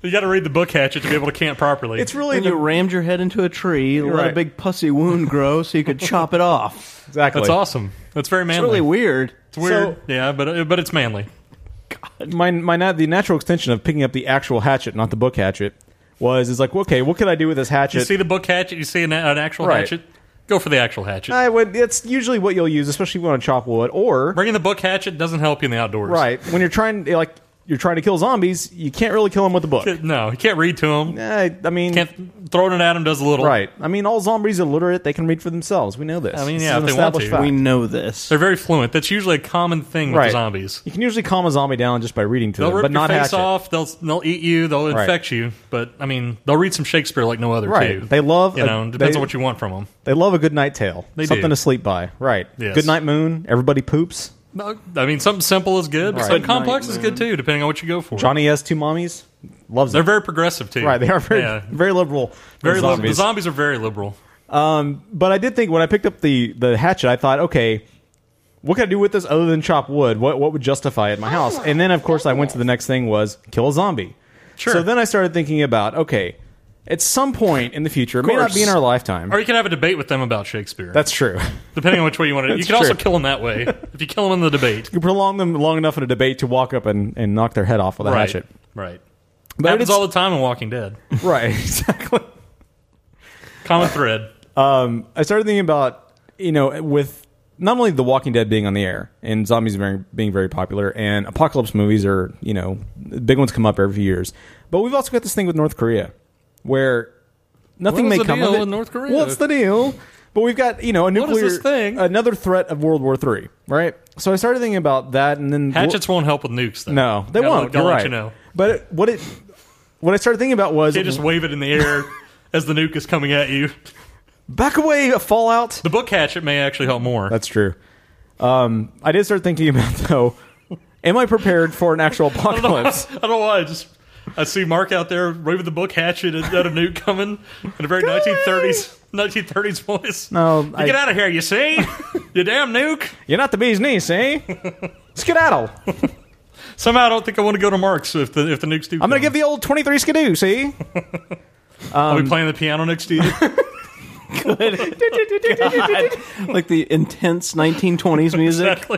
Speaker 1: You got to read the book hatchet to be able to camp properly.
Speaker 11: It's really
Speaker 2: Then you rammed your head into a tree, let
Speaker 1: right.
Speaker 2: a big pussy wound grow so you could chop it off.
Speaker 11: Exactly.
Speaker 1: That's awesome. That's very manly.
Speaker 2: really weird.
Speaker 1: It's weird. yeah, but but it's manly.
Speaker 11: my my nat- the natural extension of picking up the actual hatchet, not the book hatchet, was is like okay, what could I do with this hatchet?
Speaker 1: You see the book hatchet. You see an, an actual
Speaker 11: Right.
Speaker 1: hatchet. Go for the actual hatchet.
Speaker 11: I would. That's usually what you'll use, especially if you want to chop wood. Or
Speaker 1: bringing the book hatchet doesn't help you in the outdoors.
Speaker 11: right when you're trying like you're trying to kill zombies, you can't really kill them with a book.
Speaker 1: No, you can't read to them.
Speaker 11: I mean,
Speaker 1: can't, throwing it at them does a little.
Speaker 11: Right. I mean, all zombies are literate. They can read for themselves. We know this.
Speaker 1: I mean,
Speaker 11: This
Speaker 1: yeah,
Speaker 11: is
Speaker 1: if
Speaker 11: an
Speaker 1: they want
Speaker 11: established
Speaker 1: to.
Speaker 11: fact.
Speaker 1: We
Speaker 2: know this.
Speaker 1: They're very fluent. That's usually a common thing with
Speaker 11: Right.
Speaker 1: zombies.
Speaker 11: You can usually calm a zombie down just by reading to
Speaker 1: They'll
Speaker 11: them,
Speaker 1: rip
Speaker 11: but
Speaker 1: your
Speaker 11: not
Speaker 1: face
Speaker 11: hatchet.
Speaker 1: off. They'll they'll eat you. They'll
Speaker 11: Right.
Speaker 1: infect you. But I mean, they'll read some Shakespeare like no other.
Speaker 11: Right.
Speaker 1: Too.
Speaker 11: They love
Speaker 1: You
Speaker 11: a-
Speaker 1: know, depends
Speaker 11: they-
Speaker 1: on what you want from them.
Speaker 11: They love a good night tale.
Speaker 1: They
Speaker 11: Something
Speaker 1: do.
Speaker 11: to sleep by. Right.
Speaker 1: Yes.
Speaker 11: Good night moon. Everybody poops.
Speaker 1: No, I mean, something simple is good, but
Speaker 11: Right.
Speaker 1: something
Speaker 11: Good
Speaker 1: complex
Speaker 11: night,
Speaker 1: is good too, depending on what you go for.
Speaker 11: Johnny has two mommies. Loves
Speaker 1: They're
Speaker 11: it.
Speaker 1: very progressive too.
Speaker 11: Right. They are very
Speaker 1: Yeah.
Speaker 11: very liberal.
Speaker 1: very liberal. The
Speaker 11: zombies.
Speaker 1: zombies are very liberal.
Speaker 11: Um, but I did think when I picked up the the hatchet, I thought, okay, what can I do with this other than chop wood? What what would justify it in my house? And then of course I went to the next thing was kill a zombie. Sure. So then I started thinking about okay, at some point in the future, it may not
Speaker 1: course.
Speaker 11: be in our lifetime.
Speaker 1: Or you can have a debate with them about Shakespeare.
Speaker 11: That's true.
Speaker 1: depending on which way you want to. You
Speaker 11: That's
Speaker 1: can also
Speaker 11: true.
Speaker 1: kill them that way if you kill them in the debate.
Speaker 11: You prolong them long enough in a debate to walk up and, and knock their head off with a
Speaker 1: right.
Speaker 11: hatchet.
Speaker 1: Right.
Speaker 11: But
Speaker 1: happens
Speaker 11: it's-
Speaker 1: all the time in Walking Dead.
Speaker 11: Right, exactly.
Speaker 1: Common thread.
Speaker 11: Um, I started thinking about you know with not only The Walking Dead being on the air and zombies being, being very popular and apocalypse movies are you know big ones come up every few years, but we've also got this thing with North Korea where nothing
Speaker 1: What is
Speaker 11: may
Speaker 1: the
Speaker 11: come
Speaker 1: deal
Speaker 11: of it.
Speaker 1: with North Korea?
Speaker 11: What's the deal? But we've got you know a
Speaker 1: What is
Speaker 11: nuclear
Speaker 1: this thing?
Speaker 11: another threat of World War Three, right? So I started thinking about that, and then
Speaker 1: Hatchets won't help with nukes. Though.
Speaker 11: No, they
Speaker 1: Gotta-
Speaker 11: won't.
Speaker 1: gotta
Speaker 11: You're
Speaker 1: let
Speaker 11: right.
Speaker 1: you know.
Speaker 11: But it, what it what I started thinking about was
Speaker 1: You just wave it in the air as the nuke is coming at you.
Speaker 11: Back away, Fallout.
Speaker 1: The book hatchet may actually help more.
Speaker 11: That's true. Um, I did start thinking about though, am I prepared for an actual
Speaker 1: I don't know.
Speaker 11: apocalypse?
Speaker 1: I don't know why. I just I see Mark out there waving the book hatchet at, at a nuke coming in a very 1930s 1930s voice.
Speaker 11: No,
Speaker 1: you
Speaker 11: I-
Speaker 1: get out of here. You see, you damn nuke.
Speaker 11: You're not the bee's knees, eh? Skedaddle.
Speaker 1: Somehow, I don't think I want to go to Mark's if the if the nukes do.
Speaker 11: I'm gonna give the old 23 skidoo. See, um,
Speaker 1: I'll be playing the piano next to you.
Speaker 2: like the intense 1920s music.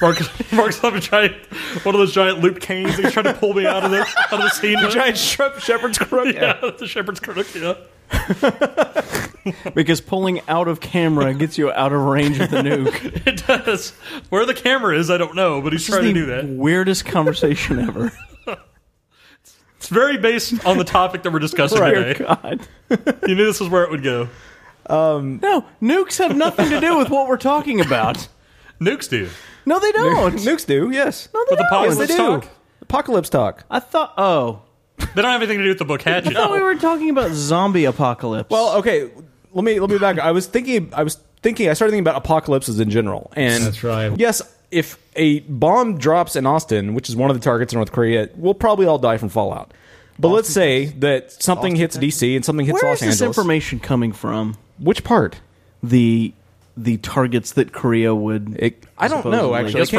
Speaker 1: Mark, Mark's up to try one of those giant loop canes. He's trying to pull me out of the out of the scene.
Speaker 11: The giant shep- shepherd's crook.
Speaker 1: Yeah, the shepherd's crook. Yeah.
Speaker 2: Because pulling out of camera gets you out of range of the nuke.
Speaker 1: It does. Where the camera is, I don't know, but he's
Speaker 2: This is
Speaker 1: trying to
Speaker 2: the
Speaker 1: do that.
Speaker 2: Weirdest conversation ever.
Speaker 1: It's very based on the topic that we're discussing
Speaker 2: Right.
Speaker 1: today.
Speaker 2: Dear God.
Speaker 1: You knew this is where it would go.
Speaker 11: Um,
Speaker 2: no, nukes have nothing to do with what we're talking about.
Speaker 1: Nukes do.
Speaker 2: No, they don't.
Speaker 11: nukes do. Yes. No,
Speaker 2: they don't.
Speaker 11: yes, they do. Apocalypse talk.
Speaker 2: I thought. Oh,
Speaker 1: They don't have anything to do with the book
Speaker 2: I
Speaker 1: hatchet.
Speaker 2: thought we were talking about zombie apocalypse.
Speaker 11: Well, okay. Let me let me back. I was thinking. I was thinking. I started thinking about apocalypses in general. And
Speaker 2: That's right.
Speaker 11: Yes, if a bomb drops in Austin, which is one of the targets in North Korea, we'll probably all die from fallout. But let's say that something hits DC and something hits
Speaker 2: Where
Speaker 11: Los
Speaker 2: is this
Speaker 11: Angeles.
Speaker 2: information coming from?
Speaker 11: Which part?
Speaker 2: The the targets that Korea would.
Speaker 11: I don't know.
Speaker 2: supposedly-
Speaker 11: Actually, it came,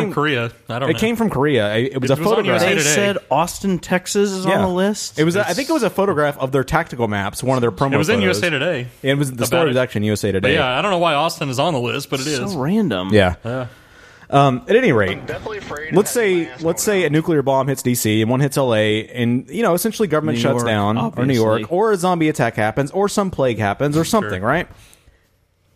Speaker 11: it came from Korea. I- It was a photograph.
Speaker 2: They said Austin, Texas is on
Speaker 11: Yeah.
Speaker 2: the list.
Speaker 11: It was. a- I think it was a photograph of their tactical maps. One of their promo.
Speaker 1: It was in
Speaker 11: photos.
Speaker 1: USA Today.
Speaker 11: And it was the
Speaker 1: About
Speaker 11: story
Speaker 1: it.
Speaker 11: was actually in USA
Speaker 1: But
Speaker 11: Today.
Speaker 1: yeah, I don't know why Austin is on the list, but it is
Speaker 2: So random.
Speaker 11: Yeah. Um, at any rate, let's say let's say a nuclear bomb hits DC and one hits LA, and you know essentially government
Speaker 2: New
Speaker 11: shuts
Speaker 2: York,
Speaker 11: down or New York,
Speaker 2: obviously.
Speaker 11: or a zombie attack happens, or some plague happens, or something, right?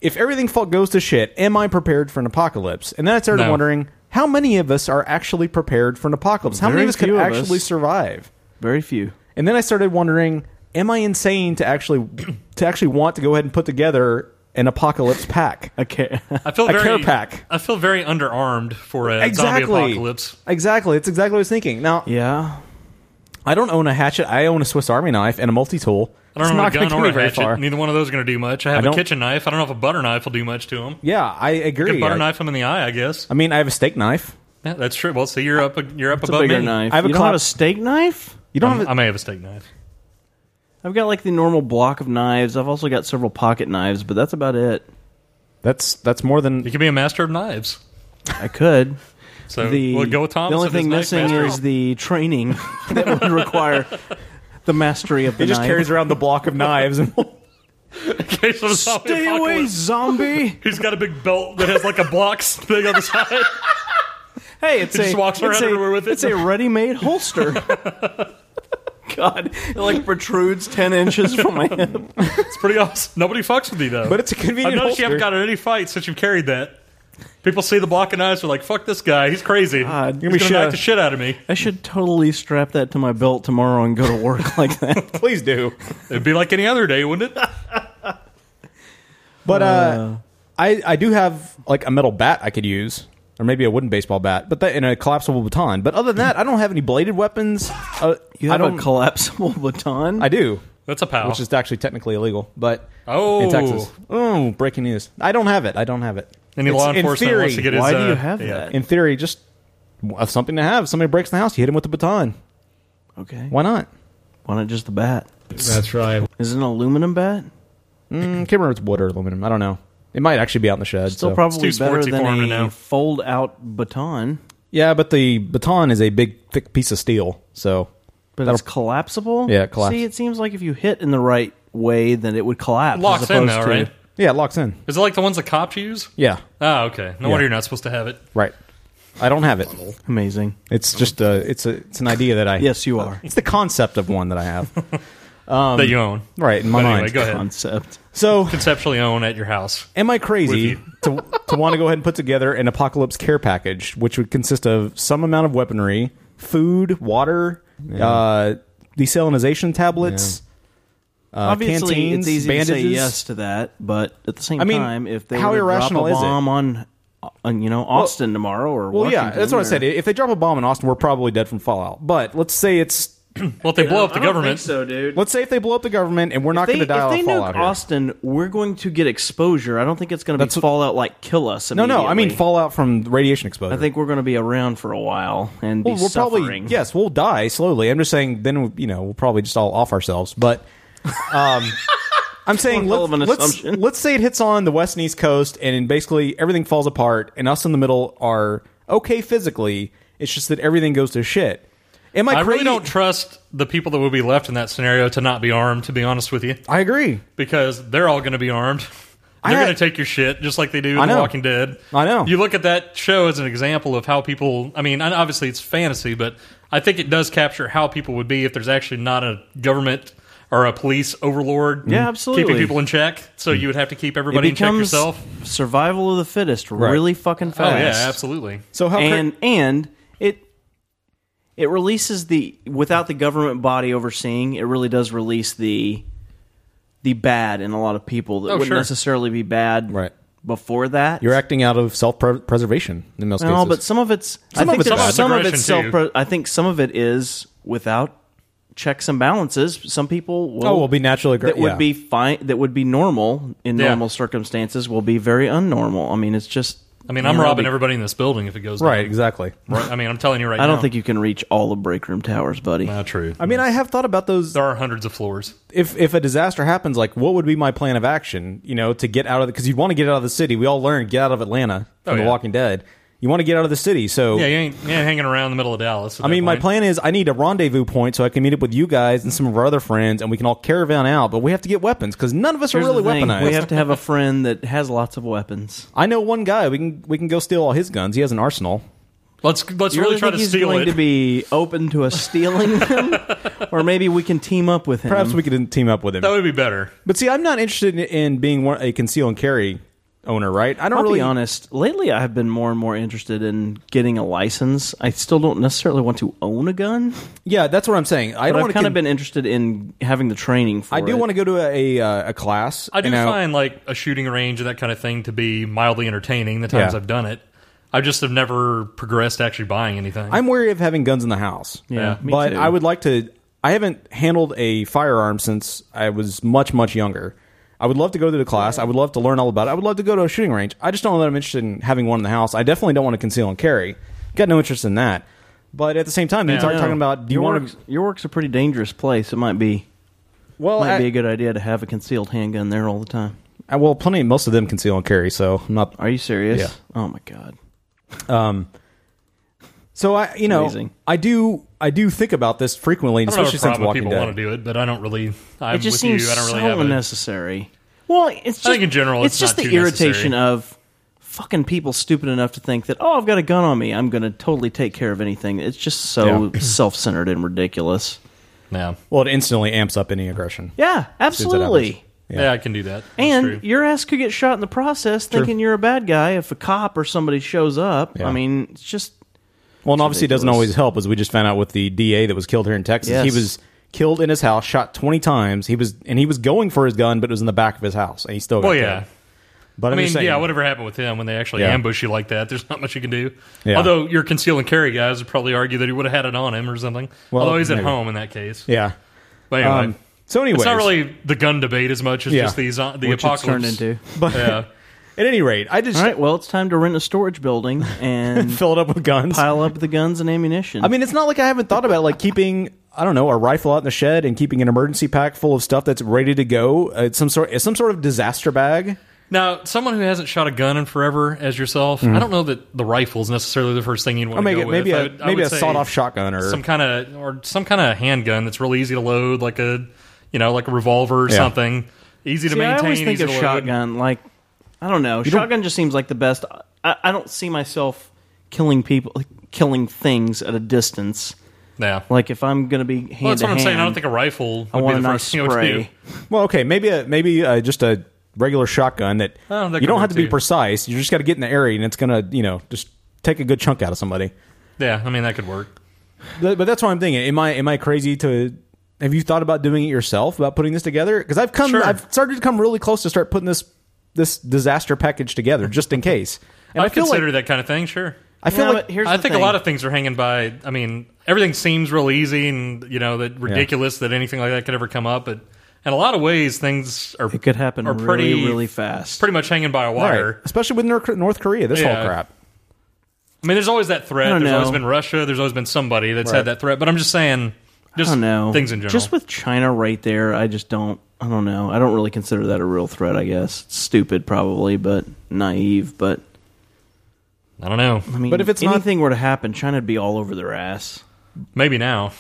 Speaker 11: If everything fu- goes to shit, am I prepared for an apocalypse? And then I started
Speaker 2: No.
Speaker 11: wondering how many of us are actually prepared for an apocalypse. How many
Speaker 2: Very
Speaker 11: of us could
Speaker 2: few of
Speaker 11: actually
Speaker 2: us.
Speaker 11: survive?
Speaker 2: Very few.
Speaker 11: And then I started wondering, am I insane to actually to actually want to go ahead and put together an apocalypse pack?
Speaker 2: Okay,
Speaker 1: I feel
Speaker 11: a
Speaker 1: very
Speaker 11: care pack.
Speaker 1: I feel very underarmed for a
Speaker 11: Exactly.
Speaker 1: zombie apocalypse.
Speaker 11: Exactly. It's exactly what I was thinking. Now,
Speaker 2: yeah,
Speaker 11: I don't own a hatchet. I own a Swiss Army knife and a multi tool.
Speaker 1: I don't
Speaker 11: it's
Speaker 1: know
Speaker 11: not
Speaker 1: a gun
Speaker 11: gonna get
Speaker 1: or
Speaker 11: me
Speaker 1: a
Speaker 11: very
Speaker 1: hatchet.
Speaker 11: far.
Speaker 1: Neither one of those are going to do much. I
Speaker 11: I
Speaker 1: have a
Speaker 11: don't-
Speaker 1: kitchen knife. I don't know if a butter knife will do much to them.
Speaker 11: Yeah, I agree.
Speaker 1: Could butter
Speaker 11: I-
Speaker 1: knife him in the eye, I guess.
Speaker 11: I mean, I have a steak knife.
Speaker 1: Yeah, that's true. Well, see, you're up. You're up
Speaker 11: a
Speaker 1: above
Speaker 11: bigger
Speaker 1: me.
Speaker 11: knife. I have a You don't have clop- a
Speaker 2: steak knife?
Speaker 11: You
Speaker 1: don't have. A, I may have a steak knife.
Speaker 2: I've got like the normal block of knives. I've also got several pocket knives, but that's about it.
Speaker 11: That's that's more than
Speaker 1: You could be a master of knives.
Speaker 2: I could.
Speaker 1: So, we'll go with Thomas
Speaker 2: The only
Speaker 1: and his
Speaker 2: thing
Speaker 1: knife
Speaker 2: missing
Speaker 1: mastery.
Speaker 2: is the training that would require the mastery of the
Speaker 11: He just
Speaker 2: knife.
Speaker 11: carries around the block of knives. And
Speaker 1: Stay away,
Speaker 2: zombie!
Speaker 1: He's got a big belt that has like a box thing on the side.
Speaker 2: hey, it's
Speaker 1: he just
Speaker 2: a-
Speaker 1: walks around
Speaker 2: it's a-
Speaker 1: everywhere with it.
Speaker 2: It's a ready-made holster. God, it like protrudes ten inches from my hip.
Speaker 1: It's pretty awesome. Nobody fucks with you though.
Speaker 2: But it's a convenient
Speaker 1: I've noticed you haven't
Speaker 2: holster.
Speaker 1: gotten any fights since you've carried that. People see the block of knives, they're like, "Fuck this guy, he's crazy.
Speaker 11: Ah,
Speaker 1: he's
Speaker 2: You're
Speaker 1: gonna knock the shit out of me."
Speaker 2: I should totally strap that to my belt tomorrow and go to work like that.
Speaker 11: Please do.
Speaker 1: It'd be like any other day, wouldn't it?
Speaker 11: But uh, I I do have like a metal bat I could use, or maybe a wooden baseball bat, but that in a collapsible baton. But other than that, I don't have any bladed weapons. Uh,
Speaker 2: You
Speaker 11: I
Speaker 2: have a
Speaker 11: don't,
Speaker 2: collapsible baton.
Speaker 11: I do.
Speaker 1: That's a pow.
Speaker 11: which is actually technically illegal, but
Speaker 1: Oh.
Speaker 11: in Texas. Oh, breaking news! I don't have it. I don't have it.
Speaker 1: Any
Speaker 11: It's-
Speaker 1: law
Speaker 11: in
Speaker 1: enforcement
Speaker 11: theory-
Speaker 1: wants to get his. uh, yeah.
Speaker 11: In theory, just w- something to have. Somebody breaks in the house, you hit him with the baton.
Speaker 2: Okay.
Speaker 11: Why not?
Speaker 2: Why not just the bat?
Speaker 11: That's
Speaker 2: right. Is it an aluminum bat?
Speaker 11: Mm, can't remember if it's wood or aluminum. I don't know. It might actually be out in the shed.
Speaker 2: Still
Speaker 11: so.
Speaker 2: probably better than a fold-out baton.
Speaker 11: Yeah, but the baton is a big, thick piece of steel. So,
Speaker 2: But it's collapsible.
Speaker 11: Yeah, it collapses.
Speaker 2: See, it seems like if you hit in the right way, then it would collapse.
Speaker 1: It locks
Speaker 2: as
Speaker 1: in,
Speaker 2: opposed
Speaker 1: though,
Speaker 2: to,
Speaker 1: right?
Speaker 11: yeah, it locks in.
Speaker 1: Is it like the ones the cops use?
Speaker 11: Yeah.
Speaker 1: Oh, okay. No
Speaker 11: Yeah.
Speaker 1: wonder you're not supposed to have it.
Speaker 11: Right. I don't have it.
Speaker 2: Amazing.
Speaker 11: It's just a. It's a. It's an idea that I.
Speaker 2: Yes, you are.
Speaker 11: It's the concept of one that I have. Um,
Speaker 1: that you own,
Speaker 11: Right in my
Speaker 1: But
Speaker 11: mind.
Speaker 1: Anyway, go ahead.
Speaker 2: Concept.
Speaker 11: So
Speaker 1: conceptually own at your house.
Speaker 11: Am I
Speaker 1: With
Speaker 11: crazy
Speaker 1: you.
Speaker 11: to to want to go ahead and put together an apocalypse care package, which would consist of some amount of weaponry, food, water, uh, desalinization tablets, uh,
Speaker 2: Obviously,
Speaker 11: canteens,
Speaker 2: it's easy
Speaker 11: bandages.
Speaker 2: to say yes to that, but at the same
Speaker 11: I mean,
Speaker 2: time, if they
Speaker 11: how
Speaker 2: were to
Speaker 11: irrational
Speaker 2: drop a
Speaker 11: is it?
Speaker 2: bomb on, on, you know, Austin tomorrow or
Speaker 11: Well, yeah, that's what I said.
Speaker 2: Washington
Speaker 11: If they drop a bomb in Austin, we're probably dead from fallout. But let's say it's
Speaker 1: well, if they
Speaker 2: You blow know, up the I don't government- think so,
Speaker 11: dude. Let's say if they blow up the government, and we're not
Speaker 2: or-
Speaker 11: going to
Speaker 2: If
Speaker 11: die
Speaker 2: they,
Speaker 11: off
Speaker 2: if they nuke
Speaker 11: fallout. here.
Speaker 2: Austin, we're going to get exposure. I don't think it's going to be fallout like kill us.
Speaker 11: No, no, I mean
Speaker 2: immediately.
Speaker 11: fallout from radiation exposure.
Speaker 2: I think we're going to be around for a while and
Speaker 11: Well,
Speaker 2: be
Speaker 11: we'll
Speaker 2: suffering.
Speaker 11: probably yes, we'll die slowly. I'm just saying, then you know, we'll probably just all off ourselves. But um, I'm saying,
Speaker 2: One
Speaker 11: let,
Speaker 2: hell of an
Speaker 11: let's
Speaker 2: assumption.
Speaker 11: let's say it hits on the west and east coast, and basically everything falls apart, and us in the middle are okay physically. It's just that everything goes to shit. Am I,
Speaker 1: I
Speaker 11: crazy?
Speaker 1: really don't trust the people that will be left in that scenario to not be armed. To be honest with you,
Speaker 11: I agree
Speaker 1: because they're all going to be armed.
Speaker 11: I
Speaker 1: They're
Speaker 11: had-
Speaker 1: going to take your shit just like they do
Speaker 11: I
Speaker 1: in The
Speaker 11: know.
Speaker 1: Walking Dead.
Speaker 11: I know.
Speaker 1: You look at that show as an example of how people. I mean, and obviously it's fantasy, but I think it does capture how people would be if there's actually not a government or a police overlord.
Speaker 2: Yeah, absolutely.
Speaker 1: Keeping people in check, so you would have to keep
Speaker 2: It
Speaker 1: everybody in check
Speaker 2: becomes
Speaker 1: yourself.
Speaker 2: survival of the fittest, really fucking
Speaker 1: Oh
Speaker 2: fast.
Speaker 1: yeah, absolutely.
Speaker 2: and and it it releases the without the government body overseeing it really does release the the bad in a lot of people that
Speaker 1: Oh,
Speaker 2: wouldn't
Speaker 1: sure.
Speaker 2: necessarily be bad right before that
Speaker 11: You're acting out of self preservation in most
Speaker 2: no
Speaker 11: cases.
Speaker 2: but some of it's
Speaker 11: Some
Speaker 2: I
Speaker 11: of
Speaker 2: think
Speaker 11: it's
Speaker 2: there's
Speaker 11: bad.
Speaker 2: some of
Speaker 11: Aggression,
Speaker 2: it's
Speaker 11: too.
Speaker 2: self I think some of it is without checks and balances some people will,
Speaker 11: Oh, will be naturally aggra-
Speaker 2: that would
Speaker 11: yeah.
Speaker 2: be fine that would be normal in
Speaker 1: Yeah.
Speaker 2: normal circumstances will be very unnormal I mean it's just
Speaker 1: I mean, I'm
Speaker 2: you know,
Speaker 1: robbing
Speaker 2: the-
Speaker 1: everybody in this building if it goes
Speaker 2: Right,
Speaker 1: down.
Speaker 11: exactly.
Speaker 1: Right, I mean, I'm telling you right now.
Speaker 2: I don't think you can reach all the break room towers, buddy.
Speaker 1: Not true.
Speaker 11: I mean, I have thought about those.
Speaker 1: There are hundreds of floors.
Speaker 11: if if a disaster happens, like what would be my plan of action? You know, to get out of because you'd want to get out of the city. We all learned get out of Atlanta
Speaker 1: Oh,
Speaker 11: from The
Speaker 1: yeah.
Speaker 11: Walking Dead. You want to get out of the city, so
Speaker 1: Yeah, you ain't, you ain't hanging around the middle of Dallas. at
Speaker 11: I
Speaker 1: that
Speaker 11: mean, my
Speaker 1: point.
Speaker 11: plan is I need a rendezvous point so I can meet up with you guys and some of our other friends, and we can all caravan out. But we have to get weapons because none of us
Speaker 2: Here's
Speaker 11: are really
Speaker 2: the thing.
Speaker 11: weaponized.
Speaker 2: We have to have a friend that has lots of weapons.
Speaker 11: I know one guy. We can we can go steal all his guns. He has an arsenal.
Speaker 1: Let's let's
Speaker 2: You
Speaker 1: really,
Speaker 2: really
Speaker 1: try
Speaker 2: think
Speaker 1: to
Speaker 2: he's
Speaker 1: steal
Speaker 2: going
Speaker 1: it.
Speaker 2: to be open to us stealing them, or maybe we can team up with him.
Speaker 11: Perhaps we could team up with him.
Speaker 1: that would be better.
Speaker 11: But see, I'm not interested in, in being one, a conceal and carry owner, right? I don't
Speaker 2: I'll
Speaker 11: really
Speaker 2: be honest. Lately, I have been more and more interested in getting a license. I still don't necessarily want to own a gun.
Speaker 11: Yeah, that's what I'm saying. I don't
Speaker 2: but I've
Speaker 11: wanna
Speaker 2: kind of
Speaker 11: con-
Speaker 2: been interested in having the training for
Speaker 11: I do
Speaker 2: it.
Speaker 11: want to go to a a, uh, a class.
Speaker 1: I do
Speaker 11: and
Speaker 1: find like a shooting range and that kind of thing to be mildly entertaining. The times
Speaker 11: Yeah.
Speaker 1: I've done it, I just have never progressed to actually buying anything.
Speaker 11: I'm wary of having guns in the house.
Speaker 1: Yeah, me
Speaker 11: but
Speaker 1: too.
Speaker 11: I would like to. I haven't handled a firearm since I was much much younger. I would love to go to the class. I would love to learn all about it. I would love to go to a shooting range. I just don't know that I'm interested in having one in the house. I definitely don't want to conceal and carry. Got no interest in that. But at the same time, you start talking about do you
Speaker 2: your,
Speaker 11: want
Speaker 2: work's, your work's a pretty dangerous place. It might be.
Speaker 11: Well,
Speaker 2: might
Speaker 11: I-
Speaker 2: be a good idea to have a concealed handgun there all the time.
Speaker 11: to? Well, plenty. Most of them conceal and carry. So I'm not.
Speaker 2: Are you serious?
Speaker 11: Yeah.
Speaker 2: Oh my god.
Speaker 11: Um. So I, you know,
Speaker 2: Amazing.
Speaker 11: I do, I do think about this frequently,
Speaker 1: I don't have
Speaker 11: especially
Speaker 1: a
Speaker 11: since
Speaker 1: problem if
Speaker 11: Walking
Speaker 1: people
Speaker 11: Dead.
Speaker 1: want to do it, but I don't really. I'm
Speaker 2: it just
Speaker 1: with you.
Speaker 2: seems
Speaker 1: I don't really
Speaker 2: so
Speaker 1: have a-
Speaker 2: unnecessary. Well, it's just,
Speaker 1: I think in general, it's,
Speaker 2: just
Speaker 1: not
Speaker 2: the
Speaker 1: too
Speaker 2: irritation
Speaker 1: necessary.
Speaker 2: of fucking people stupid enough to think that oh, I've got a gun on me, I'm going to totally take care of anything. It's just so
Speaker 11: Yeah.
Speaker 2: self-centered and ridiculous.
Speaker 1: Yeah.
Speaker 11: Well, it instantly amps up any aggression.
Speaker 2: Yeah,
Speaker 11: As soon as that
Speaker 2: absolutely.
Speaker 11: happens.
Speaker 1: Yeah. I can do that.
Speaker 2: And your ass could get shot in the process,
Speaker 11: True.
Speaker 2: thinking you're a bad guy if a cop or somebody shows up.
Speaker 11: Yeah.
Speaker 2: I mean, it's just
Speaker 11: Well, and obviously, it doesn't
Speaker 2: ridiculous.
Speaker 11: always help, as we just found out with the DA that was killed here in Texas.
Speaker 2: Yes.
Speaker 11: He was killed in his house, shot twenty times. He was, and he was going for his gun, but it was in the back of his house, and he still. Got
Speaker 1: Well, yeah.
Speaker 11: killed. But
Speaker 1: I
Speaker 11: I'm
Speaker 1: mean,
Speaker 11: just saying,
Speaker 1: yeah, whatever happened with him when they actually
Speaker 11: Yeah.
Speaker 1: ambush you like that, there's not much you can do.
Speaker 11: Yeah.
Speaker 1: Although your conceal and carry guys would probably argue that he would have had it on him or something.
Speaker 11: Well,
Speaker 1: Although he's at
Speaker 11: maybe.
Speaker 1: home in that case.
Speaker 11: Yeah.
Speaker 1: But anyway,
Speaker 11: Um, so
Speaker 1: it's
Speaker 11: anyways.
Speaker 1: not really the gun debate as much as
Speaker 11: Yeah.
Speaker 1: just the zo- the
Speaker 2: Which it's
Speaker 1: apocalypse
Speaker 2: turned into.
Speaker 11: But-
Speaker 1: yeah.
Speaker 11: At any rate, I just
Speaker 2: all right. Well, it's time to rent a storage building and
Speaker 11: fill it up with guns,
Speaker 2: pile up the guns and ammunition.
Speaker 11: I mean, it's not like I haven't thought about like keeping I don't know a rifle out in the shed and keeping an emergency pack full of stuff that's ready to go. Uh, It's some sort, it's some sort of disaster bag.
Speaker 1: Now, someone who hasn't shot a gun in forever, as yourself,
Speaker 11: Mhm.
Speaker 1: I don't know that the rifle is necessarily the first thing you'd want
Speaker 11: Or maybe-
Speaker 1: to go
Speaker 11: maybe
Speaker 1: with.
Speaker 11: a-
Speaker 1: I would- I
Speaker 11: maybe
Speaker 1: would
Speaker 11: a
Speaker 1: say
Speaker 11: sawed-off shotgun or-
Speaker 1: some kind of or some kind of handgun that's real easy to load, like a you know like a revolver or
Speaker 2: Yeah.
Speaker 1: something, easy to
Speaker 2: See,
Speaker 1: maintain.
Speaker 2: I always think
Speaker 1: easy
Speaker 2: of
Speaker 1: to load.
Speaker 2: shotgun like I don't know.
Speaker 1: You don't-
Speaker 2: shotgun just seems like the best. I, I don't see myself killing people, like, killing things at a distance.
Speaker 1: Yeah.
Speaker 2: Like if I'm going to be hand
Speaker 1: Well, that's
Speaker 2: to
Speaker 1: what I'm saying. I
Speaker 2: hand,
Speaker 1: don't think a rifle
Speaker 2: I
Speaker 1: would be
Speaker 2: want
Speaker 1: the
Speaker 2: a
Speaker 1: first
Speaker 2: nice
Speaker 1: thing I would do.
Speaker 2: spray.
Speaker 11: Well, okay, maybe a, maybe uh just a regular shotgun that,
Speaker 1: Oh, that
Speaker 11: you
Speaker 1: could
Speaker 11: don't
Speaker 1: work
Speaker 11: have to be
Speaker 1: too.
Speaker 11: precise. You just got to get in the area, and it's gonna you know just take a good chunk out of somebody.
Speaker 1: Yeah, I mean that could work.
Speaker 11: But, but that's what I'm thinking. Am I am I crazy to? Have you thought about doing it yourself about putting this together? Because I've come, I've started to come really close to start putting this this disaster package together just in case. And
Speaker 1: I'd
Speaker 11: I feel like
Speaker 1: consider that kind of thing. Sure.
Speaker 11: I feel Yeah, like- but here's
Speaker 1: I
Speaker 11: the
Speaker 1: think
Speaker 11: thing.
Speaker 1: a lot of things are hanging by. I mean, everything seems real easy and you know that ridiculous that anything like that could ever come up. But in a lot of ways, things are
Speaker 2: it could happen
Speaker 1: are
Speaker 2: really,
Speaker 1: pretty
Speaker 2: really fast.
Speaker 1: Pretty much hanging by a wire.
Speaker 11: Right. Especially with Nor- North Korea, this
Speaker 1: Yeah.
Speaker 11: whole crap.
Speaker 1: I mean, there's always that
Speaker 2: I
Speaker 1: threat.
Speaker 2: don't
Speaker 1: There's always
Speaker 2: know.
Speaker 1: been Russia. There's always been somebody that's
Speaker 2: Right.
Speaker 1: had that threat. But I'm just saying, just
Speaker 2: I don't know
Speaker 1: things in general.
Speaker 2: Just with China right there, I just don't. I don't know. I don't really consider that a real threat. I guess it's stupid, probably, but naive. But
Speaker 1: I don't know.
Speaker 2: I mean,
Speaker 1: But if it's not-
Speaker 2: anything were to happen, China'd be all over their ass.
Speaker 1: Maybe now,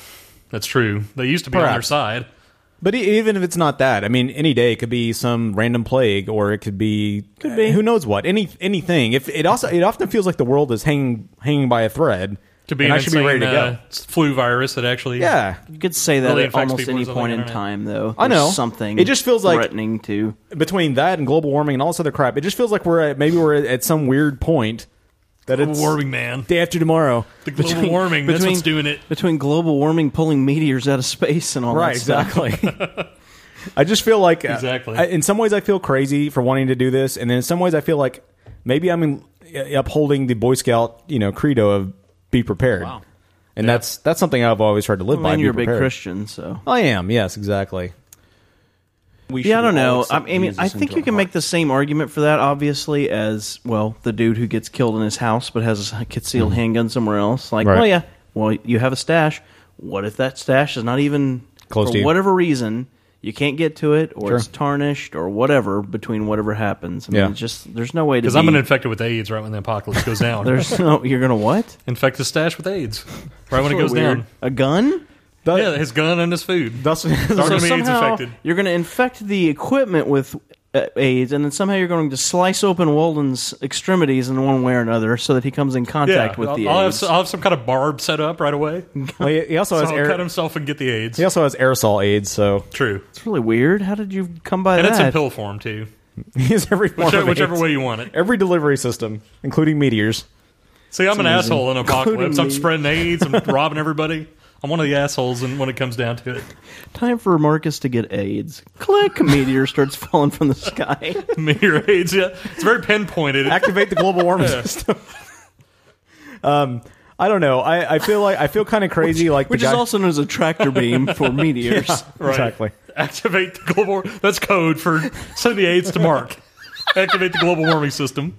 Speaker 1: that's true. They used to be on their
Speaker 11: Perhaps.
Speaker 1: side.
Speaker 11: But e- even if it's not that, I mean, any day it could be some random plague, or it could be, who knows what. Any anything. If it also, it often feels like the world is hanging hanging by a thread.
Speaker 1: To be
Speaker 11: and
Speaker 1: an
Speaker 11: I should be ready
Speaker 1: insane,
Speaker 11: to go.
Speaker 1: uh, flu virus that actually
Speaker 11: Yeah.
Speaker 2: You could say that
Speaker 1: really
Speaker 2: at
Speaker 1: affects
Speaker 2: almost
Speaker 1: people
Speaker 2: any
Speaker 1: or something,
Speaker 2: point
Speaker 1: I
Speaker 2: in
Speaker 1: don't know.
Speaker 2: time, though.
Speaker 11: I know
Speaker 2: There's something.
Speaker 11: It just feels like
Speaker 2: threatening to
Speaker 11: between that and global warming and all this other crap. It just feels like we're at, maybe we're at some weird point that
Speaker 1: Global
Speaker 11: it's
Speaker 1: warming, man.
Speaker 11: Day after tomorrow,
Speaker 1: The global warming. that's what's doing it.
Speaker 2: Between global warming, pulling meteors out of space, and all
Speaker 11: Right,
Speaker 2: that stuff.
Speaker 11: exactly. I just feel like uh,
Speaker 2: Exactly.
Speaker 11: I, in some ways, I feel crazy for wanting to do this, and then in some ways, I feel like maybe I'm in, uh, upholding the Boy Scout, you know, credo of be prepared. And that's that's something I've always tried to live
Speaker 2: Well,
Speaker 11: by.
Speaker 2: and
Speaker 11: be
Speaker 2: you're a big
Speaker 11: prepared.
Speaker 2: Christian, so.
Speaker 11: I am. Yes, exactly. We
Speaker 2: yeah,
Speaker 11: should
Speaker 2: I don't
Speaker 11: all
Speaker 2: know. I
Speaker 11: accept
Speaker 2: I mean,
Speaker 11: Jesus
Speaker 2: I
Speaker 11: into
Speaker 2: think
Speaker 11: our
Speaker 2: you can make the same argument for that, obviously, as well the dude who gets killed in his house but has a
Speaker 1: Mm-hmm.
Speaker 2: concealed handgun somewhere else. Like,
Speaker 11: Right.
Speaker 2: well, yeah, well, you have a stash. What if that stash is not even
Speaker 11: Close
Speaker 2: for
Speaker 11: to you.
Speaker 2: whatever reason you can't get to it, or
Speaker 11: Sure.
Speaker 2: it's tarnished, or whatever between whatever happens? I mean,
Speaker 1: Yeah.
Speaker 2: it's just there's no way to.
Speaker 1: Because I'm going
Speaker 2: be-
Speaker 1: to infect it with AIDS right when the apocalypse goes down.
Speaker 2: There's no. You're gonna what?
Speaker 1: Infect the stash with AIDS right when it
Speaker 2: Sort of
Speaker 1: goes
Speaker 2: weird.
Speaker 1: down.
Speaker 2: A gun?
Speaker 1: yeah, his gun and his food.
Speaker 11: That's
Speaker 1: They're
Speaker 2: so
Speaker 1: going to be AIDS
Speaker 2: somehow
Speaker 1: infected.
Speaker 2: you're going to infect the equipment with uh, AIDS, and then somehow you're going to slice open Walden's extremities in one way or another, so that he comes in contact
Speaker 1: yeah,
Speaker 2: with
Speaker 1: I'll,
Speaker 2: the
Speaker 1: I'll have,
Speaker 2: AIDS.
Speaker 1: s- I'll have some kind of barb set up right away.
Speaker 11: Well, he- he also
Speaker 1: so
Speaker 11: has
Speaker 1: he'll
Speaker 11: air-
Speaker 1: cut himself and get the AIDS.
Speaker 11: He also has aerosol AIDS, so
Speaker 1: true.
Speaker 2: It's really weird. How did you come by
Speaker 1: and
Speaker 2: that?
Speaker 1: it's in pill form, too.
Speaker 11: He's every form
Speaker 1: Whichever-
Speaker 11: of
Speaker 1: whichever
Speaker 11: AIDS.
Speaker 1: way you want it.
Speaker 11: Every delivery system, including meteors.
Speaker 1: See, I'm an
Speaker 11: It's amazing.
Speaker 1: asshole in Apocalypse.
Speaker 11: Including
Speaker 1: I'm
Speaker 11: me.
Speaker 1: spreading AIDS. I'm robbing everybody. I'm one of the assholes and when it comes down to it.
Speaker 2: Time for Marcus to get AIDS. Click. Meteor starts falling from the sky.
Speaker 1: Meteor AIDS, yeah. It's very pinpointed.
Speaker 11: Activate the global warming
Speaker 1: Yeah.
Speaker 11: system. Um, I don't know. I, I feel like I feel kind of crazy. like
Speaker 2: which
Speaker 11: the
Speaker 2: is
Speaker 11: guy-
Speaker 2: also known as a tractor beam for meteors.
Speaker 11: Yeah, Exactly.
Speaker 1: Activate the global. war- That's code for send the aids to Mark. Activate the global warming system.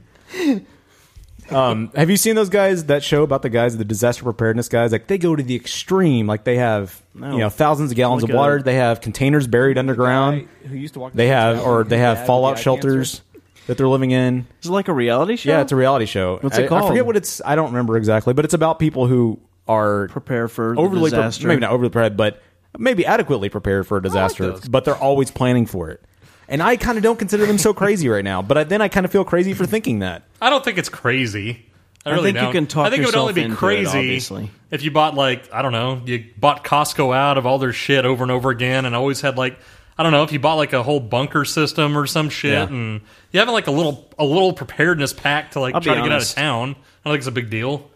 Speaker 11: Um, have you seen those guys? That show about the guys, the disaster preparedness guys. Like they go to the extreme. Like they have
Speaker 4: No.
Speaker 11: you know thousands of gallons
Speaker 4: Like
Speaker 11: of water.
Speaker 4: a-
Speaker 11: they have containers buried underground.
Speaker 4: guy who used to walk
Speaker 11: they
Speaker 4: the
Speaker 11: have,
Speaker 4: hotel
Speaker 11: or
Speaker 4: with
Speaker 11: they
Speaker 4: his
Speaker 11: have
Speaker 4: dad with
Speaker 11: fallout
Speaker 4: the eye
Speaker 11: shelters that they're living in.
Speaker 2: Is it like a reality show?
Speaker 11: Yeah, it's a reality show.
Speaker 2: What's
Speaker 11: I-
Speaker 2: it called?
Speaker 11: I forget what it's. I don't remember exactly, but it's about people who are
Speaker 2: prepared for the
Speaker 11: overly pre-
Speaker 2: disaster.
Speaker 11: maybe not overly prepared, but maybe adequately prepared for a disaster. but they're always planning for it, and I kind of don't consider them so crazy right now. But I, then I kind of feel crazy for thinking that.
Speaker 1: I don't think it's crazy. I
Speaker 11: I
Speaker 1: really
Speaker 11: think you
Speaker 1: don't.
Speaker 11: can talk
Speaker 1: I think it would
Speaker 11: yourself
Speaker 1: only be
Speaker 11: into it,
Speaker 1: crazy
Speaker 11: obviously.
Speaker 1: if you bought like I don't know, you bought Costco out of all their shit over and over again, and always had like I don't know if you bought like a whole bunker system or some shit,
Speaker 2: Yeah.
Speaker 1: and you having like a little a little preparedness pack to like
Speaker 2: I'll be
Speaker 1: try to get out of
Speaker 2: honest.
Speaker 1: town. I don't think it's a big deal.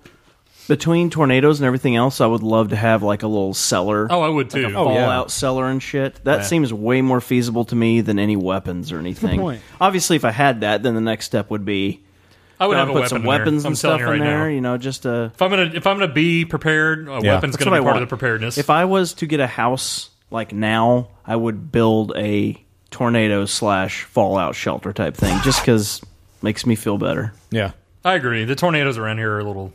Speaker 2: Between tornadoes and everything else, I would love to have like a little cellar.
Speaker 1: Oh, I would
Speaker 2: Like
Speaker 1: too.
Speaker 2: a
Speaker 1: Oh, yeah.
Speaker 2: fallout cellar and shit. That
Speaker 1: Yeah.
Speaker 2: seems way more feasible to me than any weapons or anything.
Speaker 1: point.
Speaker 2: Obviously, if I had that, then the next step would be
Speaker 1: I would
Speaker 2: I'd
Speaker 1: have a
Speaker 2: put
Speaker 1: weapon
Speaker 2: some
Speaker 1: in there.
Speaker 2: weapons
Speaker 1: I'm
Speaker 2: and
Speaker 1: telling
Speaker 2: stuff
Speaker 1: you right
Speaker 2: in there.
Speaker 1: now.
Speaker 2: You know, just uh,
Speaker 1: If I'm gonna if I'm gonna be prepared, a weapon's
Speaker 2: That's
Speaker 1: gonna
Speaker 2: what
Speaker 1: be
Speaker 2: I
Speaker 1: part of
Speaker 2: want.
Speaker 1: the preparedness.
Speaker 2: If I was to get a house like now, I would build a tornado slash fallout shelter type thing, just because makes me feel better.
Speaker 11: Yeah,
Speaker 1: I agree. The tornadoes around here are a little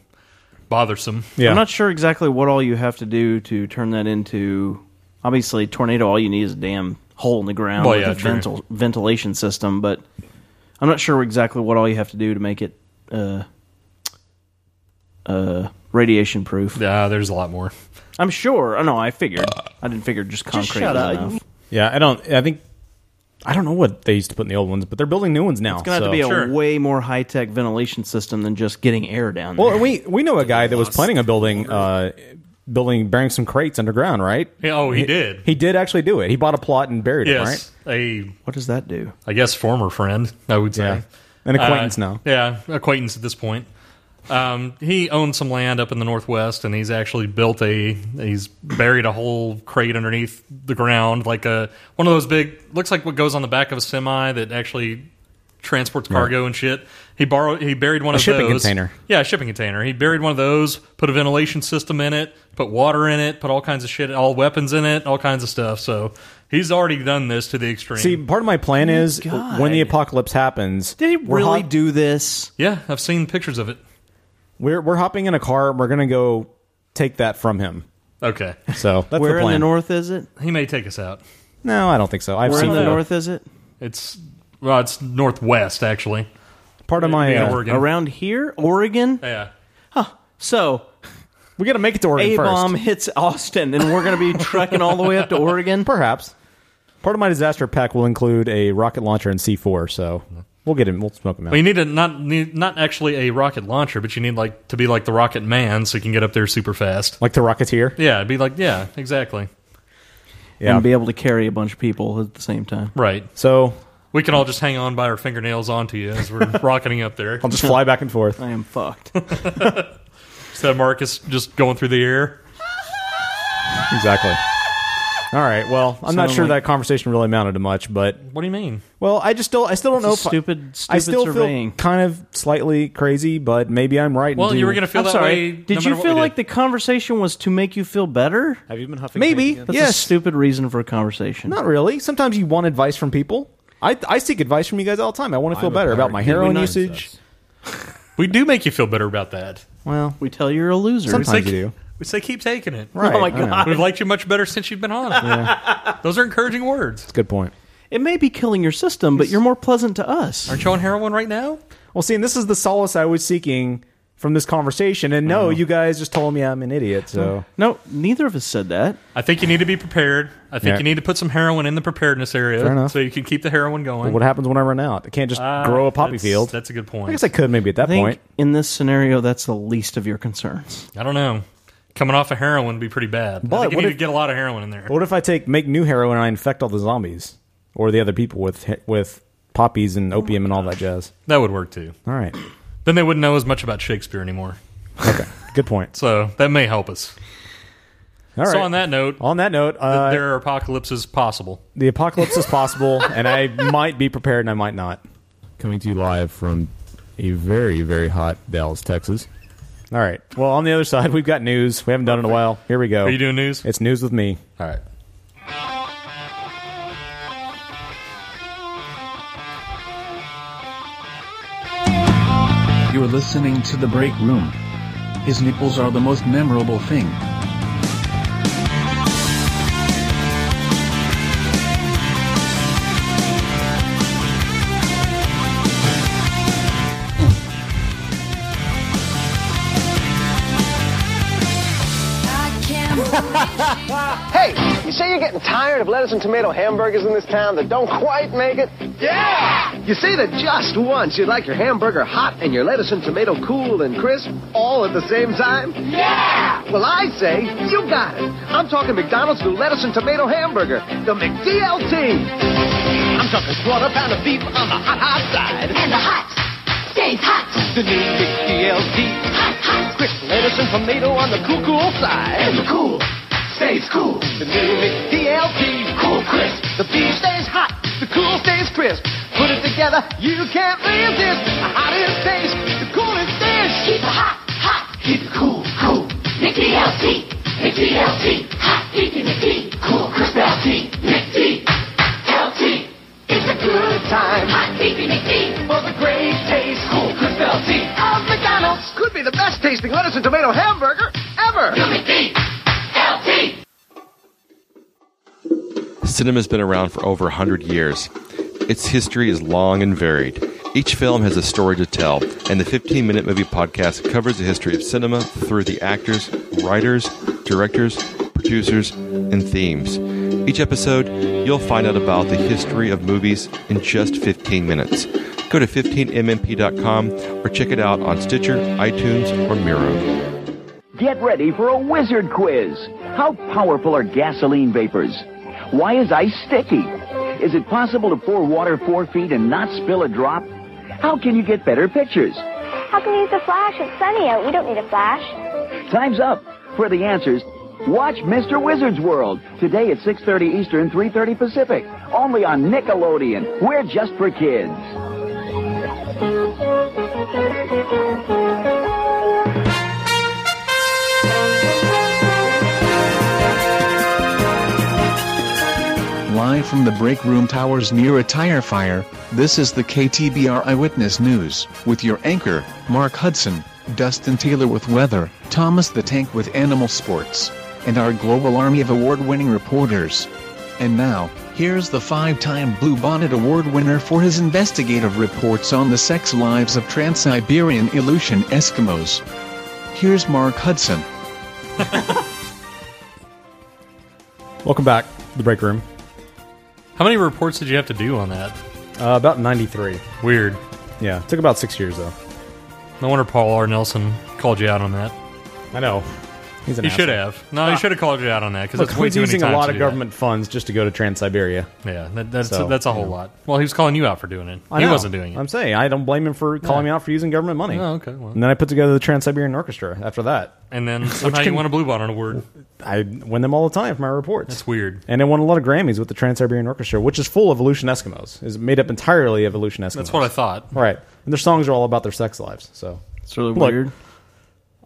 Speaker 1: bothersome.
Speaker 2: I'm not sure exactly what all you have to do to turn that into. Obviously, tornado. All you need is a damn hole in the ground
Speaker 1: Well,
Speaker 2: with
Speaker 1: yeah,
Speaker 2: a
Speaker 1: true.
Speaker 2: ventil- ventilation system, but I'm not sure exactly what all you have to do to make it uh, uh, radiation proof.
Speaker 1: Yeah, there's a lot more.
Speaker 2: I'm sure. I know. I figured. I didn't figure just concrete
Speaker 11: shut
Speaker 2: was
Speaker 11: up.
Speaker 2: enough.
Speaker 11: Yeah, I don't. I think I don't know what they used to put in the old ones, but they're building new ones now.
Speaker 2: It's gonna have to
Speaker 11: so-
Speaker 2: be a way more high tech ventilation system than just getting air down there.
Speaker 11: Well, and we we know a guy that was planning on building uh, building burying some crates underground, right?
Speaker 1: Yeah, oh, he did.
Speaker 11: He did actually do it. He bought a plot and buried it, right?
Speaker 1: Yes, a
Speaker 2: what does that do?
Speaker 1: I guess former friend, I would say. Uh,
Speaker 11: Yeah. An acquaintance now.
Speaker 1: Yeah, acquaintance at this point. Um, he owned some land up in the northwest, and he's actually built a. He's buried a whole crate underneath the ground, like a one of those big. Looks like what goes on the back of a semi that actually transports cargo and shit. He borrowed. He buried one
Speaker 11: A
Speaker 1: of
Speaker 11: shipping
Speaker 1: those.
Speaker 11: container.
Speaker 1: Yeah, a shipping container. He buried one of those. Put a ventilation system in it. Put water in it. Put all kinds of shit. All weapons in it. All kinds of stuff. So he's already done this to the extreme.
Speaker 11: See, part of my plan is
Speaker 1: God.
Speaker 11: when the apocalypse happens.
Speaker 2: Did he
Speaker 1: really
Speaker 2: do this?
Speaker 1: Yeah, I've seen pictures of it.
Speaker 11: We're we're hopping in a car. and We're gonna go take that from him.
Speaker 1: Okay.
Speaker 11: So that's
Speaker 2: Where
Speaker 11: the
Speaker 2: in
Speaker 11: plan.
Speaker 2: the north is it?
Speaker 1: He may take us out.
Speaker 11: no, I don't think so. I've
Speaker 2: Where
Speaker 11: seen
Speaker 2: in the
Speaker 11: that.
Speaker 2: north is it?
Speaker 1: It's well, it's northwest actually.
Speaker 11: Part of my
Speaker 1: Being
Speaker 11: uh,
Speaker 1: Oregon.
Speaker 2: Around here, Oregon.
Speaker 1: Yeah.
Speaker 2: Huh. So
Speaker 11: we got to make it to Oregon
Speaker 2: A bomb
Speaker 11: first.
Speaker 2: hits Austin, and we're gonna be trekking all the way up to Oregon.
Speaker 11: Perhaps part of my disaster pack will include a rocket launcher and C four. So we'll get him. We'll smoke him out.
Speaker 1: Well, you need to not need, not actually a rocket launcher, but you need like to be like the Rocket Man, so you can get up there super fast.
Speaker 11: like the Rocketeer.
Speaker 1: Yeah, it'd be like yeah, exactly.
Speaker 2: and be able to carry a bunch of people at the same time.
Speaker 1: Right.
Speaker 11: So
Speaker 1: We can all just hang on by our fingernails onto you as we're rocketing up there.
Speaker 11: I'll just fly back and forth.
Speaker 2: I am fucked.
Speaker 1: Instead of Marcus just going through the air.
Speaker 11: Exactly. All right. Well, I'm not
Speaker 1: Sound
Speaker 11: sure
Speaker 1: like-
Speaker 11: that conversation really amounted to much, but
Speaker 1: What do you mean?
Speaker 11: well, I just still I still don't know.
Speaker 2: It's
Speaker 11: if I-
Speaker 2: stupid-
Speaker 11: I
Speaker 2: stupid
Speaker 11: still
Speaker 2: surveying.
Speaker 11: feel kind of slightly crazy, but maybe I'm right. and
Speaker 1: Well, you
Speaker 11: do-
Speaker 1: were gonna feel
Speaker 2: I'm
Speaker 1: that
Speaker 2: sorry.
Speaker 1: way.
Speaker 2: Did
Speaker 1: no matter
Speaker 2: you
Speaker 1: what
Speaker 2: feel
Speaker 1: we
Speaker 2: like
Speaker 1: did.
Speaker 2: the conversation was to make you feel better?
Speaker 11: Have you been huffing? paint
Speaker 2: Maybe.
Speaker 11: again?
Speaker 2: That's a
Speaker 11: Yes.
Speaker 2: stupid reason for a conversation.
Speaker 11: Not really. Sometimes you want advice from people. I I seek advice from you guys all the time. I want to feel
Speaker 2: I'm a
Speaker 11: better about
Speaker 2: pirate.
Speaker 11: my
Speaker 2: Did we
Speaker 11: heroin
Speaker 2: not-
Speaker 11: usage.
Speaker 1: We do make you feel better about that.
Speaker 11: Well,
Speaker 2: we tell you're a loser.
Speaker 1: Sometimes you do. We say keep taking it.
Speaker 2: Right, Oh my I know. God.
Speaker 1: We've liked you much better since you've been on. Those are encouraging words.
Speaker 11: That's a good point.
Speaker 2: It may be killing your system, but you're more pleasant to us.
Speaker 1: Aren't you on heroin right now?
Speaker 11: Well, see, and this is the solace I was seeking from this conversation. And no,
Speaker 1: Mm-hmm.
Speaker 11: you guys just told me I'm an idiot. So
Speaker 2: No, neither of us said that.
Speaker 1: I think you need to be prepared. I think
Speaker 11: Yeah.
Speaker 1: you need to put some heroin in the preparedness area
Speaker 11: Fair enough.
Speaker 1: so you can keep the heroin going.
Speaker 11: what happens when I run out? I can't just
Speaker 1: Ah,
Speaker 11: grow a poppy
Speaker 1: that's-
Speaker 11: field.
Speaker 1: That's a good point.
Speaker 11: I guess I could maybe at that
Speaker 2: I think
Speaker 11: point.
Speaker 2: in this scenario, that's the least of your concerns.
Speaker 1: I don't know. Coming off of heroin would be pretty bad.
Speaker 11: But
Speaker 1: I think you
Speaker 11: what
Speaker 1: need
Speaker 11: if-
Speaker 1: to get a lot of heroin in there.
Speaker 11: What if I take make new heroin and I infect all the zombies or the other people with with poppies and opium and all that jazz?
Speaker 1: That would work too.
Speaker 11: All right,
Speaker 1: Then they wouldn't know as much about Shakespeare anymore.
Speaker 11: good point.
Speaker 1: So that may help us.
Speaker 11: All right.
Speaker 1: So on that note,
Speaker 11: on that note, uh,
Speaker 1: there are apocalypses possible.
Speaker 11: the apocalypse is possible, and I might be prepared and I might not.
Speaker 8: Coming to you live from a very, very hot Dallas, Texas.
Speaker 11: All right. Well, on the other side, we've got news. We haven't done it in a while. Here we go.
Speaker 1: Are you doing news?
Speaker 11: It's news with me.
Speaker 1: All right.
Speaker 8: You're listening to The Break Room. His nipples are the most memorable thing.
Speaker 9: hey, you say you're getting tired of lettuce and tomato hamburgers in this town that don't quite make it? Yeah! You say that just once you'd like your hamburger hot and your lettuce and tomato cool and crisp all at the same time? Yeah! Well, I say you got it. I'm talking McDonald's new lettuce and tomato hamburger, the McDLT. I'm talking quarter pound of beef on the hot, hot side. And the hot stays hot. The new McDLT. Hot, hot. Crisp lettuce and tomato on the cool, cool side. And the cool stays cool. The new McDLT Cool Crisp. The beef stays hot. The cool stays crisp. Put it together, you can't resist. The hottest taste, the coolest dish. Keep it hot, hot. Keep it cool, cool. McDLT, McDLT, hot beefy McD, cool crisp LT, McDLT. It's a good time. Hot beefy McD for the great taste, cool crisp LT of McDonald's. Could be the best tasting lettuce and tomato hamburger ever. The McDLT.
Speaker 23: Cinema's been around for over 100 years. Its history is long and varied. Each film has a story to tell, and the 15 Minute Movie Podcast covers the history of cinema through the actors, writers, directors, producers, and themes. Each episode, you'll find out about the history of movies in just 15 minutes. Go to 15mmp.com or check it out on Stitcher, iTunes, or Miro.
Speaker 24: Get ready for a wizard quiz. How powerful are gasoline vapors? Why is ice sticky? Is it possible to pour water four feet and not spill a drop? How can you get better pictures?
Speaker 14: How can we use a flash? It's sunny out. We don't need a flash.
Speaker 24: Time's up. For the answers, watch Mr. Wizard's World today at 6:30 Eastern, 3:30 Pacific, only on Nickelodeon. We're just for kids.
Speaker 13: Live from the break room towers near a tire fire, this is the KTBR Eyewitness News, with your anchor, Mark Hudson, Dustin Taylor with weather, Thomas the Tank with animal sports, and our global army of award winning reporters. And now, here's the five time Blue Bonnet Award winner for his investigative reports on the sex lives of Trans Siberian Aleutian Eskimos. Here's Mark Hudson.
Speaker 11: Welcome back to the break room.
Speaker 1: How many reports did you have to do on that?
Speaker 11: Uh, about 93.
Speaker 1: Weird.
Speaker 11: Yeah, took about six years, though.
Speaker 1: No wonder Paul R. Nelson called you out on that.
Speaker 11: I know. He's an
Speaker 1: he should
Speaker 11: asshole.
Speaker 1: have. No, he should have called you out on that because
Speaker 11: Look,
Speaker 1: it's way
Speaker 11: he's
Speaker 1: too many
Speaker 11: using a
Speaker 1: times
Speaker 11: lot
Speaker 1: to
Speaker 11: of
Speaker 1: do that.
Speaker 11: government funds just to go to Trans Siberia.
Speaker 1: Yeah, that, that's
Speaker 11: So,
Speaker 1: that's a whole
Speaker 11: you know.
Speaker 1: lot. Well, he was calling you out for doing it.
Speaker 11: I
Speaker 1: he
Speaker 11: know.
Speaker 1: wasn't doing it.
Speaker 11: I'm saying I don't blame him for calling me out for using government money.
Speaker 1: Oh, okay, well.
Speaker 11: And then I put together the Trans Siberian Orchestra after that,
Speaker 1: And then somehow you
Speaker 11: can-
Speaker 1: won a Blue Bonnet Award.
Speaker 11: I win them all the time for my reports.
Speaker 1: That's weird.
Speaker 11: And I won a lot of Grammys with the Trans Siberian Orchestra, which is full of Aleutian Eskimos. is made up entirely of Aleutian Eskimos.
Speaker 1: That's what I thought.
Speaker 11: Right. And their songs are all about their sex lives. So
Speaker 2: it's really
Speaker 1: weird.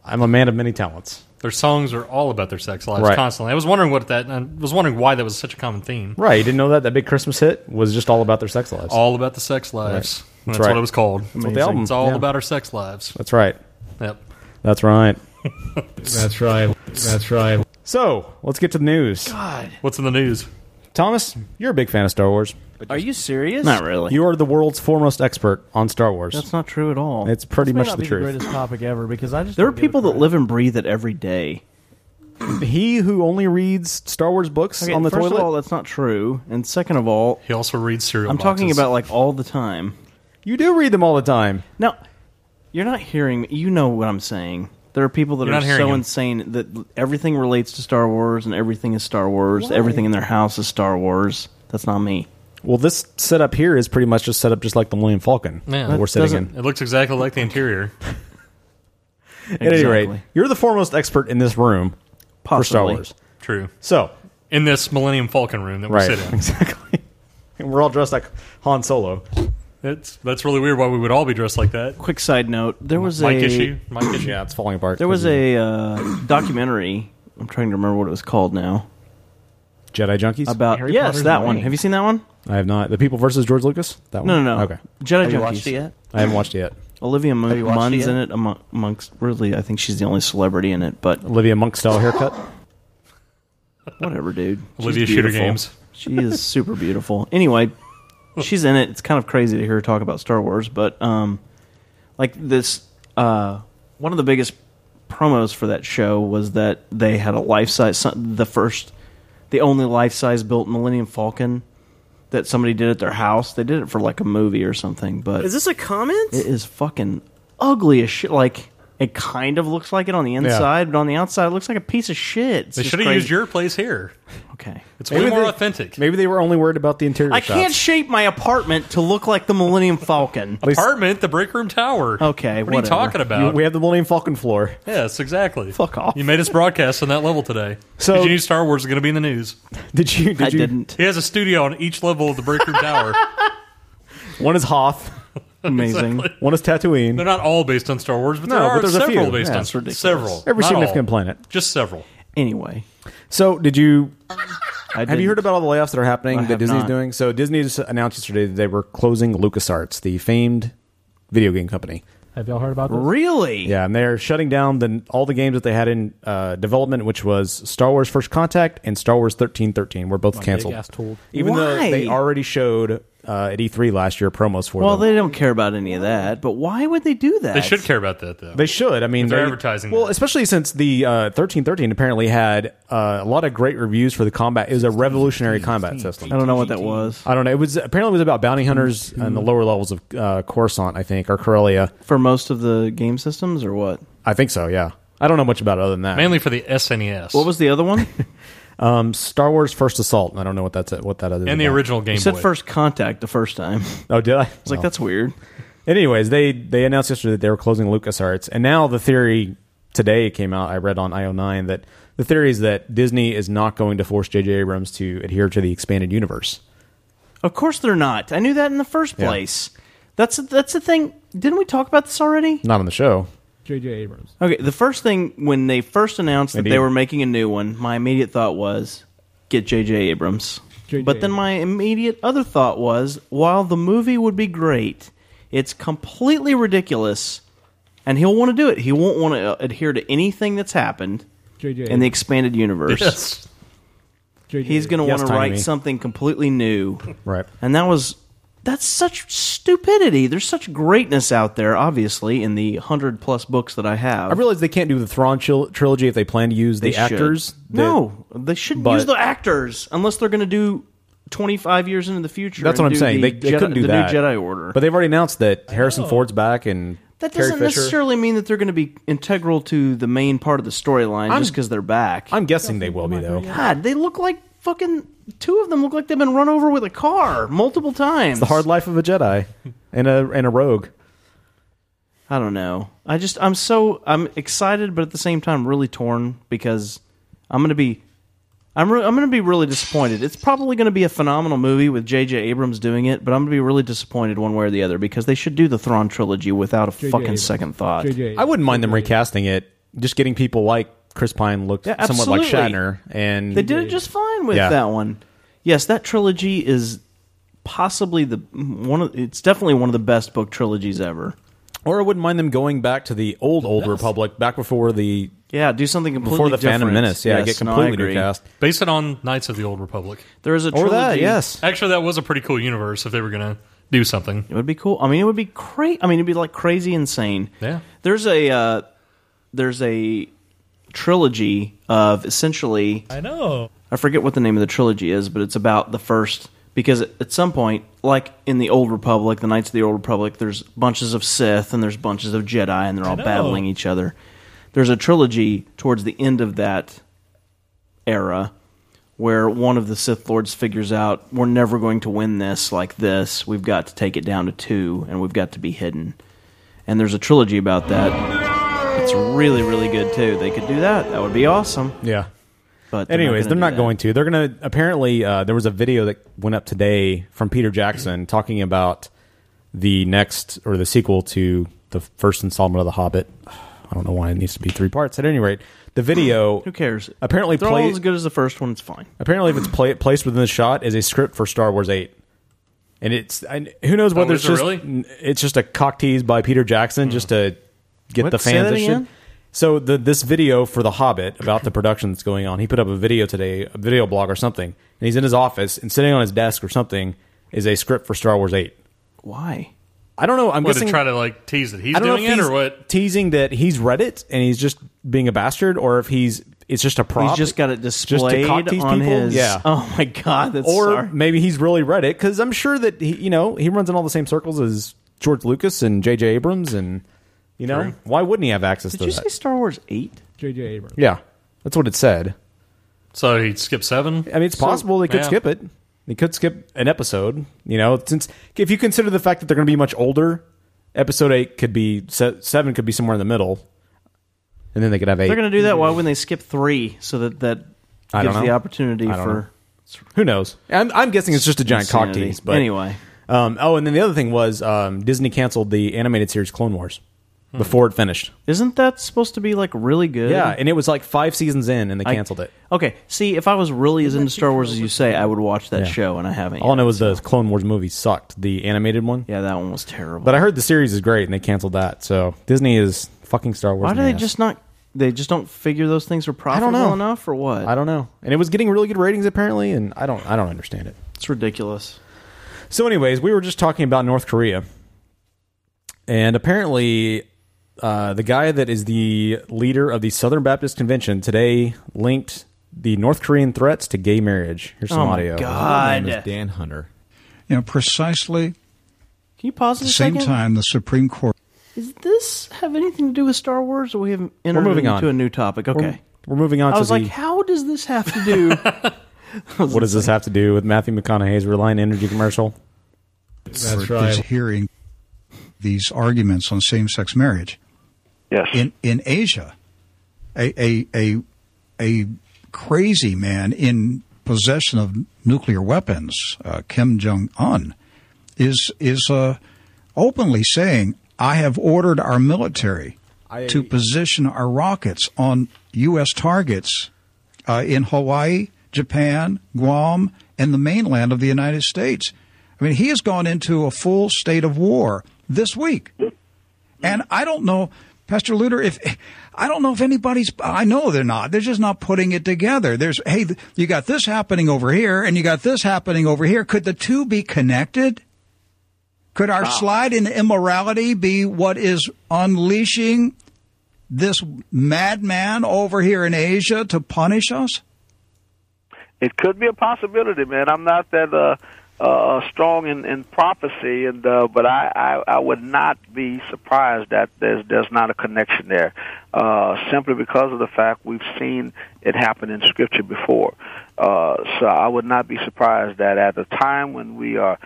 Speaker 11: I'm a man of many talents.
Speaker 1: Their songs are all about their sex lives
Speaker 11: Right.
Speaker 1: constantly. I was wondering what that. I was wondering why that was such a common theme.
Speaker 11: Right. You didn't know that that big Christmas hit was just all about their sex lives.
Speaker 1: All about the sex lives.
Speaker 11: Right.
Speaker 1: That's,
Speaker 11: That's right.
Speaker 1: what it was called.
Speaker 11: That's what the album-
Speaker 1: It's all
Speaker 11: yeah.
Speaker 1: about our sex lives.
Speaker 11: That's right.
Speaker 1: Yep.
Speaker 11: That's right.
Speaker 1: That's right. That's right.
Speaker 11: So let's get to the news.
Speaker 22: God.
Speaker 1: What's in the news?
Speaker 11: Thomas, you're a big fan of Star Wars.
Speaker 22: Are you serious?
Speaker 11: You are the world's foremost expert on Star Wars.
Speaker 2: That's not true at all.
Speaker 11: It's pretty
Speaker 2: This may
Speaker 11: much
Speaker 2: not
Speaker 11: the
Speaker 2: be the
Speaker 11: truth.
Speaker 2: greatest
Speaker 25: topic ever because I just
Speaker 2: There are people that live and breathe it every day.
Speaker 11: he who only reads Star Wars books
Speaker 2: Okay,
Speaker 11: on the
Speaker 2: first
Speaker 11: toilet.
Speaker 2: of all, that's not true. And second of all,
Speaker 1: he also reads cereal.
Speaker 2: I'm talking
Speaker 11: boxes.
Speaker 2: about like all the time.
Speaker 11: You do read them all the time.
Speaker 2: Now, you're not hearing. me. You know what I'm saying. There are people that
Speaker 1: You're
Speaker 2: are
Speaker 1: not hearing
Speaker 2: so
Speaker 1: him.
Speaker 2: insane that l- everything relates to Star Wars and everything is Star Wars. Everything in their house is Star Wars. That's not me.
Speaker 11: well, this setup here is pretty much just set up just like the Millennium Falcon
Speaker 1: Yeah.
Speaker 11: that we're sitting in.
Speaker 1: It looks exactly like the interior.
Speaker 11: At any rate, you're the foremost expert in this room for Star
Speaker 1: Possibly.
Speaker 11: Wars.
Speaker 1: True.
Speaker 11: So
Speaker 1: in this Millennium Falcon room that we
Speaker 11: Right,
Speaker 1: sit in,
Speaker 11: exactly. And we're all dressed like Han Solo.
Speaker 1: That's that's really weird. Why we would all be dressed like that?
Speaker 2: Quick side note: there was
Speaker 1: Mike
Speaker 2: a
Speaker 1: issue. Mike issue. Yeah,
Speaker 11: it's falling apart.
Speaker 2: There was a uh, documentary. I'm trying to remember what it was called now.
Speaker 11: Jedi Junkies
Speaker 2: About
Speaker 11: Harry
Speaker 2: yes,
Speaker 11: Potter's
Speaker 2: that
Speaker 11: Ring.
Speaker 2: one. Have you seen that one?
Speaker 11: I have not. The People versus George Lucas. That one.
Speaker 2: No, no, no.
Speaker 11: Okay.
Speaker 2: Jedi Have you Junkies. watched it yet?
Speaker 11: I haven't watched it yet.
Speaker 2: Olivia
Speaker 11: Have
Speaker 2: Munn,
Speaker 11: you watched it
Speaker 2: Munn's
Speaker 11: yet?
Speaker 2: in it among, amongst really. I think she's the only celebrity in it. But
Speaker 11: Olivia Monk style haircut.
Speaker 2: Whatever, dude. She's
Speaker 1: Olivia Shooter
Speaker 2: beautiful.
Speaker 1: Games.
Speaker 2: She is super beautiful. Anyway, she's in it. It's kind of crazy to hear her talk about Star Wars, but um, like this, uh, one of the biggest promos for that show was that they had a life size, the first, the only life size built Millennium Falcon that somebody did at their house. They did it for like a movie or something, but
Speaker 5: Is this a comment?
Speaker 2: it is fucking ugly as shit. Like it kind of looks like it on the inside, but on the outside it looks like a piece of shit. It's
Speaker 1: They
Speaker 2: just
Speaker 1: should have
Speaker 2: crazy.
Speaker 1: used your place here.
Speaker 2: Okay,
Speaker 1: it's way more authentic.
Speaker 11: Maybe they were only worried about the interior.
Speaker 2: I can't shape my apartment to look like the Millennium Falcon. Oh,
Speaker 1: Apartment, the break room tower.
Speaker 2: Okay,
Speaker 1: what are you talking about?
Speaker 11: we have the Millennium Falcon floor.
Speaker 1: yes, exactly.
Speaker 2: Fuck off.
Speaker 1: You made us broadcast on that level today.
Speaker 11: So-
Speaker 1: So you knew Star Wars is going to be in the news.
Speaker 11: Did you? Did
Speaker 1: I
Speaker 11: you,
Speaker 1: didn't. He has a studio on each level of the break room tower.
Speaker 11: One is Hoth.
Speaker 1: Amazing. Exactly.
Speaker 11: One is Tatooine.
Speaker 1: They're not all based on Star Wars, but
Speaker 11: No,
Speaker 1: there
Speaker 11: but
Speaker 1: are
Speaker 11: there's a
Speaker 1: several
Speaker 11: few.
Speaker 1: based
Speaker 11: Yeah,
Speaker 1: on
Speaker 11: it's ridiculous.
Speaker 1: several.
Speaker 11: Every
Speaker 1: Not
Speaker 11: significant
Speaker 1: all.
Speaker 11: planet.
Speaker 1: Just several.
Speaker 2: Anyway,
Speaker 11: So, did you? have
Speaker 2: didn't.
Speaker 11: you heard about all the layoffs that are happening
Speaker 2: I
Speaker 11: that
Speaker 2: have
Speaker 11: Disney's
Speaker 2: not.
Speaker 11: doing? So, Disney just announced yesterday that they were closing LucasArts, the famed video game company.
Speaker 16: Have y'all heard about this?
Speaker 2: Really?
Speaker 11: Yeah, and they're shutting down the, all the games that they had in uh, development, which was Star Wars First Contact and Star Wars thirteen thirteen, were both
Speaker 16: My
Speaker 11: canceled.
Speaker 16: big-ass tool.
Speaker 11: Even though
Speaker 2: Why?
Speaker 11: they already showed uh, at E three last year promos for
Speaker 2: Well,
Speaker 11: them.
Speaker 2: they don't care about any of that. But why would they do that?
Speaker 11: They should
Speaker 1: care about that though.
Speaker 11: They should. I mean,
Speaker 1: If they're advertising
Speaker 11: Well, especially since the uh, thirteen thirteen apparently had uh, a lot of great reviews for the combat. It was a revolutionary combat system.
Speaker 2: I don't know what that was.
Speaker 11: I don't know. It was apparently it was about bounty hunters and the lower levels of uh, Coruscant, I think, or Corellia.
Speaker 2: For most of the game systems, or what?
Speaker 11: I think so. Yeah, I don't know much about it other than that.
Speaker 1: Mainly for the E SNES.
Speaker 2: What was the other one?
Speaker 11: um, Star Wars First Assault. I don't know what that's what that is.
Speaker 1: And the
Speaker 11: about.
Speaker 1: original Game
Speaker 2: you said
Speaker 1: Boy.
Speaker 2: First Contact the first time.
Speaker 11: Oh, did I? It's
Speaker 2: like, that's weird.
Speaker 11: Anyways, they they announced yesterday that they were closing LucasArts, and now the theory today came out. I read on IO9 that the theory is that Disney is not going to force J.J. Abrams to adhere to the expanded universe.
Speaker 2: Of course they're not. I knew that in the first
Speaker 11: Yeah.
Speaker 2: place. That's that's the thing. Didn't we talk about this already?
Speaker 11: Not on the show.
Speaker 2: J.J. Abrams. Okay, the first thing when they first announced
Speaker 11: Maybe-
Speaker 2: that they were making a new one, my immediate thought was get J.J. Abrams. But then my immediate other thought was while the movie would be great, it's completely ridiculous, and he'll want to do it. He won't want to adhere to anything that's happened
Speaker 16: J.J.
Speaker 2: in the expanded universe.
Speaker 16: Yes.
Speaker 2: He's going to
Speaker 16: Yes,
Speaker 2: want to write
Speaker 16: Tiny.
Speaker 2: something completely new.
Speaker 11: Right.
Speaker 2: And that was that's such stupidity. There's such greatness out there, obviously, in the hundred plus books that I have.
Speaker 11: I realize they can't do the Thrawn tril- trilogy if they plan to use the
Speaker 2: They should.
Speaker 11: actors. that-
Speaker 2: no, they shouldn't
Speaker 11: but-
Speaker 2: use the actors unless they're going to do 25 years into the future.
Speaker 11: That's
Speaker 2: and
Speaker 11: what I'm
Speaker 2: do
Speaker 11: saying.
Speaker 2: the
Speaker 11: They, they
Speaker 2: Jedi-
Speaker 11: couldn't do
Speaker 2: the
Speaker 11: that.
Speaker 2: New Jedi Order.
Speaker 11: But they've already announced that Harrison Ford's back and
Speaker 2: Oh. that
Speaker 11: Carrie
Speaker 2: doesn't
Speaker 11: Fisher.
Speaker 2: necessarily mean that they're going to be integral to the main part of the storyline
Speaker 11: I'm-
Speaker 2: just because they're back.
Speaker 11: I'm guessing they will be though.
Speaker 2: God, they look like fucking. Two of them look like they've been run over with a car multiple times.
Speaker 11: It's the hard life of a Jedi and a and a rogue.
Speaker 2: I don't know. I just I'm so I'm excited, but at the same time really torn because I'm gonna be I'm re- I'm gonna be really disappointed. It's probably gonna be a phenomenal movie with J.J. Abrams doing it, but I'm gonna be really disappointed one way or the other because they should do the Thrawn trilogy without a fucking
Speaker 11: Abrams.
Speaker 2: second thought.
Speaker 11: I wouldn't mind them recasting it, just getting people like Chris Pine looked
Speaker 2: Yeah,
Speaker 11: somewhat like
Speaker 2: absolutely.
Speaker 11: Shatner, and
Speaker 2: They did it just fine with
Speaker 11: Yeah.
Speaker 2: that one. Yes, that trilogy is possibly the one of it's definitely one of the best book trilogies ever.
Speaker 11: Or I wouldn't mind them going back to the old old Republic, back before the
Speaker 2: Yeah, do something completely
Speaker 11: before the Phantom
Speaker 2: different.
Speaker 11: Menace. Yeah,
Speaker 2: Yes,
Speaker 11: get
Speaker 2: no, I
Speaker 11: completely
Speaker 2: agree.
Speaker 11: recast.
Speaker 1: Based it on Knights of the Old Republic.
Speaker 2: There is a
Speaker 11: Or that, trilogy- yes.
Speaker 1: Actually, that was a pretty cool universe if they were going to do something.
Speaker 2: It would be cool. I mean, it would be crazy. I mean, it'd be like crazy insane.
Speaker 1: Yeah.
Speaker 2: There's a uh, there's a trilogy of essentially.
Speaker 16: I know.
Speaker 2: I forget what the name of the trilogy is, but it's about the first because at some point, like in the Old Republic, the Knights of the Old Republic, there's bunches of Sith and there's bunches of Jedi, and they're all
Speaker 16: know.
Speaker 2: battling each other. There's a trilogy towards the end of that era where one of the Sith Lords figures out we're never going to win this like this. We've got to take it down to two, and we've got to be hidden. And there's a trilogy about that. It's really, really good too. They could do that. That would be awesome.
Speaker 11: Yeah.
Speaker 2: But they're
Speaker 11: Anyways,
Speaker 2: gonna
Speaker 11: they're
Speaker 2: do
Speaker 11: not
Speaker 2: that.
Speaker 11: going to. They're going to. Apparently, uh, there was a video that went up today from Peter Jackson talking about the next or the sequel to the first installment of The Hobbit. I don't know why it needs to be three parts. At any rate, the video
Speaker 2: Who cares?
Speaker 11: Apparently
Speaker 2: they're
Speaker 11: play-
Speaker 2: all as good as the first one. It's fine.
Speaker 11: Apparently, if it's pla placed within the shot, is a script for Star Wars Eight, and it's and who knows
Speaker 1: Oh,
Speaker 11: whether
Speaker 1: is
Speaker 11: it's
Speaker 1: it
Speaker 11: just
Speaker 1: really?
Speaker 11: it's just a cock tease by Peter Jackson just to get
Speaker 2: What?
Speaker 11: the
Speaker 2: Say
Speaker 11: fans.
Speaker 2: that
Speaker 11: this shit.
Speaker 2: again?
Speaker 11: So the this video for The Hobbit about the production that's going on, he put up a video today, a video blog or something, and he's in his office and sitting on his desk or something is a script for Star Wars Eight.
Speaker 2: Why?
Speaker 11: I don't know. I'm
Speaker 1: what,
Speaker 11: guessing
Speaker 1: to try to like tease that he's
Speaker 11: I don't
Speaker 1: doing
Speaker 11: know if
Speaker 1: it
Speaker 11: he's
Speaker 1: or what?
Speaker 11: teasing that he's read it and he's just being a bastard, or if he's it's just a prop.
Speaker 2: He's just got it
Speaker 11: Just to cock
Speaker 2: displayed
Speaker 11: tease
Speaker 2: on
Speaker 11: people?
Speaker 2: his.
Speaker 11: Yeah.
Speaker 2: Oh my god, that's
Speaker 11: or
Speaker 2: sorry.
Speaker 11: maybe he's really read it because I'm sure that he, you know he runs in all the same circles as George Lucas and J.J. Abrams, and you know
Speaker 2: True.
Speaker 11: why wouldn't he have access
Speaker 2: Did
Speaker 11: to
Speaker 2: you
Speaker 11: that?
Speaker 2: say Star Wars Eight?
Speaker 11: J.J. Abrams. Yeah, that's what it said.
Speaker 1: So he'd skip seven.
Speaker 11: I mean, it's possible they could skip it. They could skip an episode. You know, since if you consider the fact that they're going to be much older, episode eight could be se- seven could be somewhere in the middle, and then they could have 8
Speaker 2: They're going to do that. Why wouldn't they skip three so that that gives
Speaker 11: I don't know.
Speaker 2: the opportunity
Speaker 11: I don't know.
Speaker 2: for?
Speaker 11: Who knows? I'm, I'm guessing it's just a giant cock
Speaker 2: Insanity.
Speaker 11: tease. But
Speaker 2: Anyway.
Speaker 11: um, oh, and then the other thing was um, Disney canceled the animated series Clone Wars
Speaker 2: Hmm.
Speaker 11: before it finished.
Speaker 2: Isn't that supposed to be like really good?
Speaker 11: Yeah, and it was like five seasons in, and they
Speaker 2: I-
Speaker 11: canceled it.
Speaker 2: Okay, see, if I was really as into Star Wars as you say, I would watch that
Speaker 11: Yeah.
Speaker 2: show, and I haven't.
Speaker 11: All I know is the Clone Wars movie sucked, the animated one.
Speaker 2: Yeah, that one was terrible.
Speaker 11: But I heard the series is great, and they canceled that. So Disney is fucking Star Wars.
Speaker 2: Why
Speaker 11: in
Speaker 2: do
Speaker 11: the
Speaker 2: they
Speaker 11: ass.
Speaker 2: just not? They just don't figure those things are
Speaker 11: I
Speaker 2: profitable
Speaker 11: don't know
Speaker 2: enough, or what?
Speaker 11: I don't know. And it was getting really good ratings apparently, and I don't I don't understand it.
Speaker 2: It's ridiculous.
Speaker 11: So, anyways, we were just talking about North Korea, and apparently, uh, the guy that is the leader of the Southern Baptist Convention today linked the North Korean threats to gay marriage. Here's some
Speaker 16: Oh my
Speaker 11: audio.
Speaker 16: God. His name is
Speaker 11: Dan Hunter.
Speaker 16: You know, precisely
Speaker 2: Can you pause
Speaker 16: at
Speaker 2: a
Speaker 16: the same
Speaker 2: second?
Speaker 16: time the Supreme Court.
Speaker 2: Does this have anything to do with Star Wars? Or we have entered
Speaker 11: We're moving on
Speaker 2: into a new topic. Okay.
Speaker 11: We're, we're moving on.
Speaker 2: I
Speaker 11: to
Speaker 2: was
Speaker 11: the,
Speaker 2: like, how does this have to do?
Speaker 11: what does this have to do with Matthew McConaughey's Reliant Energy commercial?
Speaker 16: That's right. Is hearing these arguments on same-sex marriage.
Speaker 5: Yes.
Speaker 16: In in Asia, a a a, a crazy man in possession of nuclear weapons, uh, Kim Jong Un, is is uh, openly saying, "I have ordered our military
Speaker 11: I-
Speaker 16: to position our rockets on U.S. targets uh, in Hawaii, Japan, Guam, and the mainland of the United States. I mean, he has gone into a full state of war this week. And I don't know, Pastor Luter, if I don't know if anybody's, I know they're not. They're just not putting it together. There's, hey, th- you got this happening over here and you got this happening over here. Could the two be connected? Could our slide in immorality be what is unleashing this madman over here in Asia to punish us?
Speaker 5: It could be a possibility, man. I'm not that uh, uh, strong in, in prophecy, and uh, but I, I, I would not be surprised that there's there's not a connection there, uh, simply because of the fact we've seen it happen in Scripture before. Uh, so I would not be surprised that at the time when we are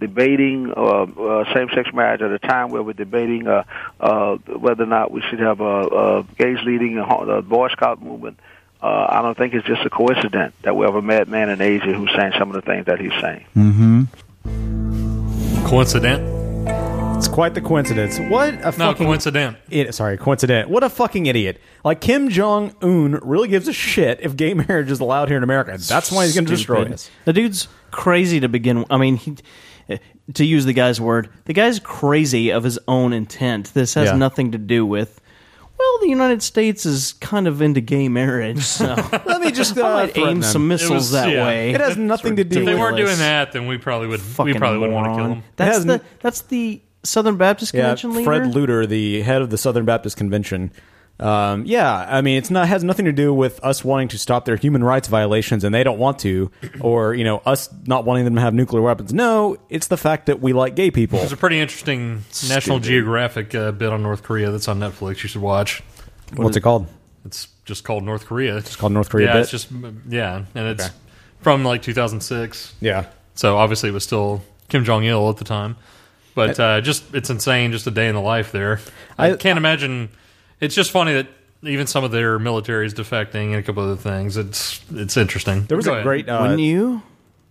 Speaker 5: debating uh, uh, same-sex marriage at a time where we're debating uh, uh, whether or not we should have uh, uh, gays leading a ho- the Boy Scout movement. Uh, I don't think it's just a coincidence that we have a madman in Asia who's saying some of the things that he's saying.
Speaker 16: Mm-hmm.
Speaker 1: Coincident?
Speaker 11: It's quite the coincidence. What a
Speaker 1: No,
Speaker 11: fucking
Speaker 1: coincident.
Speaker 11: It, sorry, coincident. What a fucking idiot! Like Kim Jong Un really gives a shit if gay marriage is allowed here in America. That's why he's going to destroy
Speaker 2: Stupid.
Speaker 11: us.
Speaker 2: The dude's crazy to begin. with. I mean, he, eh, to use the guy's word, the guy's crazy of his own intent. This has
Speaker 11: Yeah.
Speaker 2: nothing to do with. Well, the United States is kind of into gay marriage, so
Speaker 11: Let me just uh,
Speaker 2: I might
Speaker 11: threaten
Speaker 2: aim
Speaker 11: them.
Speaker 2: some missiles that
Speaker 1: yeah.
Speaker 2: way.
Speaker 11: It has nothing to do.
Speaker 1: If they weren't
Speaker 2: ridiculous.
Speaker 1: doing that, then we probably would. We
Speaker 2: Fucking
Speaker 1: probably would want to
Speaker 2: moron.
Speaker 1: kill him.
Speaker 2: That's the that's the Southern Baptist
Speaker 11: Yeah,
Speaker 2: Convention leader.
Speaker 11: Fred Luter, the head of the Southern Baptist Convention. Um, yeah, I mean, it's not has nothing to do with us wanting to stop their human rights violations, and they don't want to, or you know, us not wanting them to have nuclear weapons. No, it's the fact that we like gay people.
Speaker 1: There's a pretty interesting National
Speaker 11: Stupid.
Speaker 1: Geographic uh, bit on North Korea that's on Netflix. You should watch.
Speaker 11: What's it called?
Speaker 1: It's just called North Korea. It's
Speaker 11: called North Korea
Speaker 1: Yeah,
Speaker 11: bit?
Speaker 1: it's just yeah, and it's
Speaker 11: Okay.
Speaker 1: from like 2006.
Speaker 11: Yeah.
Speaker 1: So obviously it was still Kim Jong Il at the time, but uh, just it's insane. Just a day in the life there. I, can't imagine. It's just funny that even some of their military is defecting and a couple other things. It's it's interesting.
Speaker 11: There was
Speaker 1: Go
Speaker 11: a
Speaker 1: ahead.
Speaker 11: great. Uh,
Speaker 2: Wouldn't you?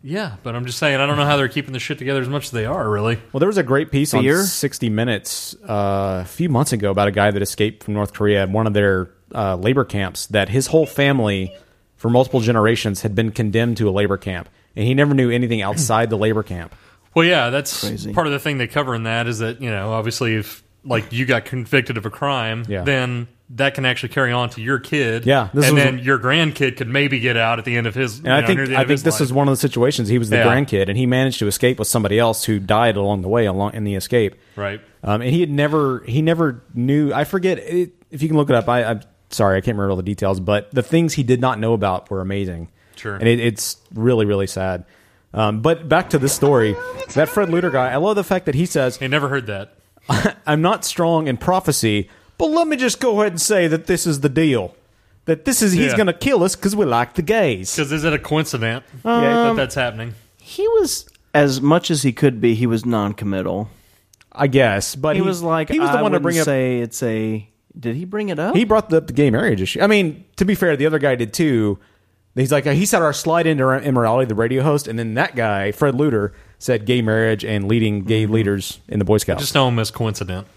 Speaker 1: Yeah, but I'm just saying I don't know how they're keeping the shit together as much as they are. Really,
Speaker 11: Well, there was a great piece
Speaker 1: Fear?
Speaker 11: on 60 Minutes uh, a few months ago about a guy that escaped from North Korea at one of their uh, labor camps. That his whole family, for multiple generations, had been condemned to a labor camp, and he never knew anything outside the labor camp.
Speaker 1: Well, yeah, that's part of the thing they cover in that is that you know obviously if like you got convicted of a crime,
Speaker 11: Yeah.
Speaker 1: then that can actually carry on to your kid.
Speaker 11: Yeah, this
Speaker 1: and
Speaker 11: was-
Speaker 1: then your grandkid could maybe get out at the end of his.
Speaker 11: And I think I think this is one of the situations. He was the
Speaker 1: Yeah.
Speaker 11: grandkid, and he managed to escape with somebody else who died along the way along in the escape.
Speaker 1: Right.
Speaker 11: Um, and he had never he never knew. I forget it, if you can look it up. I, I'm sorry, I can't remember all the details, but the things he did not know about were amazing.
Speaker 1: Sure.
Speaker 11: And it, it's really really sad. Um, but back to this story, that Fred Luter guy. I love the fact that he says he
Speaker 1: never heard that.
Speaker 11: I'm not strong in prophecy, but let me just go ahead and say that this is the deal. That this is he's
Speaker 1: Yeah.
Speaker 11: going to kill us because we like the gays.
Speaker 1: because is it a coincidence Um,
Speaker 2: Yeah.
Speaker 11: Um,
Speaker 1: that that's happening?
Speaker 2: He was as much as he could be. He was non-committal.
Speaker 11: I guess, but
Speaker 2: he,
Speaker 11: he-
Speaker 2: was like
Speaker 11: he was the
Speaker 2: I
Speaker 11: one to
Speaker 2: wouldn't
Speaker 11: bring up-
Speaker 2: Say it's a. Did he bring it up?
Speaker 11: He brought up the gay marriage issue. I mean, to be fair, the other guy did too. He's like, he said our slide into immorality, the radio host, and then that guy, Fred Luter, said gay marriage and leading gay leaders in the Boy
Speaker 1: I
Speaker 11: Scouts.
Speaker 1: just know him as coincident.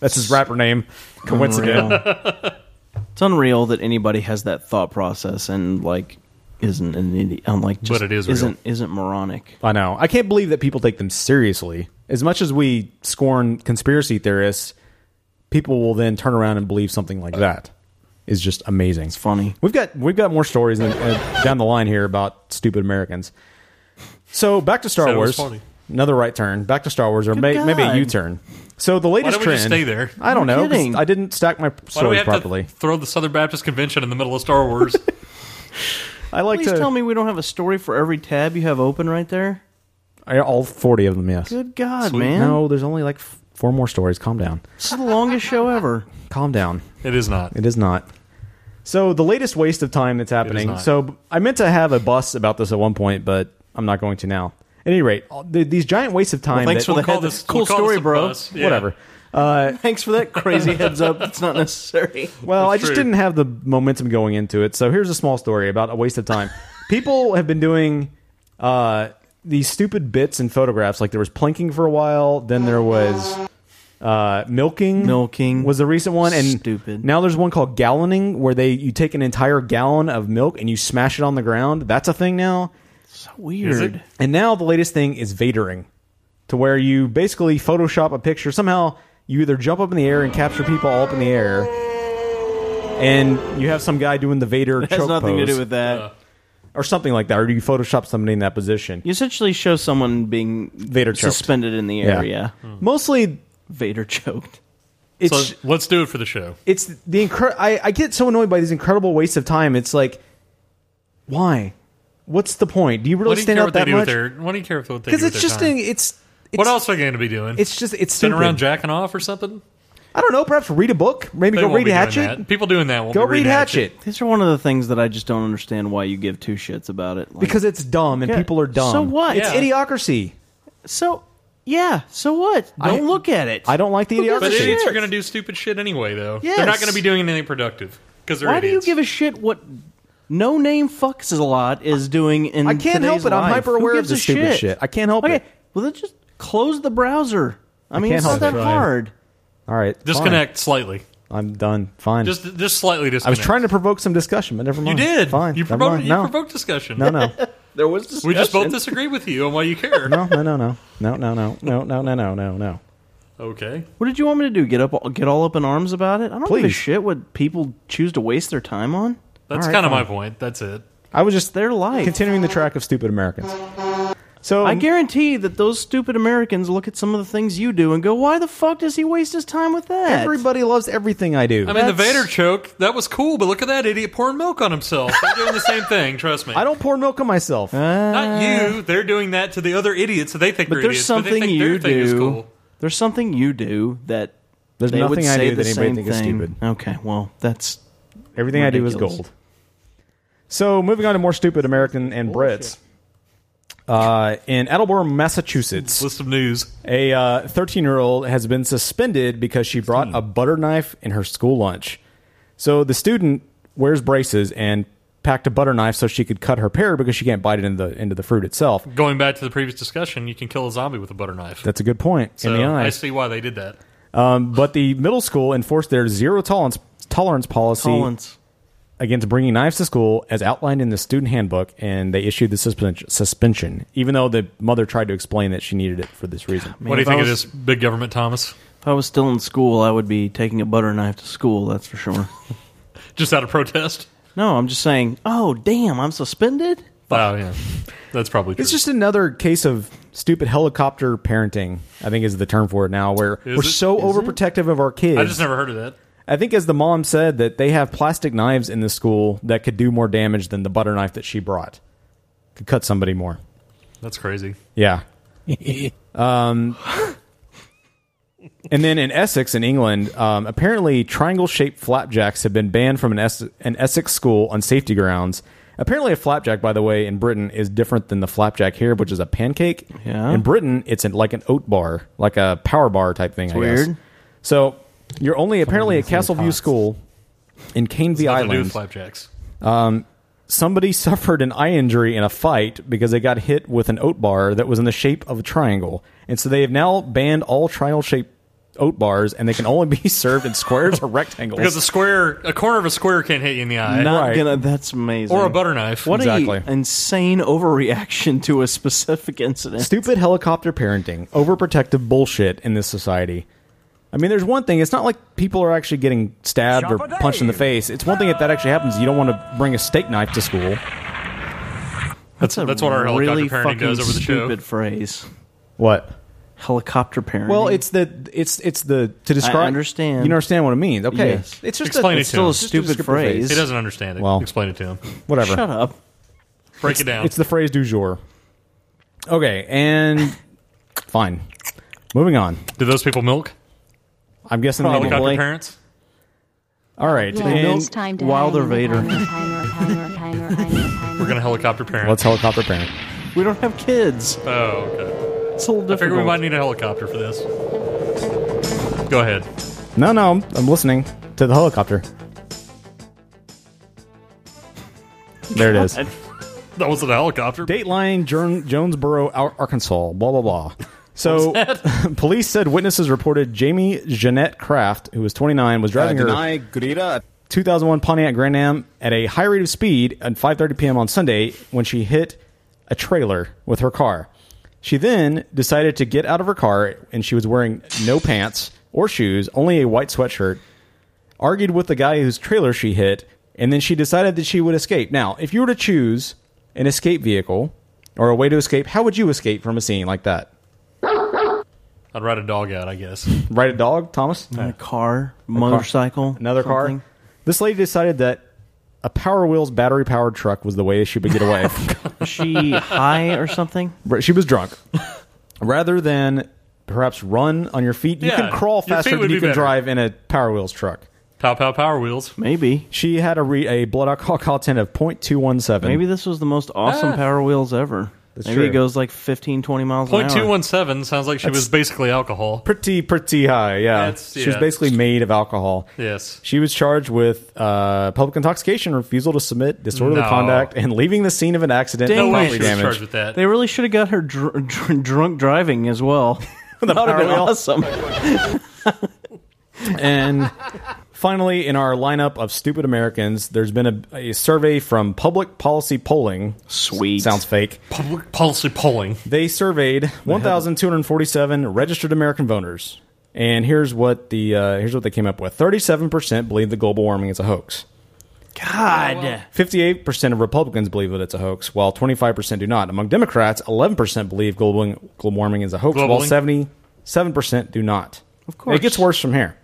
Speaker 11: That's his rapper name. Coincident.
Speaker 2: it's unreal that anybody has that thought process and like isn't an idiot. I'm like, just
Speaker 11: But it is real.
Speaker 2: isn't isn't moronic.
Speaker 11: I know. I can't believe that people take them seriously. As much as we scorn conspiracy theorists, people will then turn around and believe something like that. Is just amazing. It's
Speaker 2: funny.
Speaker 11: We've got we've got more stories in, uh, down the line here about stupid Americans. So back to Star
Speaker 1: Said it was
Speaker 11: Wars.
Speaker 1: funny.
Speaker 11: Another right turn. Back to Star Wars, or may, maybe a
Speaker 1: God.
Speaker 11: U turn. So the latest
Speaker 1: don't we
Speaker 11: trend.
Speaker 1: just stay there?
Speaker 11: I don't
Speaker 1: No
Speaker 11: know. 'cause
Speaker 1: kidding.
Speaker 11: I didn't stack my
Speaker 1: Why do we
Speaker 11: stories
Speaker 1: have
Speaker 11: properly.
Speaker 1: to throw the Southern Baptist Convention in the middle of Star Wars?
Speaker 11: I like
Speaker 2: Please
Speaker 11: to-
Speaker 2: tell me we don't have a story for every tab you have open right there.
Speaker 11: I- all forty of them. Yes.
Speaker 2: Good God, man!
Speaker 11: No, there's only like f- four more stories. Calm down.
Speaker 2: this is the longest show ever.
Speaker 11: Calm down.
Speaker 1: It is not.
Speaker 11: It is not. So the latest waste of time that's happening.
Speaker 1: not.
Speaker 11: So b- I meant to have a bus about this at one point, but I'm not going to now. At any rate, all- th- these giant waste of time.
Speaker 2: Well, thanks
Speaker 11: that-
Speaker 2: for the We'll call head- this- cool we'll call story, this a bro. bus, yeah.
Speaker 11: Whatever. Uh,
Speaker 2: Thanks for that crazy heads up. It's not necessary.
Speaker 11: well, I just didn't have the momentum going into it. So here's a small story about a waste of time. People have been doing uh, these stupid bits and photographs. Like there was plinking for a while, then there was uh, milking. Milking was the recent one, and
Speaker 2: Stupid.
Speaker 11: Now there's one called galloning, where they you take an entire gallon of milk and you smash it on the ground. That's a thing now.
Speaker 2: So weird.
Speaker 11: And now the latest thing is Vadering, to where you basically Photoshop a picture. Somehow you either jump up in the air and capture people all up in the air, and you have some guy doing the Vader
Speaker 2: It has
Speaker 11: choke
Speaker 2: nothing to
Speaker 11: pose,
Speaker 2: do with that.
Speaker 11: or something like that, or you Photoshop somebody in that position.
Speaker 2: You essentially show someone being
Speaker 11: Vader choked.
Speaker 2: suspended in the air. Yeah.
Speaker 1: Hmm.
Speaker 11: Mostly
Speaker 2: Vader choked.
Speaker 11: It's-
Speaker 1: so let's do it for the show.
Speaker 11: it's the incre- I, I get so annoyed by these incredible waste of time. It's like, why? What's the point? Do you really
Speaker 1: what do you
Speaker 11: stand
Speaker 1: care
Speaker 11: out
Speaker 1: what
Speaker 11: that
Speaker 1: they do
Speaker 11: much?
Speaker 1: with their? What do you care what they do?
Speaker 11: 'Cause
Speaker 1: with
Speaker 11: it's
Speaker 1: their
Speaker 11: just
Speaker 1: time?
Speaker 11: an- it's-
Speaker 1: What else are they going to be doing?
Speaker 11: It's just it's
Speaker 1: sitting
Speaker 11: stupid.
Speaker 1: around jacking off or something.
Speaker 11: I don't know. Perhaps read a book. Maybe
Speaker 1: They
Speaker 11: go
Speaker 1: won't
Speaker 11: read
Speaker 1: be doing
Speaker 11: Hatchet.
Speaker 1: that. People doing that won't
Speaker 11: Go
Speaker 1: be reading
Speaker 11: read Hatchet.
Speaker 2: These are one of the things that I just don't understand why you give two shits about it. Like-
Speaker 11: Because it's dumb and
Speaker 2: Yeah.
Speaker 11: people are dumb.
Speaker 2: So what?
Speaker 11: It's
Speaker 2: Yeah.
Speaker 11: idiocracy.
Speaker 2: So yeah. So what? Don't
Speaker 11: I-
Speaker 2: look at it.
Speaker 11: I don't like the
Speaker 2: Who gives a
Speaker 1: But idiots
Speaker 2: shit?
Speaker 1: are going to do stupid shit anyway, though.
Speaker 2: Yes.
Speaker 1: They're not going to be doing anything productive because they're
Speaker 2: Why
Speaker 1: idiots.
Speaker 2: do you give a shit what no name fucks a lot is doing in
Speaker 11: I can't help
Speaker 2: today's
Speaker 11: it. I'm
Speaker 2: life?
Speaker 11: hyper
Speaker 2: Who
Speaker 11: aware of
Speaker 2: gives a
Speaker 11: this stupid shit? I can't help
Speaker 2: okay,
Speaker 11: it.
Speaker 2: well then just close the browser. I, mean,
Speaker 11: can't
Speaker 2: it's
Speaker 11: help
Speaker 2: not that
Speaker 11: it.
Speaker 2: hard.
Speaker 11: All right. fine.
Speaker 1: disconnect slightly?
Speaker 11: I'm done. Fine.
Speaker 1: Just just slightly
Speaker 11: I was
Speaker 1: disconnect.
Speaker 11: trying to provoke some discussion, but never mind.
Speaker 1: You did.
Speaker 11: Fine.
Speaker 1: You
Speaker 11: Never
Speaker 1: provoked.
Speaker 11: mind.
Speaker 1: You
Speaker 11: no.
Speaker 1: provoked discussion.
Speaker 11: No, no.
Speaker 2: there was
Speaker 1: We just both disagree with you on why you care.
Speaker 11: no, no, no, no, no, no, no, no, no, no, no, no, no.
Speaker 1: Okay.
Speaker 2: What did you want me to do? Get up, get all up in arms about it? I don't give a
Speaker 11: Please.
Speaker 2: shit what people choose to waste their time on.
Speaker 1: That's
Speaker 11: All right,
Speaker 1: kind of my
Speaker 11: fine.
Speaker 1: point. That's it.
Speaker 11: I was just
Speaker 2: their life.
Speaker 11: Continuing the track of stupid Americans. So
Speaker 2: I guarantee that those stupid Americans look at some of the things you do and go, "Why the fuck does he waste his time with that?"
Speaker 11: Everybody loves everything I do.
Speaker 1: I mean, the Vader choke that was cool, but look at that idiot pouring milk on himself. They're doing the same thing. Trust me.
Speaker 11: I don't pour milk on myself. Uh,
Speaker 1: Not you. They're doing that to the other idiots that they think
Speaker 2: Uh, But
Speaker 1: are
Speaker 2: there's
Speaker 1: idiots.
Speaker 2: something
Speaker 1: but they think their
Speaker 2: you
Speaker 1: thing is
Speaker 2: do.
Speaker 1: cool.
Speaker 2: There's something you do that
Speaker 11: There's
Speaker 2: they would
Speaker 11: nothing I
Speaker 2: say
Speaker 11: do
Speaker 2: the
Speaker 11: that anybody
Speaker 2: same
Speaker 11: think is
Speaker 2: thing.
Speaker 11: stupid.
Speaker 2: Okay, well that's
Speaker 11: Everything I do is
Speaker 2: ridiculous.
Speaker 11: gold. So moving on to more stupid American and Brits. Uh, in Attleboro, Massachusetts,
Speaker 1: list of news:
Speaker 11: a uh, thirteen-year-old has been suspended because she brought
Speaker 1: Hmm.
Speaker 11: a butter knife in her school lunch. So the student wears braces and packed a butter knife so she could cut her pear because she can't bite it into the into the fruit itself.
Speaker 1: Going back to the previous discussion, you can kill a zombie with a butter knife.
Speaker 11: That's a good point
Speaker 1: So
Speaker 11: in
Speaker 2: E
Speaker 11: the eye.
Speaker 1: I see why they did that.
Speaker 11: Um, but the middle school enforced their zero tolerance tolerance policy
Speaker 1: Tolerance.
Speaker 11: against bringing knives to school, as outlined in the student handbook, and they issued the suspension. Suspension, even though the mother tried to explain that she needed it for this reason.
Speaker 1: what do you think of this big government, Thomas?
Speaker 2: If I was still in school, I would be taking a butter knife to school. That's for sure.
Speaker 1: Just out of protest?
Speaker 2: no, I'm just saying. Oh, damn! I'm suspended.
Speaker 1: Oh yeah, that's probably true.
Speaker 11: It's just another case of stupid helicopter parenting. I think is the term for it now, where
Speaker 1: Is
Speaker 11: we're
Speaker 1: it?
Speaker 11: so
Speaker 1: Is
Speaker 11: overprotective of our kids.
Speaker 1: I just never heard of that.
Speaker 11: I think, as the mom said, that they have plastic knives in the school that could do more damage than the butter knife that she brought. Could cut somebody more.
Speaker 1: That's crazy.
Speaker 11: Yeah. um, and then in Essex, in England, um, apparently triangle shaped flapjacks have been banned from an, es- an Essex school on safety grounds. Apparently, a flapjack, by the way, in Britain is different than the flapjack here, which is a pancake.
Speaker 2: Yeah.
Speaker 11: In Britain, it's an, like an oat bar, like a power bar type thing.
Speaker 2: It's
Speaker 11: I
Speaker 2: weird.
Speaker 11: Guess. So you're only apparently at Castleview School in Canevey
Speaker 1: nothing to do
Speaker 11: Island.
Speaker 1: with flapjacks.
Speaker 11: Um, somebody suffered an eye injury in a fight because they got hit with an oat bar that was in the shape of a triangle, and so they have now banned all triangle-shaped oat bars, and they can only be served in squares or rectangles.
Speaker 1: Because a square, a corner of a square can't hit you in the eye.
Speaker 2: Not gonna. That's amazing.
Speaker 1: Or a butter knife.
Speaker 2: What
Speaker 11: Exactly.
Speaker 2: a insane overreaction to a specific incident.
Speaker 11: Stupid helicopter parenting, overprotective bullshit in this society. I mean, there's one thing. It's not like people are actually getting stabbed or punched in the face. It's one thing if that actually happens. You don't want to bring a steak knife to school.
Speaker 1: That's
Speaker 2: a
Speaker 1: that's what our helicopter
Speaker 2: really
Speaker 1: parenting does
Speaker 2: fucking
Speaker 1: over the show.
Speaker 2: Stupid phrase.
Speaker 11: What?
Speaker 2: Helicopter parenting.
Speaker 11: Well, it's the it's it's the to describe.
Speaker 2: understand.
Speaker 11: You understand what it means? Okay,
Speaker 2: Yes.
Speaker 11: it's just
Speaker 1: Explain
Speaker 11: a,
Speaker 1: it
Speaker 11: it's
Speaker 1: to
Speaker 11: still
Speaker 1: him.
Speaker 11: a stupid phrase.
Speaker 1: He doesn't understand it.
Speaker 11: Well,
Speaker 1: Explain it to him.
Speaker 11: Whatever.
Speaker 2: Shut up.
Speaker 1: Break
Speaker 11: It's-
Speaker 1: it down.
Speaker 11: It's the phrase du jour. Okay, and fine. Moving on.
Speaker 1: Do those people milk?
Speaker 11: I'm guessing they
Speaker 1: helicopter
Speaker 11: do.
Speaker 1: parents.
Speaker 11: All right,
Speaker 1: Yeah,
Speaker 11: and
Speaker 1: it's time to Wilder hang. Vader. We're gonna helicopter parent.
Speaker 11: let's helicopter parent.
Speaker 2: We don't have kids.
Speaker 1: Oh, okay.
Speaker 2: It's a little
Speaker 1: I figure we
Speaker 2: difficult.
Speaker 1: might need a helicopter for this. Go ahead.
Speaker 11: No, no, I'm, I'm listening to the helicopter. There it is.
Speaker 1: That wasn't a helicopter.
Speaker 11: Dateline Joan- Jonesboro, Ar- Arkansas. Blah blah blah. So, police said witnesses reported Jamie Jeanette Kraft, who was 29, was driving her 2001 Pontiac Grand Am at a high rate of speed at 5:30 p.m. on Sunday when she hit a trailer with her car. She then decided to get out of her car and she was wearing no pants or shoes, only a white sweatshirt. Argued with the guy whose trailer she hit, and then she decided that she would escape. Now, if you were to choose an escape vehicle or a way to escape, how would you escape from a scene like that?
Speaker 1: I'd ride a dog out, I guess.
Speaker 11: Ride a dog, Thomas?
Speaker 2: A car, motorcycle,
Speaker 11: another
Speaker 2: something.
Speaker 11: car. This lady decided that a Power Wheels battery powered truck was the way she would get away.
Speaker 2: Was she high or something?
Speaker 11: Right, she was drunk. Rather than perhaps run on your feet, you
Speaker 1: Yeah,
Speaker 11: can crawl
Speaker 1: your feet
Speaker 11: faster
Speaker 1: would
Speaker 11: than you
Speaker 1: be
Speaker 11: can
Speaker 1: better.
Speaker 11: drive in a Power Wheels truck.
Speaker 1: Pow pow power wheels.
Speaker 2: Maybe
Speaker 11: she had a re- a blood alcohol content of 0.217.
Speaker 2: Maybe this was the most awesome
Speaker 1: Ah.
Speaker 2: Power Wheels ever.
Speaker 11: That's
Speaker 2: Maybe it
Speaker 11: true.
Speaker 2: goes like 15, 20 miles an hour.
Speaker 1: Point two one seven sounds like she
Speaker 2: That's-
Speaker 1: was basically alcohol.
Speaker 11: pretty pretty high. Yeah,
Speaker 1: That's-
Speaker 11: she was
Speaker 1: yeah.
Speaker 11: basically made of alcohol.
Speaker 1: Yes.
Speaker 11: she was charged with uh, public intoxication, refusal to submit, disorderly
Speaker 1: No.
Speaker 11: conduct, and leaving the scene of an accident.
Speaker 2: Dang
Speaker 11: and
Speaker 2: it.
Speaker 11: property
Speaker 2: She was
Speaker 11: damage.
Speaker 1: charged with that.
Speaker 2: They really should have got her dr- dr- drunk driving as well. that would have been
Speaker 11: Power Wheel.
Speaker 2: awesome.
Speaker 11: and finally, in our lineup of stupid Americans, there's been a, a survey from Public Policy Polling.
Speaker 2: Sweet.
Speaker 11: Sounds fake.
Speaker 1: Public Policy Polling.
Speaker 11: They surveyed 1,247 registered American voters. And here's what the uh, here's what they came up with. 37% believe that global warming is a hoax.
Speaker 2: God.
Speaker 11: 58% of Republicans believe that it's a hoax, while 25% do not. Among Democrats, 11% believe global, global warming is a hoax, while
Speaker 2: Globaling.
Speaker 11: 77% do not. Of
Speaker 2: course.
Speaker 11: It gets worse from here.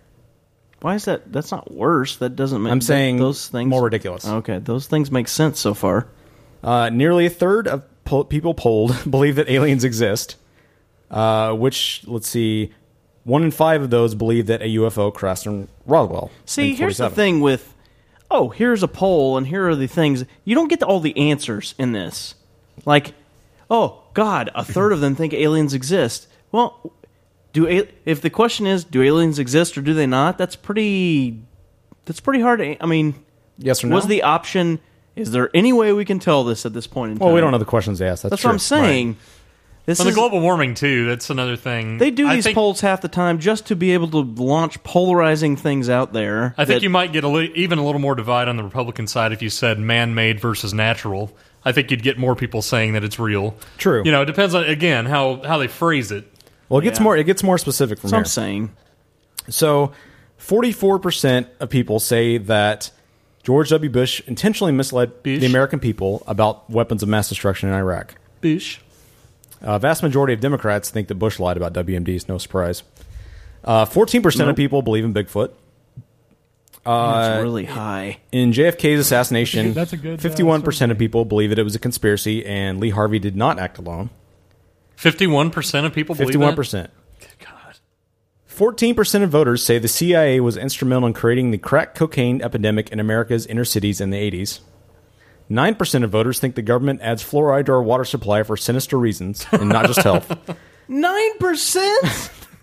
Speaker 2: Why is that? That's not worse. That doesn't make
Speaker 11: I'm saying
Speaker 2: those things
Speaker 11: more ridiculous.
Speaker 2: Okay, those things make sense so far.
Speaker 11: Uh, nearly a third of po- people polled believe that aliens exist, uh, which, let's see, one in five of those believe that a UFO crashed in Roswell.
Speaker 2: See,
Speaker 11: in
Speaker 2: here's the
Speaker 11: 47.
Speaker 2: thing with oh, here's a poll and here are the things. You don't get all the answers in this. Like, oh god, a third of them think aliens exist. Well, do a- if the question is do aliens exist or do they not? That's pretty that's pretty hard to a- I mean,
Speaker 11: yes or no?
Speaker 2: Was the option Is there any way we can tell this at this point in time?
Speaker 11: Well, we don't know the questions they asked. That's,
Speaker 2: That's what I'm
Speaker 11: true.
Speaker 2: saying. This
Speaker 1: on the
Speaker 2: is-
Speaker 1: global warming too. That's another thing.
Speaker 2: They do
Speaker 1: I
Speaker 2: these
Speaker 1: think,
Speaker 2: polls half the time just to be able to launch polarizing things out there.
Speaker 1: I think
Speaker 2: that-
Speaker 1: you might get a li- even a little more divide on the Republican side if you said man-made versus natural. I think you'd get more people saying that it's real.
Speaker 11: True.
Speaker 1: You know, it depends on again how how they phrase it.
Speaker 11: Well, it gets
Speaker 1: Yeah.
Speaker 11: more. It gets more specific from
Speaker 1: That's what I'm
Speaker 2: saying.
Speaker 11: So, forty-four percent of people say that George W. Bush intentionally misled the American people about weapons of mass destruction in Iraq.
Speaker 1: Bush.
Speaker 11: A vast majority of Democrats think that Bush lied about WMDs. No surprise. Uh, Fourteen percent of
Speaker 2: Nope.
Speaker 11: people believe in Bigfoot. Uh,
Speaker 2: That's really high.
Speaker 11: In JFK's assassination,
Speaker 2: That's a good, uh,
Speaker 11: fifty-one percent of people believe that it was a conspiracy, and Lee Harvey did not act alone.
Speaker 1: Fifty-one percent of people. believe that?
Speaker 11: Fifty-one percent. Fourteen percent of voters say the CIA was instrumental in creating the crack cocaine epidemic in America's inner cities in the eighties. Nine percent of voters think the government adds fluoride to our water supply for sinister reasons and not just health.
Speaker 2: Nine percent.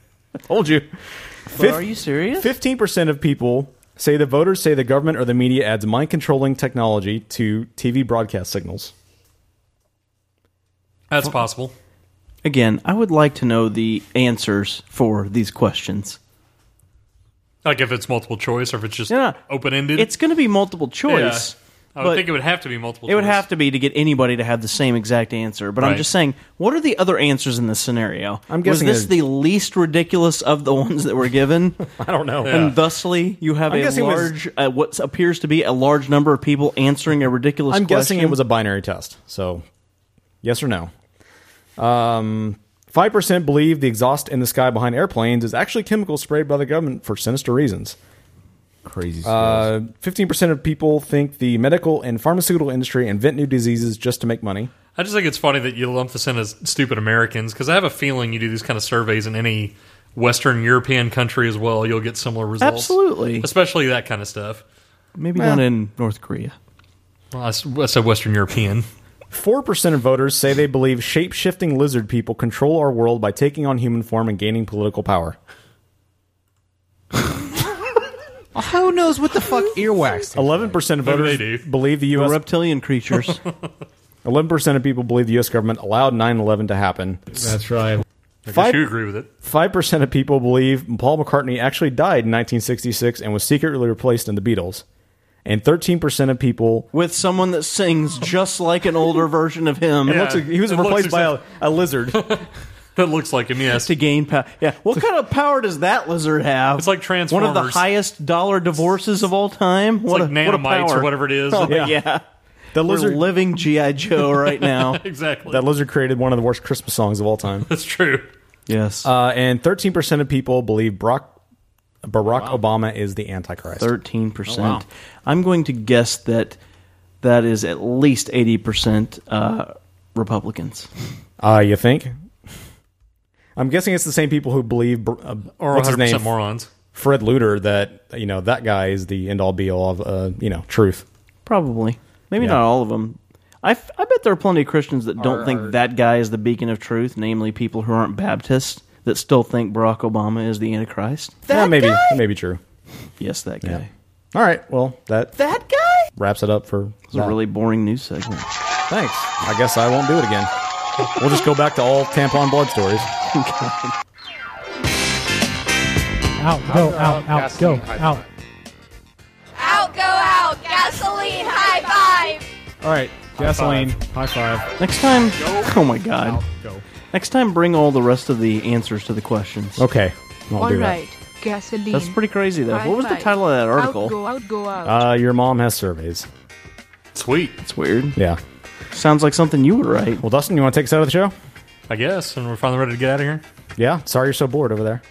Speaker 11: I told you.
Speaker 2: Well, are you serious?
Speaker 11: Fifteen percent of people say the voters say the government or the media adds mind controlling technology to TV broadcast signals.
Speaker 1: That's possible.
Speaker 2: Again, I would like to know the answers for these questions.
Speaker 1: Like if it's multiple choice or if it's just
Speaker 2: Yeah.
Speaker 1: open-ended.
Speaker 2: It's going to be multiple choice.
Speaker 1: Yeah. I would
Speaker 2: but
Speaker 1: think it would have to be multiple.
Speaker 2: It would
Speaker 1: choice.
Speaker 2: have to be to get anybody to have the same exact answer. But I'm
Speaker 1: Right.
Speaker 2: just saying, what are the other answers in this scenario?
Speaker 11: I'm guessing
Speaker 2: was this
Speaker 11: it-
Speaker 2: the least ridiculous of the ones that were given?
Speaker 11: I don't know.
Speaker 2: And thusly, you have
Speaker 11: I'm
Speaker 2: a
Speaker 11: guessing it was-
Speaker 2: large, uh, what appears to be a large number of people answering a ridiculous.
Speaker 11: I'm guessing
Speaker 2: question.
Speaker 11: it was a binary test. So, yes or no. Um, 5% believe the exhaust in the sky behind airplanes is actually chemicals sprayed by the government for sinister reasons.
Speaker 6: Crazy.
Speaker 11: Uh, 15% of people think the medical and pharmaceutical industry invent new diseases just to make money.
Speaker 1: I just think it's funny that you lump this in as stupid Americans because I have a feeling you do these kind of surveys in any Western European country as well, you'll get similar results.
Speaker 2: Absolutely.
Speaker 1: especially that kind of stuff.
Speaker 2: Maybe
Speaker 11: eh.
Speaker 1: Well-
Speaker 2: not in North Korea.
Speaker 1: Well, I s- I said Western European.
Speaker 11: 4% of voters say they believe shape shifting lizard people control our world by taking on human form and gaining political power.
Speaker 6: Who knows what the fuck earwax?
Speaker 11: Eleven percent of voters believe the U.S.
Speaker 2: reptilian creatures.
Speaker 11: Eleven percent of people believe the U.S. government allowed 9-11 to happen.
Speaker 1: That's right. I guess you agree with it.
Speaker 11: Five percent of people believe Paul McCartney actually died in 1966 and was secretly replaced in the Beatles, and thirteen percent of people.
Speaker 2: With someone that sings just like an older version of him.
Speaker 11: It looks like he was replaced by a, a lizard.
Speaker 1: that looks like him, yes.
Speaker 2: To gain power. Yeah. What kind of power does that lizard have? It's
Speaker 1: like
Speaker 2: One of the
Speaker 1: Transformers.
Speaker 2: highest dollar divorces of all time. what
Speaker 1: like
Speaker 2: a, what a
Speaker 1: nanomites or
Speaker 2: power.
Speaker 1: whatever it is.
Speaker 2: Oh,
Speaker 1: Yeah.
Speaker 2: yeah.
Speaker 11: The
Speaker 2: We're
Speaker 11: lizard-
Speaker 2: living GI Joe right now.
Speaker 1: exactly.
Speaker 11: That lizard created one of the worst Christmas songs of all time.
Speaker 1: That's true.
Speaker 2: Yes.
Speaker 11: Uh, and thirteen percent of people believe Brock, Barack Obama is the Antichrist.
Speaker 2: Thirteen percent.
Speaker 11: Oh, wow.
Speaker 2: I'm going to guess that that is at least eighty percent uh, Republicans.
Speaker 11: Uh, you think? I'm guessing it's the same people who believe br- uh,
Speaker 1: Or
Speaker 11: what's his
Speaker 1: 100%
Speaker 11: name?
Speaker 1: morons.
Speaker 11: Fred Luter that you know that guy is the end all be all of uh, you know truth.
Speaker 2: Probably. Maybe
Speaker 11: Yeah.
Speaker 2: not all of them. I, f- I bet there are plenty of Christians that don't
Speaker 11: Are-
Speaker 2: think
Speaker 11: are-
Speaker 2: that guy is the beacon of truth, namely people who aren't Baptists that still think Barack Obama is the Antichrist.
Speaker 11: That yeah, maybe that may be true.
Speaker 2: Yes, that guy.
Speaker 11: All right. Well, that
Speaker 2: that guy
Speaker 11: wraps it up for.
Speaker 2: It's a really boring news segment.
Speaker 11: Thanks. I guess I won't do it again. We'll just go back to all tampon blood stories.
Speaker 10: Out, go,
Speaker 7: uh,
Speaker 10: out, out, go, out.
Speaker 7: Out, go out, gasoline, high five.
Speaker 11: All right,
Speaker 4: gasoline.
Speaker 11: High five.
Speaker 2: Next time, oh my god. Next time, bring all the rest of the answers to the questions.
Speaker 11: Okay,
Speaker 12: All right, gasoline.
Speaker 2: That's pretty crazy, though.
Speaker 12: High
Speaker 2: What was the
Speaker 12: five.
Speaker 2: title of that article?
Speaker 12: Out, go out, go out.
Speaker 11: Uh, your mom has surveys.
Speaker 1: Sweet.
Speaker 2: It's weird.
Speaker 11: Yeah.
Speaker 2: Sounds like something you would write.
Speaker 11: Well, Dustin, you want to take us out of the show?
Speaker 1: I guess, and we're finally ready to get out of here.
Speaker 11: Yeah. Sorry you're so bored over there.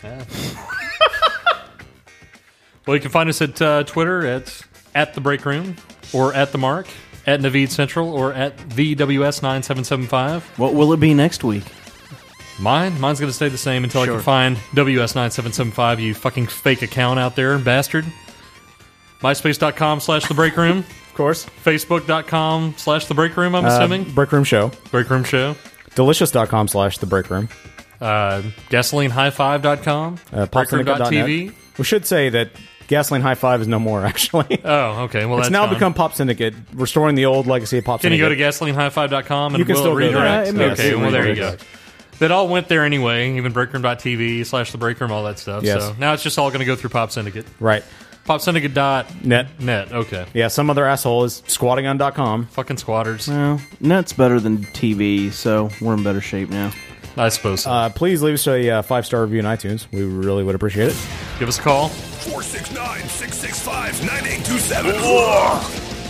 Speaker 1: Well, you can find us at uh, Twitter at at the break room or at the mark at Navid Central or at the WS nine seven seven five.
Speaker 2: What will it be next week?
Speaker 1: Mine, mine's going to stay the same until I
Speaker 2: Sure.
Speaker 1: can find WS nine seven seven five. You fucking fake account out there, bastard. MySpace.com slash the break room. of
Speaker 11: course. Uh,
Speaker 1: Facebook.com slash the break room, I'm assuming.
Speaker 11: Break Room Show.
Speaker 1: Break Room Show.
Speaker 11: Delicious.com slash The Break Room.
Speaker 1: Uh, GasolineHighFive.com.
Speaker 11: Uh,
Speaker 1: breakroom.tv.
Speaker 11: popsicle.net. We should say that Gasoline High Five is no more. Actually,
Speaker 1: Oh, okay. Well,
Speaker 11: it's
Speaker 1: that's
Speaker 11: now
Speaker 1: gone.
Speaker 11: become Pop Syndicate, restoring the old legacy of Pop
Speaker 1: Can you go to
Speaker 11: Syndicate.
Speaker 1: gasolinehighfive.com and
Speaker 11: You can
Speaker 1: we'll
Speaker 11: still go there.
Speaker 1: redirect?
Speaker 11: Yeah, it makes
Speaker 1: okay,
Speaker 11: sense.
Speaker 1: well there you go.
Speaker 11: Redirect.
Speaker 1: That all went there anyway, even breakroom.tv slash the breakroom, all that stuff.
Speaker 11: Yes.
Speaker 1: So now it's just all going to go through Pop Syndicate.
Speaker 11: right.
Speaker 1: Pop Syndicate dot
Speaker 11: Net.
Speaker 1: net. Okay.
Speaker 11: Yeah, some other asshole is squatting on .com.
Speaker 1: Fucking squatters.
Speaker 2: Well, net's better than TV, so we're in better shape now.
Speaker 1: I suppose. So.
Speaker 11: Uh, please leave us a uh, five star review on iTunes. We really would appreciate it.
Speaker 1: Give us a call.
Speaker 3: 469 665 9827.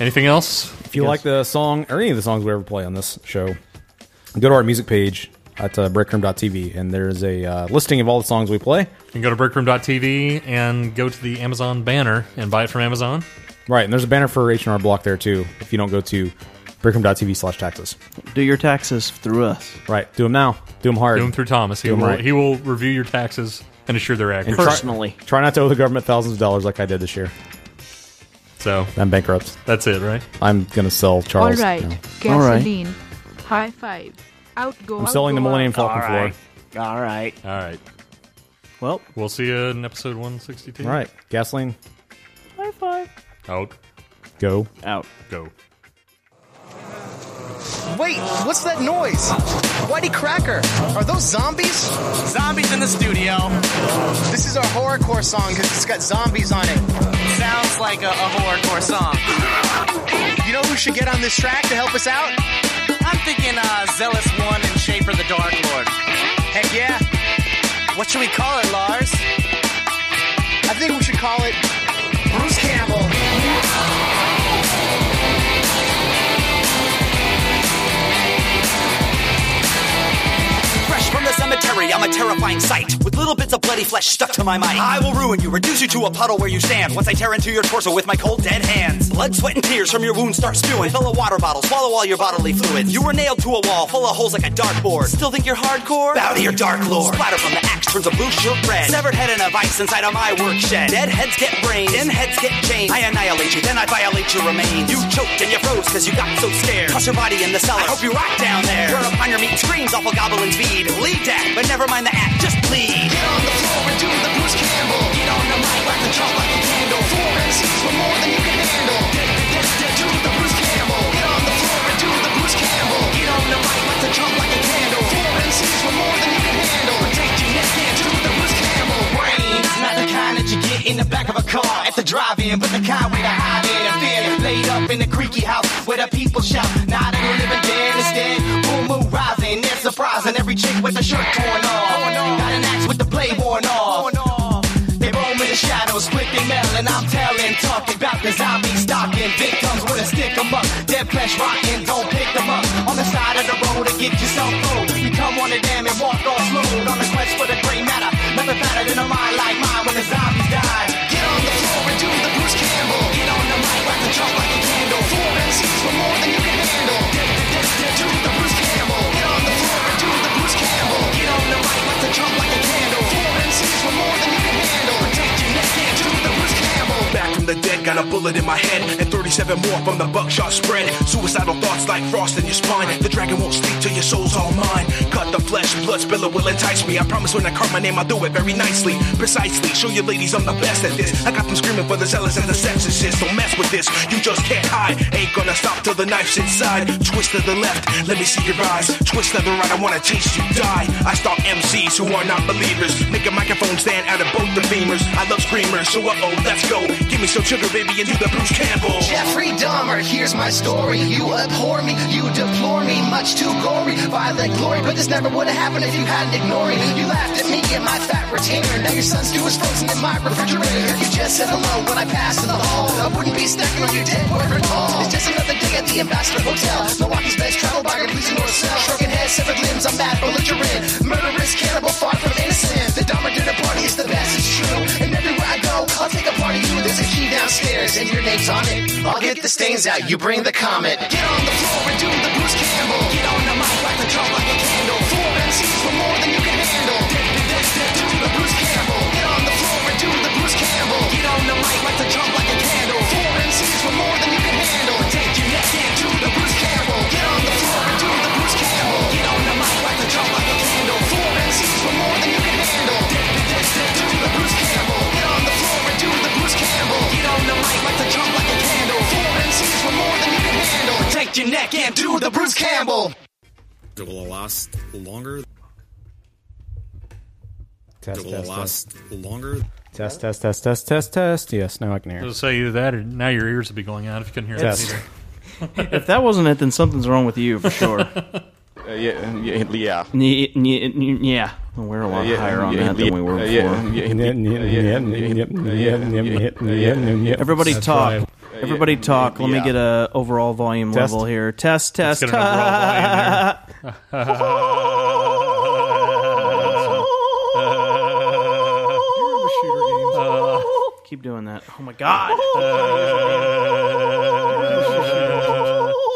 Speaker 1: Anything else?
Speaker 11: If you like the song or any of the songs we ever play on this show, go to our music page at uh, breakroom.tv and there's a uh, listing of all the songs we play.
Speaker 1: You can go to breakroom.tv and go to the Amazon banner and buy it from Amazon.
Speaker 11: Right, and there's a banner for H&R Block there too if you don't go to breakroom.tv slash taxes.
Speaker 2: Do your taxes through us.
Speaker 11: Right, do them now. Do them hard.
Speaker 1: Do them through Thomas. He
Speaker 11: Do 'em
Speaker 1: will,
Speaker 11: right.
Speaker 1: he will review your taxes and assure they're accurate.
Speaker 11: And try- Try, not to owe the government thousands of dollars like I did this year.
Speaker 1: So
Speaker 11: I'm bankrupt.
Speaker 1: That's it, right?
Speaker 11: I'm gonna sell Charles.
Speaker 12: All right.
Speaker 11: now.
Speaker 12: Gasoline. High five. Out go
Speaker 11: I'm
Speaker 12: out,
Speaker 11: selling
Speaker 12: go
Speaker 11: the Millennium
Speaker 12: out.
Speaker 11: Falcon floor.
Speaker 2: All right.
Speaker 1: All right.
Speaker 2: Well,
Speaker 1: we'll see you in episode 162.
Speaker 11: All right, gasoline,
Speaker 2: High five.
Speaker 1: Out.
Speaker 11: go
Speaker 2: out,
Speaker 1: go.
Speaker 15: Wait, what's that noise? Whitey Cracker, are those zombies? Zombies in the studio. This is our horrorcore song because it's got zombies on it. Sounds like a, a horrorcore song. You know who should get on this track to help us out? I'm thinking uh, Zealous One and Shaper the Dark Lord. Heck yeah. What should we call it, Lars? I think we should call it Bruce Campbell.
Speaker 17: Fresh from the cemetery, I'm a terrifying sight. With little bits of bloody flesh stuck to my mic. I will ruin you, reduce you to a puddle where you stand. Once I tear into your torso with my cold dead hands. Blood, sweat, and tears from your wounds start spewing. Fill a water bottle, swallow all your bodily fluids. You were nailed to a wall full of holes like a dartboard. Still think you're hardcore? Bow to your dark lord. Splatter from the axe turns a blue shirt red. Severed head in a vice inside of my work shed. Dead heads get brains, in heads get chained. I annihilate you, then I violate your remains. You choked and you froze cause you got so scared. Toss your body in the cellar. I hope you rot down there. You're upon your meat screams, awful goblins feed. Lead that, but never mind the act, just bleed. Get on the floor and do the Bruce Campbell. Get on the mic, like the chop like a candle. Four MCs for more than you can handle. Get, get, get, do the Bruce Campbell. Get on the floor and do the Bruce Campbell. Get on the mic, like the chop like a candle. Four MCs for more than you can handle. Protect your neck and do the Bruce Campbell. Brains, not the kind that you get in the back of a car at the drive-in, but the kind with a hide in and fear. Laid up in the creaky house where the people shout, not a living dead instead. Boom, boom, rising, they're surprising every chick with a shirt torn off. Got an axe with the blade worn off. They roam in the shadows, quick and metal, and I'm telling, talking about the zombie stalking victims with a stick 'em up. Dead flesh rotten, don't pick 'em up. On the side of the road to get yourself through. Become one of them and walk all slow on the quest for the gray matter. Nothing fatter than a mind like mine when the zombies die. Get on the floor and do the Bruce Campbell. Get on the mic, rock the jump like a candle. Four MCs for more than you can handle. Get, get, get, do the Bruce Campbell. Get on the floor and do the Bruce Campbell. Get on the mic, rock the jump like a candle. Four MCs for more than you can handle. Protect your neck and do the Bruce Campbell.
Speaker 3: Back from the dead, got a bullet in my head, and 37 more from the buckshot spread. Suicidal thoughts like frost in your spine. The dragon won't sleep till your soul's all mine. Cut the flesh, blood spiller will entice me. I promise when I carve my name, I'll do it very nicely, precisely. Show your ladies I'm the best at this. I got them screaming for the zealous and the sexist. Don't mess with this, you just can't hide. Ain't gonna stop till the knife's inside. Twist to the left, let me see your eyes. Twist to the right, I wanna taste you die. I stalk MCs who are not believers. Make a microphone stand out of both the femurs. I love screamers, so uh oh, let's go. Give me some sugar, baby, and do the Bruce Campbell.
Speaker 15: Jeffrey Dahmer, here's my story. You abhor me, you deplore me, much too gory, violent glory. But this never would have happened if you hadn't ignored me. You laughed at me and my fat retainer. Now your son's stew is frozen in my refrigerator. You just said hello when I passed in the hall. I wouldn't be snacking on your dead boyfriend at all. It's just another day at the Ambassador Hotel. Milwaukee's best travel blogger, please ignore cell. Shrunken head, severed limbs, I'm mad, belligerent. Murderous cannibal, far from innocent. The Dahmer dinner party is the best, it's true. And everywhere I go, I'll take a part of you. There's a key downstairs and your name's on it. I'll get the stains out, you bring the comet. Get on the floor and do the Bruce Campbell. Get on the mic, light the drum like a candle. Four MCs for more than you can handle. Dead, dead, dead, dead, do the Bruce Campbell. Get on the floor and do the Bruce Campbell. Get on the mic, light the drum like a candle. Four MCs for more than you can handle. Take your neck and do the Bruce Campbell. Get on the floor and do the Bruce Campbell. Get on the mic, light the drum like a candle. Four MCs for more than you can handle. Dead, dead, dead, dead, do the Bruce Campbell. Get on the Campbell.
Speaker 26: It will last longer.
Speaker 11: Test,
Speaker 26: it will
Speaker 11: test,
Speaker 26: last longer.
Speaker 11: Test, test, test, test, test, test. Yes, now I can hear.
Speaker 1: It'll say either that or now your ears would be going out if you couldn't hear
Speaker 11: Yes.
Speaker 1: that either.
Speaker 2: if that wasn't it, then something's wrong with you for sure.
Speaker 26: yeah, yeah, yeah.
Speaker 2: Nye- nye- nye- yeah. We're a lot
Speaker 26: Uh, yeah,
Speaker 2: higher on
Speaker 26: yeah,
Speaker 2: that than we were
Speaker 26: uh, yeah,
Speaker 2: before.
Speaker 26: yeah, yeah, yeah,
Speaker 2: Everybody
Speaker 11: That's
Speaker 2: talk.
Speaker 11: right.
Speaker 2: Everybody talk. Let me
Speaker 11: yeah.
Speaker 2: get a overall volume
Speaker 11: Test.
Speaker 2: level here. Test,
Speaker 11: Let's
Speaker 2: test.
Speaker 11: get an overall
Speaker 2: Keep doing that. Oh my god.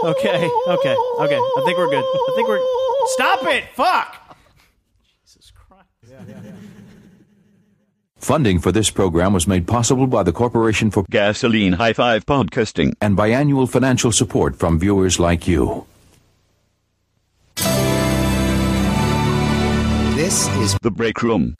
Speaker 2: okay. Okay. Okay. I think we're good. I think we're. Stop it! Fuck.
Speaker 21: Funding for this program was made possible by the Corporation for Gasoline High Five Podcasting and by annual financial support from viewers like you. This is The Break Room.